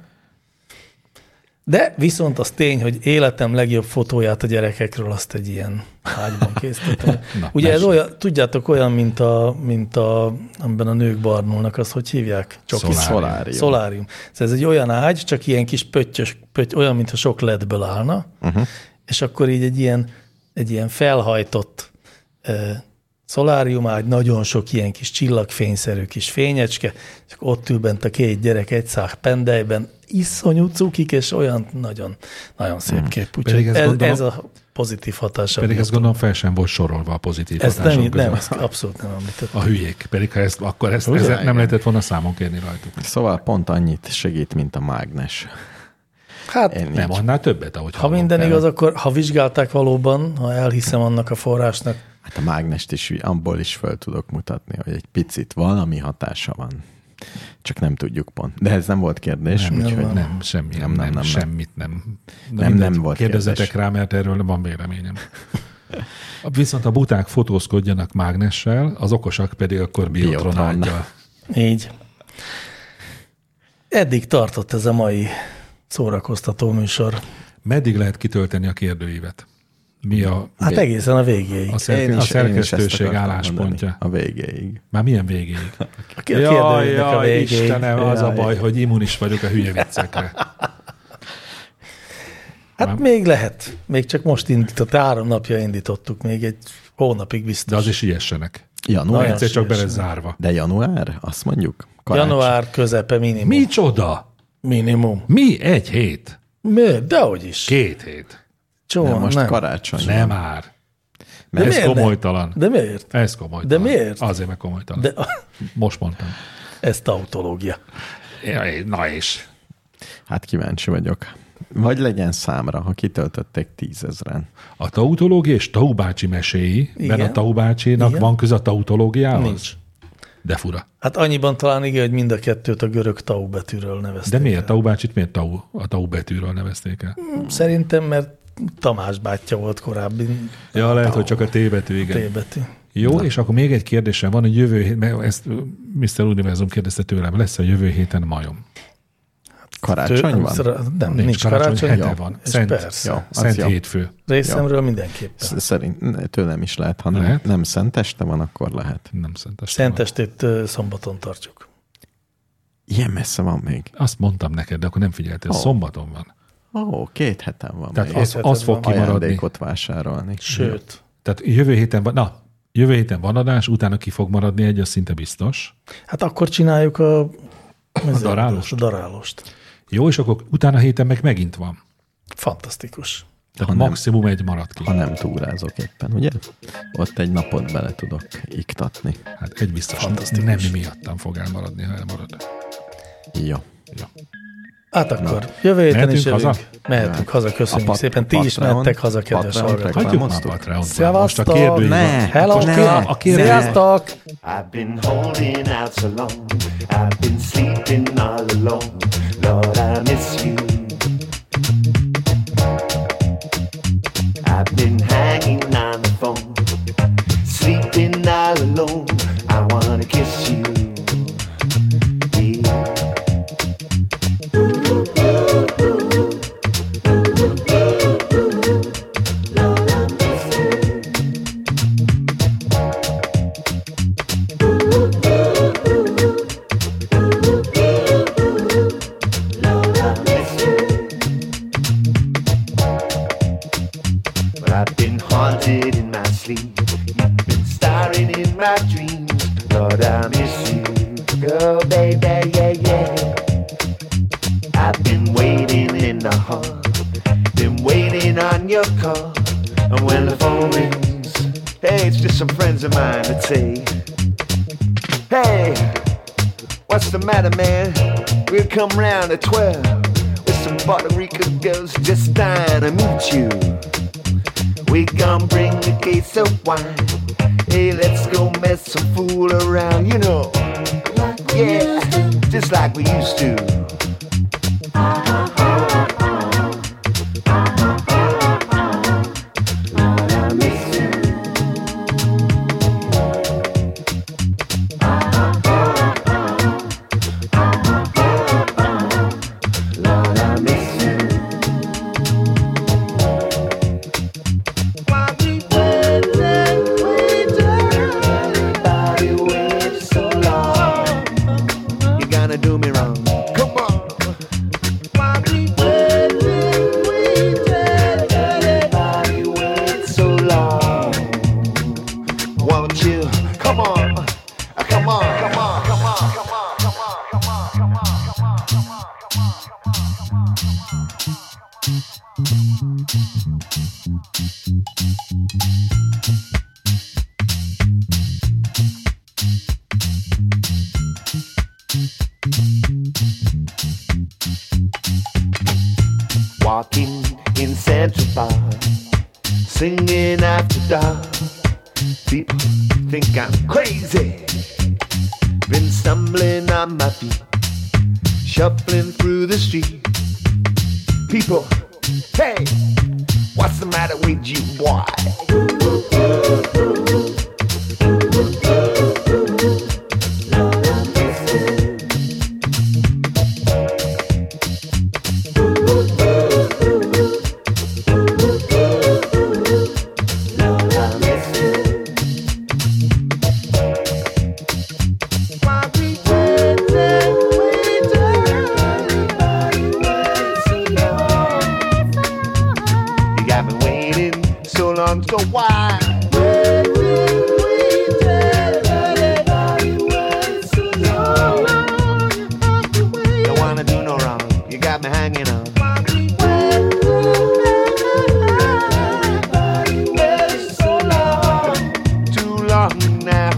[SPEAKER 4] De viszont az tény, hogy életem legjobb fotóját a gyerekekről azt egy ilyen ágyban készítettem.
[SPEAKER 1] Na,
[SPEAKER 4] Ugye ez
[SPEAKER 1] mesélj.
[SPEAKER 4] olyan, tudjátok, olyan, mint a, mint a, amiben a nők barnulnak, azt hogy hívják?
[SPEAKER 1] Szolárium.
[SPEAKER 2] Szolárium.
[SPEAKER 4] Szolárium. Szóval ez egy olyan ágy, csak ilyen kis pöttyös, pötty, olyan, mintha sok ledből állna, uh-huh. és akkor így egy ilyen, egy ilyen felhajtott uh, szoláriumágy, nagyon sok ilyen kis csillagfényszerű kis fényecske, és akkor ott ül bent a két gyerek egy szák pendelyben, iszonyú cukik, és olyan nagyon, nagyon szép kép. Úgyhogy
[SPEAKER 1] Hmm. Pedig ezt
[SPEAKER 4] ez,
[SPEAKER 1] gondolom-
[SPEAKER 4] ez a pozitív hatása.
[SPEAKER 1] Pedig
[SPEAKER 4] miatt.
[SPEAKER 1] ezt gondolom fel sem volt sorolva a pozitív
[SPEAKER 4] ezt nem,
[SPEAKER 1] hatások közül.
[SPEAKER 4] nem, ezt abszolút nem említettem.
[SPEAKER 1] A hülyék. Pedig ha ezt, akkor ezt,
[SPEAKER 2] Ugye?
[SPEAKER 1] ezt nem
[SPEAKER 2] Igen.
[SPEAKER 1] lehetett volna számon kérni rajtuk.
[SPEAKER 2] Szóval pont annyit segít, mint a mágnes.
[SPEAKER 4] Hát
[SPEAKER 2] Ennyi.
[SPEAKER 1] Nem, annál többet, ahogy
[SPEAKER 4] Ha
[SPEAKER 1] hallom.
[SPEAKER 4] minden igaz, akkor ha vizsgálták valóban, ha elhiszem annak a forrásnak,
[SPEAKER 2] Hát a mágnest is, abból is föl tudok mutatni, hogy egy picit valami hatása van. Csak nem tudjuk pont. De ez nem volt kérdés,
[SPEAKER 1] Nem,
[SPEAKER 2] úgyhogy
[SPEAKER 1] nem, nem, semmi, nem, nem, nem, semmit nem. Na
[SPEAKER 2] Nem,
[SPEAKER 1] mindegy,
[SPEAKER 2] nem volt
[SPEAKER 1] Kérdezzetek
[SPEAKER 2] kérdés.
[SPEAKER 1] rá, mert erről van véleményem. Viszont a buták fotózkodjanak mágnessel, az okosak pedig akkor
[SPEAKER 2] Biotron.
[SPEAKER 1] biotronágyjal.
[SPEAKER 4] így. Eddig tartott ez a mai szórakoztató műsor.
[SPEAKER 1] Meddig lehet kitölteni a kérdőívet? Mi a,
[SPEAKER 4] Hát egészen a végéig.
[SPEAKER 1] a,
[SPEAKER 2] Én
[SPEAKER 1] szerke, a
[SPEAKER 2] is- én is ezt
[SPEAKER 1] szerkesztőség
[SPEAKER 2] akartam
[SPEAKER 1] álláspontja?
[SPEAKER 2] mondani. A végéig.
[SPEAKER 1] Már milyen végéig?
[SPEAKER 4] A kérdőjének a végéig.
[SPEAKER 1] Istenem, az a
[SPEAKER 4] Jaj.
[SPEAKER 1] baj, hogy immunis vagyok a hülye viccekre.
[SPEAKER 4] Hát még lehet. Még csak most indított, három napja indítottuk, még egy hónapig biztos.
[SPEAKER 1] De az is ilyessenek.
[SPEAKER 2] Január?
[SPEAKER 4] Nagyon
[SPEAKER 1] Egyszer csak
[SPEAKER 4] siess.
[SPEAKER 1] bele zárva.
[SPEAKER 2] De január? Azt mondjuk? Karácsony.
[SPEAKER 4] Január közepe minimum.
[SPEAKER 1] Micsoda?
[SPEAKER 4] Minimum.
[SPEAKER 1] Mi egy hét?
[SPEAKER 4] Miért? Dehogy is.
[SPEAKER 1] Két hét?
[SPEAKER 4] Csóan,
[SPEAKER 2] Most
[SPEAKER 4] nem.
[SPEAKER 2] karácsony.
[SPEAKER 1] Nem már.
[SPEAKER 4] De
[SPEAKER 1] Ez
[SPEAKER 4] miért nem?
[SPEAKER 1] komolytalan.
[SPEAKER 4] De miért?
[SPEAKER 1] Ez komolytalan.
[SPEAKER 4] De miért?
[SPEAKER 1] Azért, mert komolytalan.
[SPEAKER 4] De,
[SPEAKER 1] De... Most mondtam.
[SPEAKER 4] ez tautológia.
[SPEAKER 1] Ja, Na és?
[SPEAKER 2] Hát kíváncsi vagyok. Vagy legyen számra, ha kitöltötték tízezren.
[SPEAKER 1] A tautológia és taubácsi meséi,
[SPEAKER 4] Igen.
[SPEAKER 1] mert a taubácsinak
[SPEAKER 4] Igen.
[SPEAKER 1] van köze a tautológiához?
[SPEAKER 4] Nincs.
[SPEAKER 1] De fura.
[SPEAKER 4] Hát annyiban talán igen, hogy mind a kettőt a görög tau betűről
[SPEAKER 1] De
[SPEAKER 4] nevezték.
[SPEAKER 1] miért?
[SPEAKER 4] el.
[SPEAKER 1] Taubácsit miért tau, a tau betűről nevezték el?
[SPEAKER 4] Szerintem, mert Tamás bátyja volt korábbi
[SPEAKER 1] Ja, lehet, hogy csak a T betű, igen.
[SPEAKER 4] T betű.
[SPEAKER 1] Jó, Na. és akkor még egy kérdésem van, hogy jövő hét, mert ezt Mr. Univerzum kérdezte tőlem, lesz a jövő héten majom? Hát
[SPEAKER 2] Karácsony
[SPEAKER 4] Tő-
[SPEAKER 2] van?
[SPEAKER 4] Nem, nincs, nincs karácsony.
[SPEAKER 1] hete
[SPEAKER 4] Ja.
[SPEAKER 1] van.
[SPEAKER 4] És
[SPEAKER 1] Szent,
[SPEAKER 4] persze.
[SPEAKER 2] Ja, az
[SPEAKER 1] Szent
[SPEAKER 2] ja.
[SPEAKER 1] hétfő.
[SPEAKER 4] Részemről mindenképpen.
[SPEAKER 2] Sz- Szerint tőlem is lehet, ha nem,
[SPEAKER 1] Lehet?
[SPEAKER 2] nem szent este van, akkor lehet.
[SPEAKER 1] Nem szentes.
[SPEAKER 4] Szentestét ö, szombaton tartjuk.
[SPEAKER 2] Ilyen messze van még.
[SPEAKER 1] Azt mondtam neked, de akkor nem figyeltél.
[SPEAKER 2] Ó.
[SPEAKER 1] Oh. Szombaton van.
[SPEAKER 2] Ó, két heten van
[SPEAKER 1] Tehát
[SPEAKER 2] még.
[SPEAKER 1] az,
[SPEAKER 4] héten
[SPEAKER 1] az fog
[SPEAKER 4] van.
[SPEAKER 1] kimaradni.
[SPEAKER 2] ajándékot vásárolni.
[SPEAKER 4] Sőt,
[SPEAKER 1] Tehát jövő héten van, na, jövő héten van adás, utána ki fog maradni egy, az szinte biztos.
[SPEAKER 4] hát akkor csináljuk a, a
[SPEAKER 1] darálost?
[SPEAKER 4] A darálost.
[SPEAKER 1] Jó, és akkor utána héten meg megint van.
[SPEAKER 4] Fantasztikus.
[SPEAKER 1] Tehát maximum egy marad ki.
[SPEAKER 2] Ha nem túrázok éppen, ugye? Ott egy napot bele tudok iktatni.
[SPEAKER 1] Hát egy biztos,
[SPEAKER 4] Fantasztikus.
[SPEAKER 1] nem miattam fog elmaradni, ha elmarad.
[SPEAKER 2] Jó.
[SPEAKER 1] Ja.
[SPEAKER 4] Hát akkor jövő héten
[SPEAKER 1] Mehetünk
[SPEAKER 4] is jövünk.
[SPEAKER 1] haza?
[SPEAKER 4] Mehetünk haza, köszönjük
[SPEAKER 2] A pat-
[SPEAKER 4] szépen. Ti is
[SPEAKER 2] Patreon-
[SPEAKER 4] mentek haza, kedves
[SPEAKER 2] Patreon
[SPEAKER 4] hallgatók.
[SPEAKER 2] reklám.
[SPEAKER 1] Hagyjuk már
[SPEAKER 2] Megmoztuk.
[SPEAKER 1] Patreon-t már. Most a
[SPEAKER 4] Szevasztok!
[SPEAKER 1] kérdőjév.
[SPEAKER 2] Ne!
[SPEAKER 4] Hello,
[SPEAKER 2] Ne!
[SPEAKER 4] Kla-
[SPEAKER 1] A kérdőjév.
[SPEAKER 4] Sziasztok!
[SPEAKER 5] I've been holding out so long. I've been sleeping all alone. Lord, I miss you. I've been hanging on the phone, sleeping all alone. I wanna kiss you. Yeah. But I've been haunted in my sleep. You've been starring in my dreams. Lord, I miss you. Girl, baby, yeah, yeah. I've been waiting in the hall. Been waiting on your call. And when the phone rings, hey, it's just some friends of mine that say, Hey, what's the matter, man? We'll come round at 12. It's some Puerto Rican girls just dying to meet you. We gon' bring a case of wine. Hey, let's go mess some fool around, you know. Yeah, just like we used to. You're gonna do me wrong. Come on. Everybody wait so long. Won't you? Come on. Uh, Come on. Come on. Come on. Come on. Come on. Come on. Come on. Come on. Come on. Come on. Walking in Central Park, singing after dark. People think I'm crazy. Been stumbling on my feet, shuffling through the street. People, hey, what's the matter with you, boy? You got me waiting so long, so why? Don't wanna do no wrong. You got me hanging on. Too long now.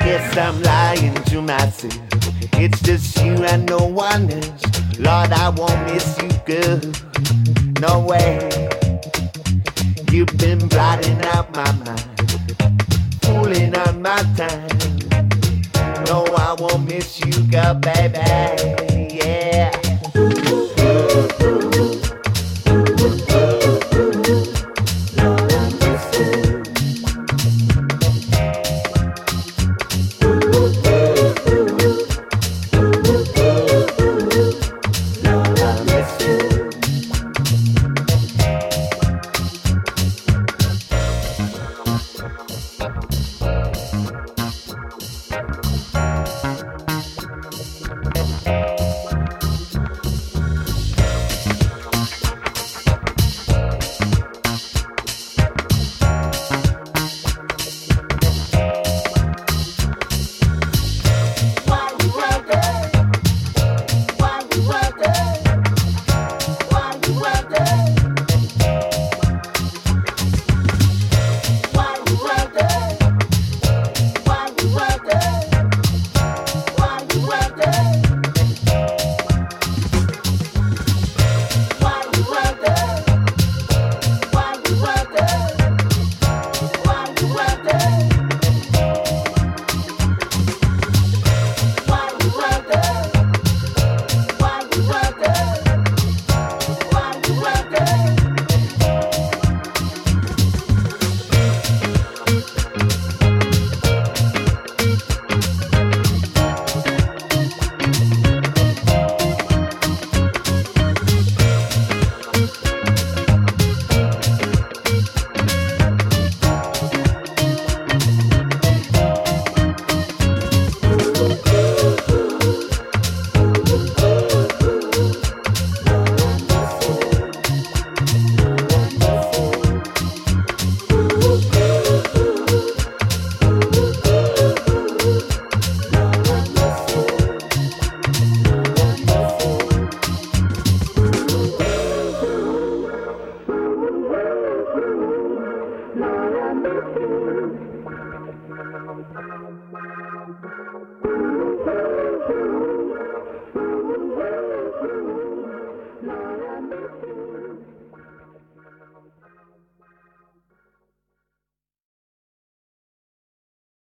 [SPEAKER 5] Yes, I'm lying to myself. It's just you and no one else. Lord, I won't miss you, girl. No way. You've been blotting out my mind, fooling on my time. No, I won't miss you, girl, baby.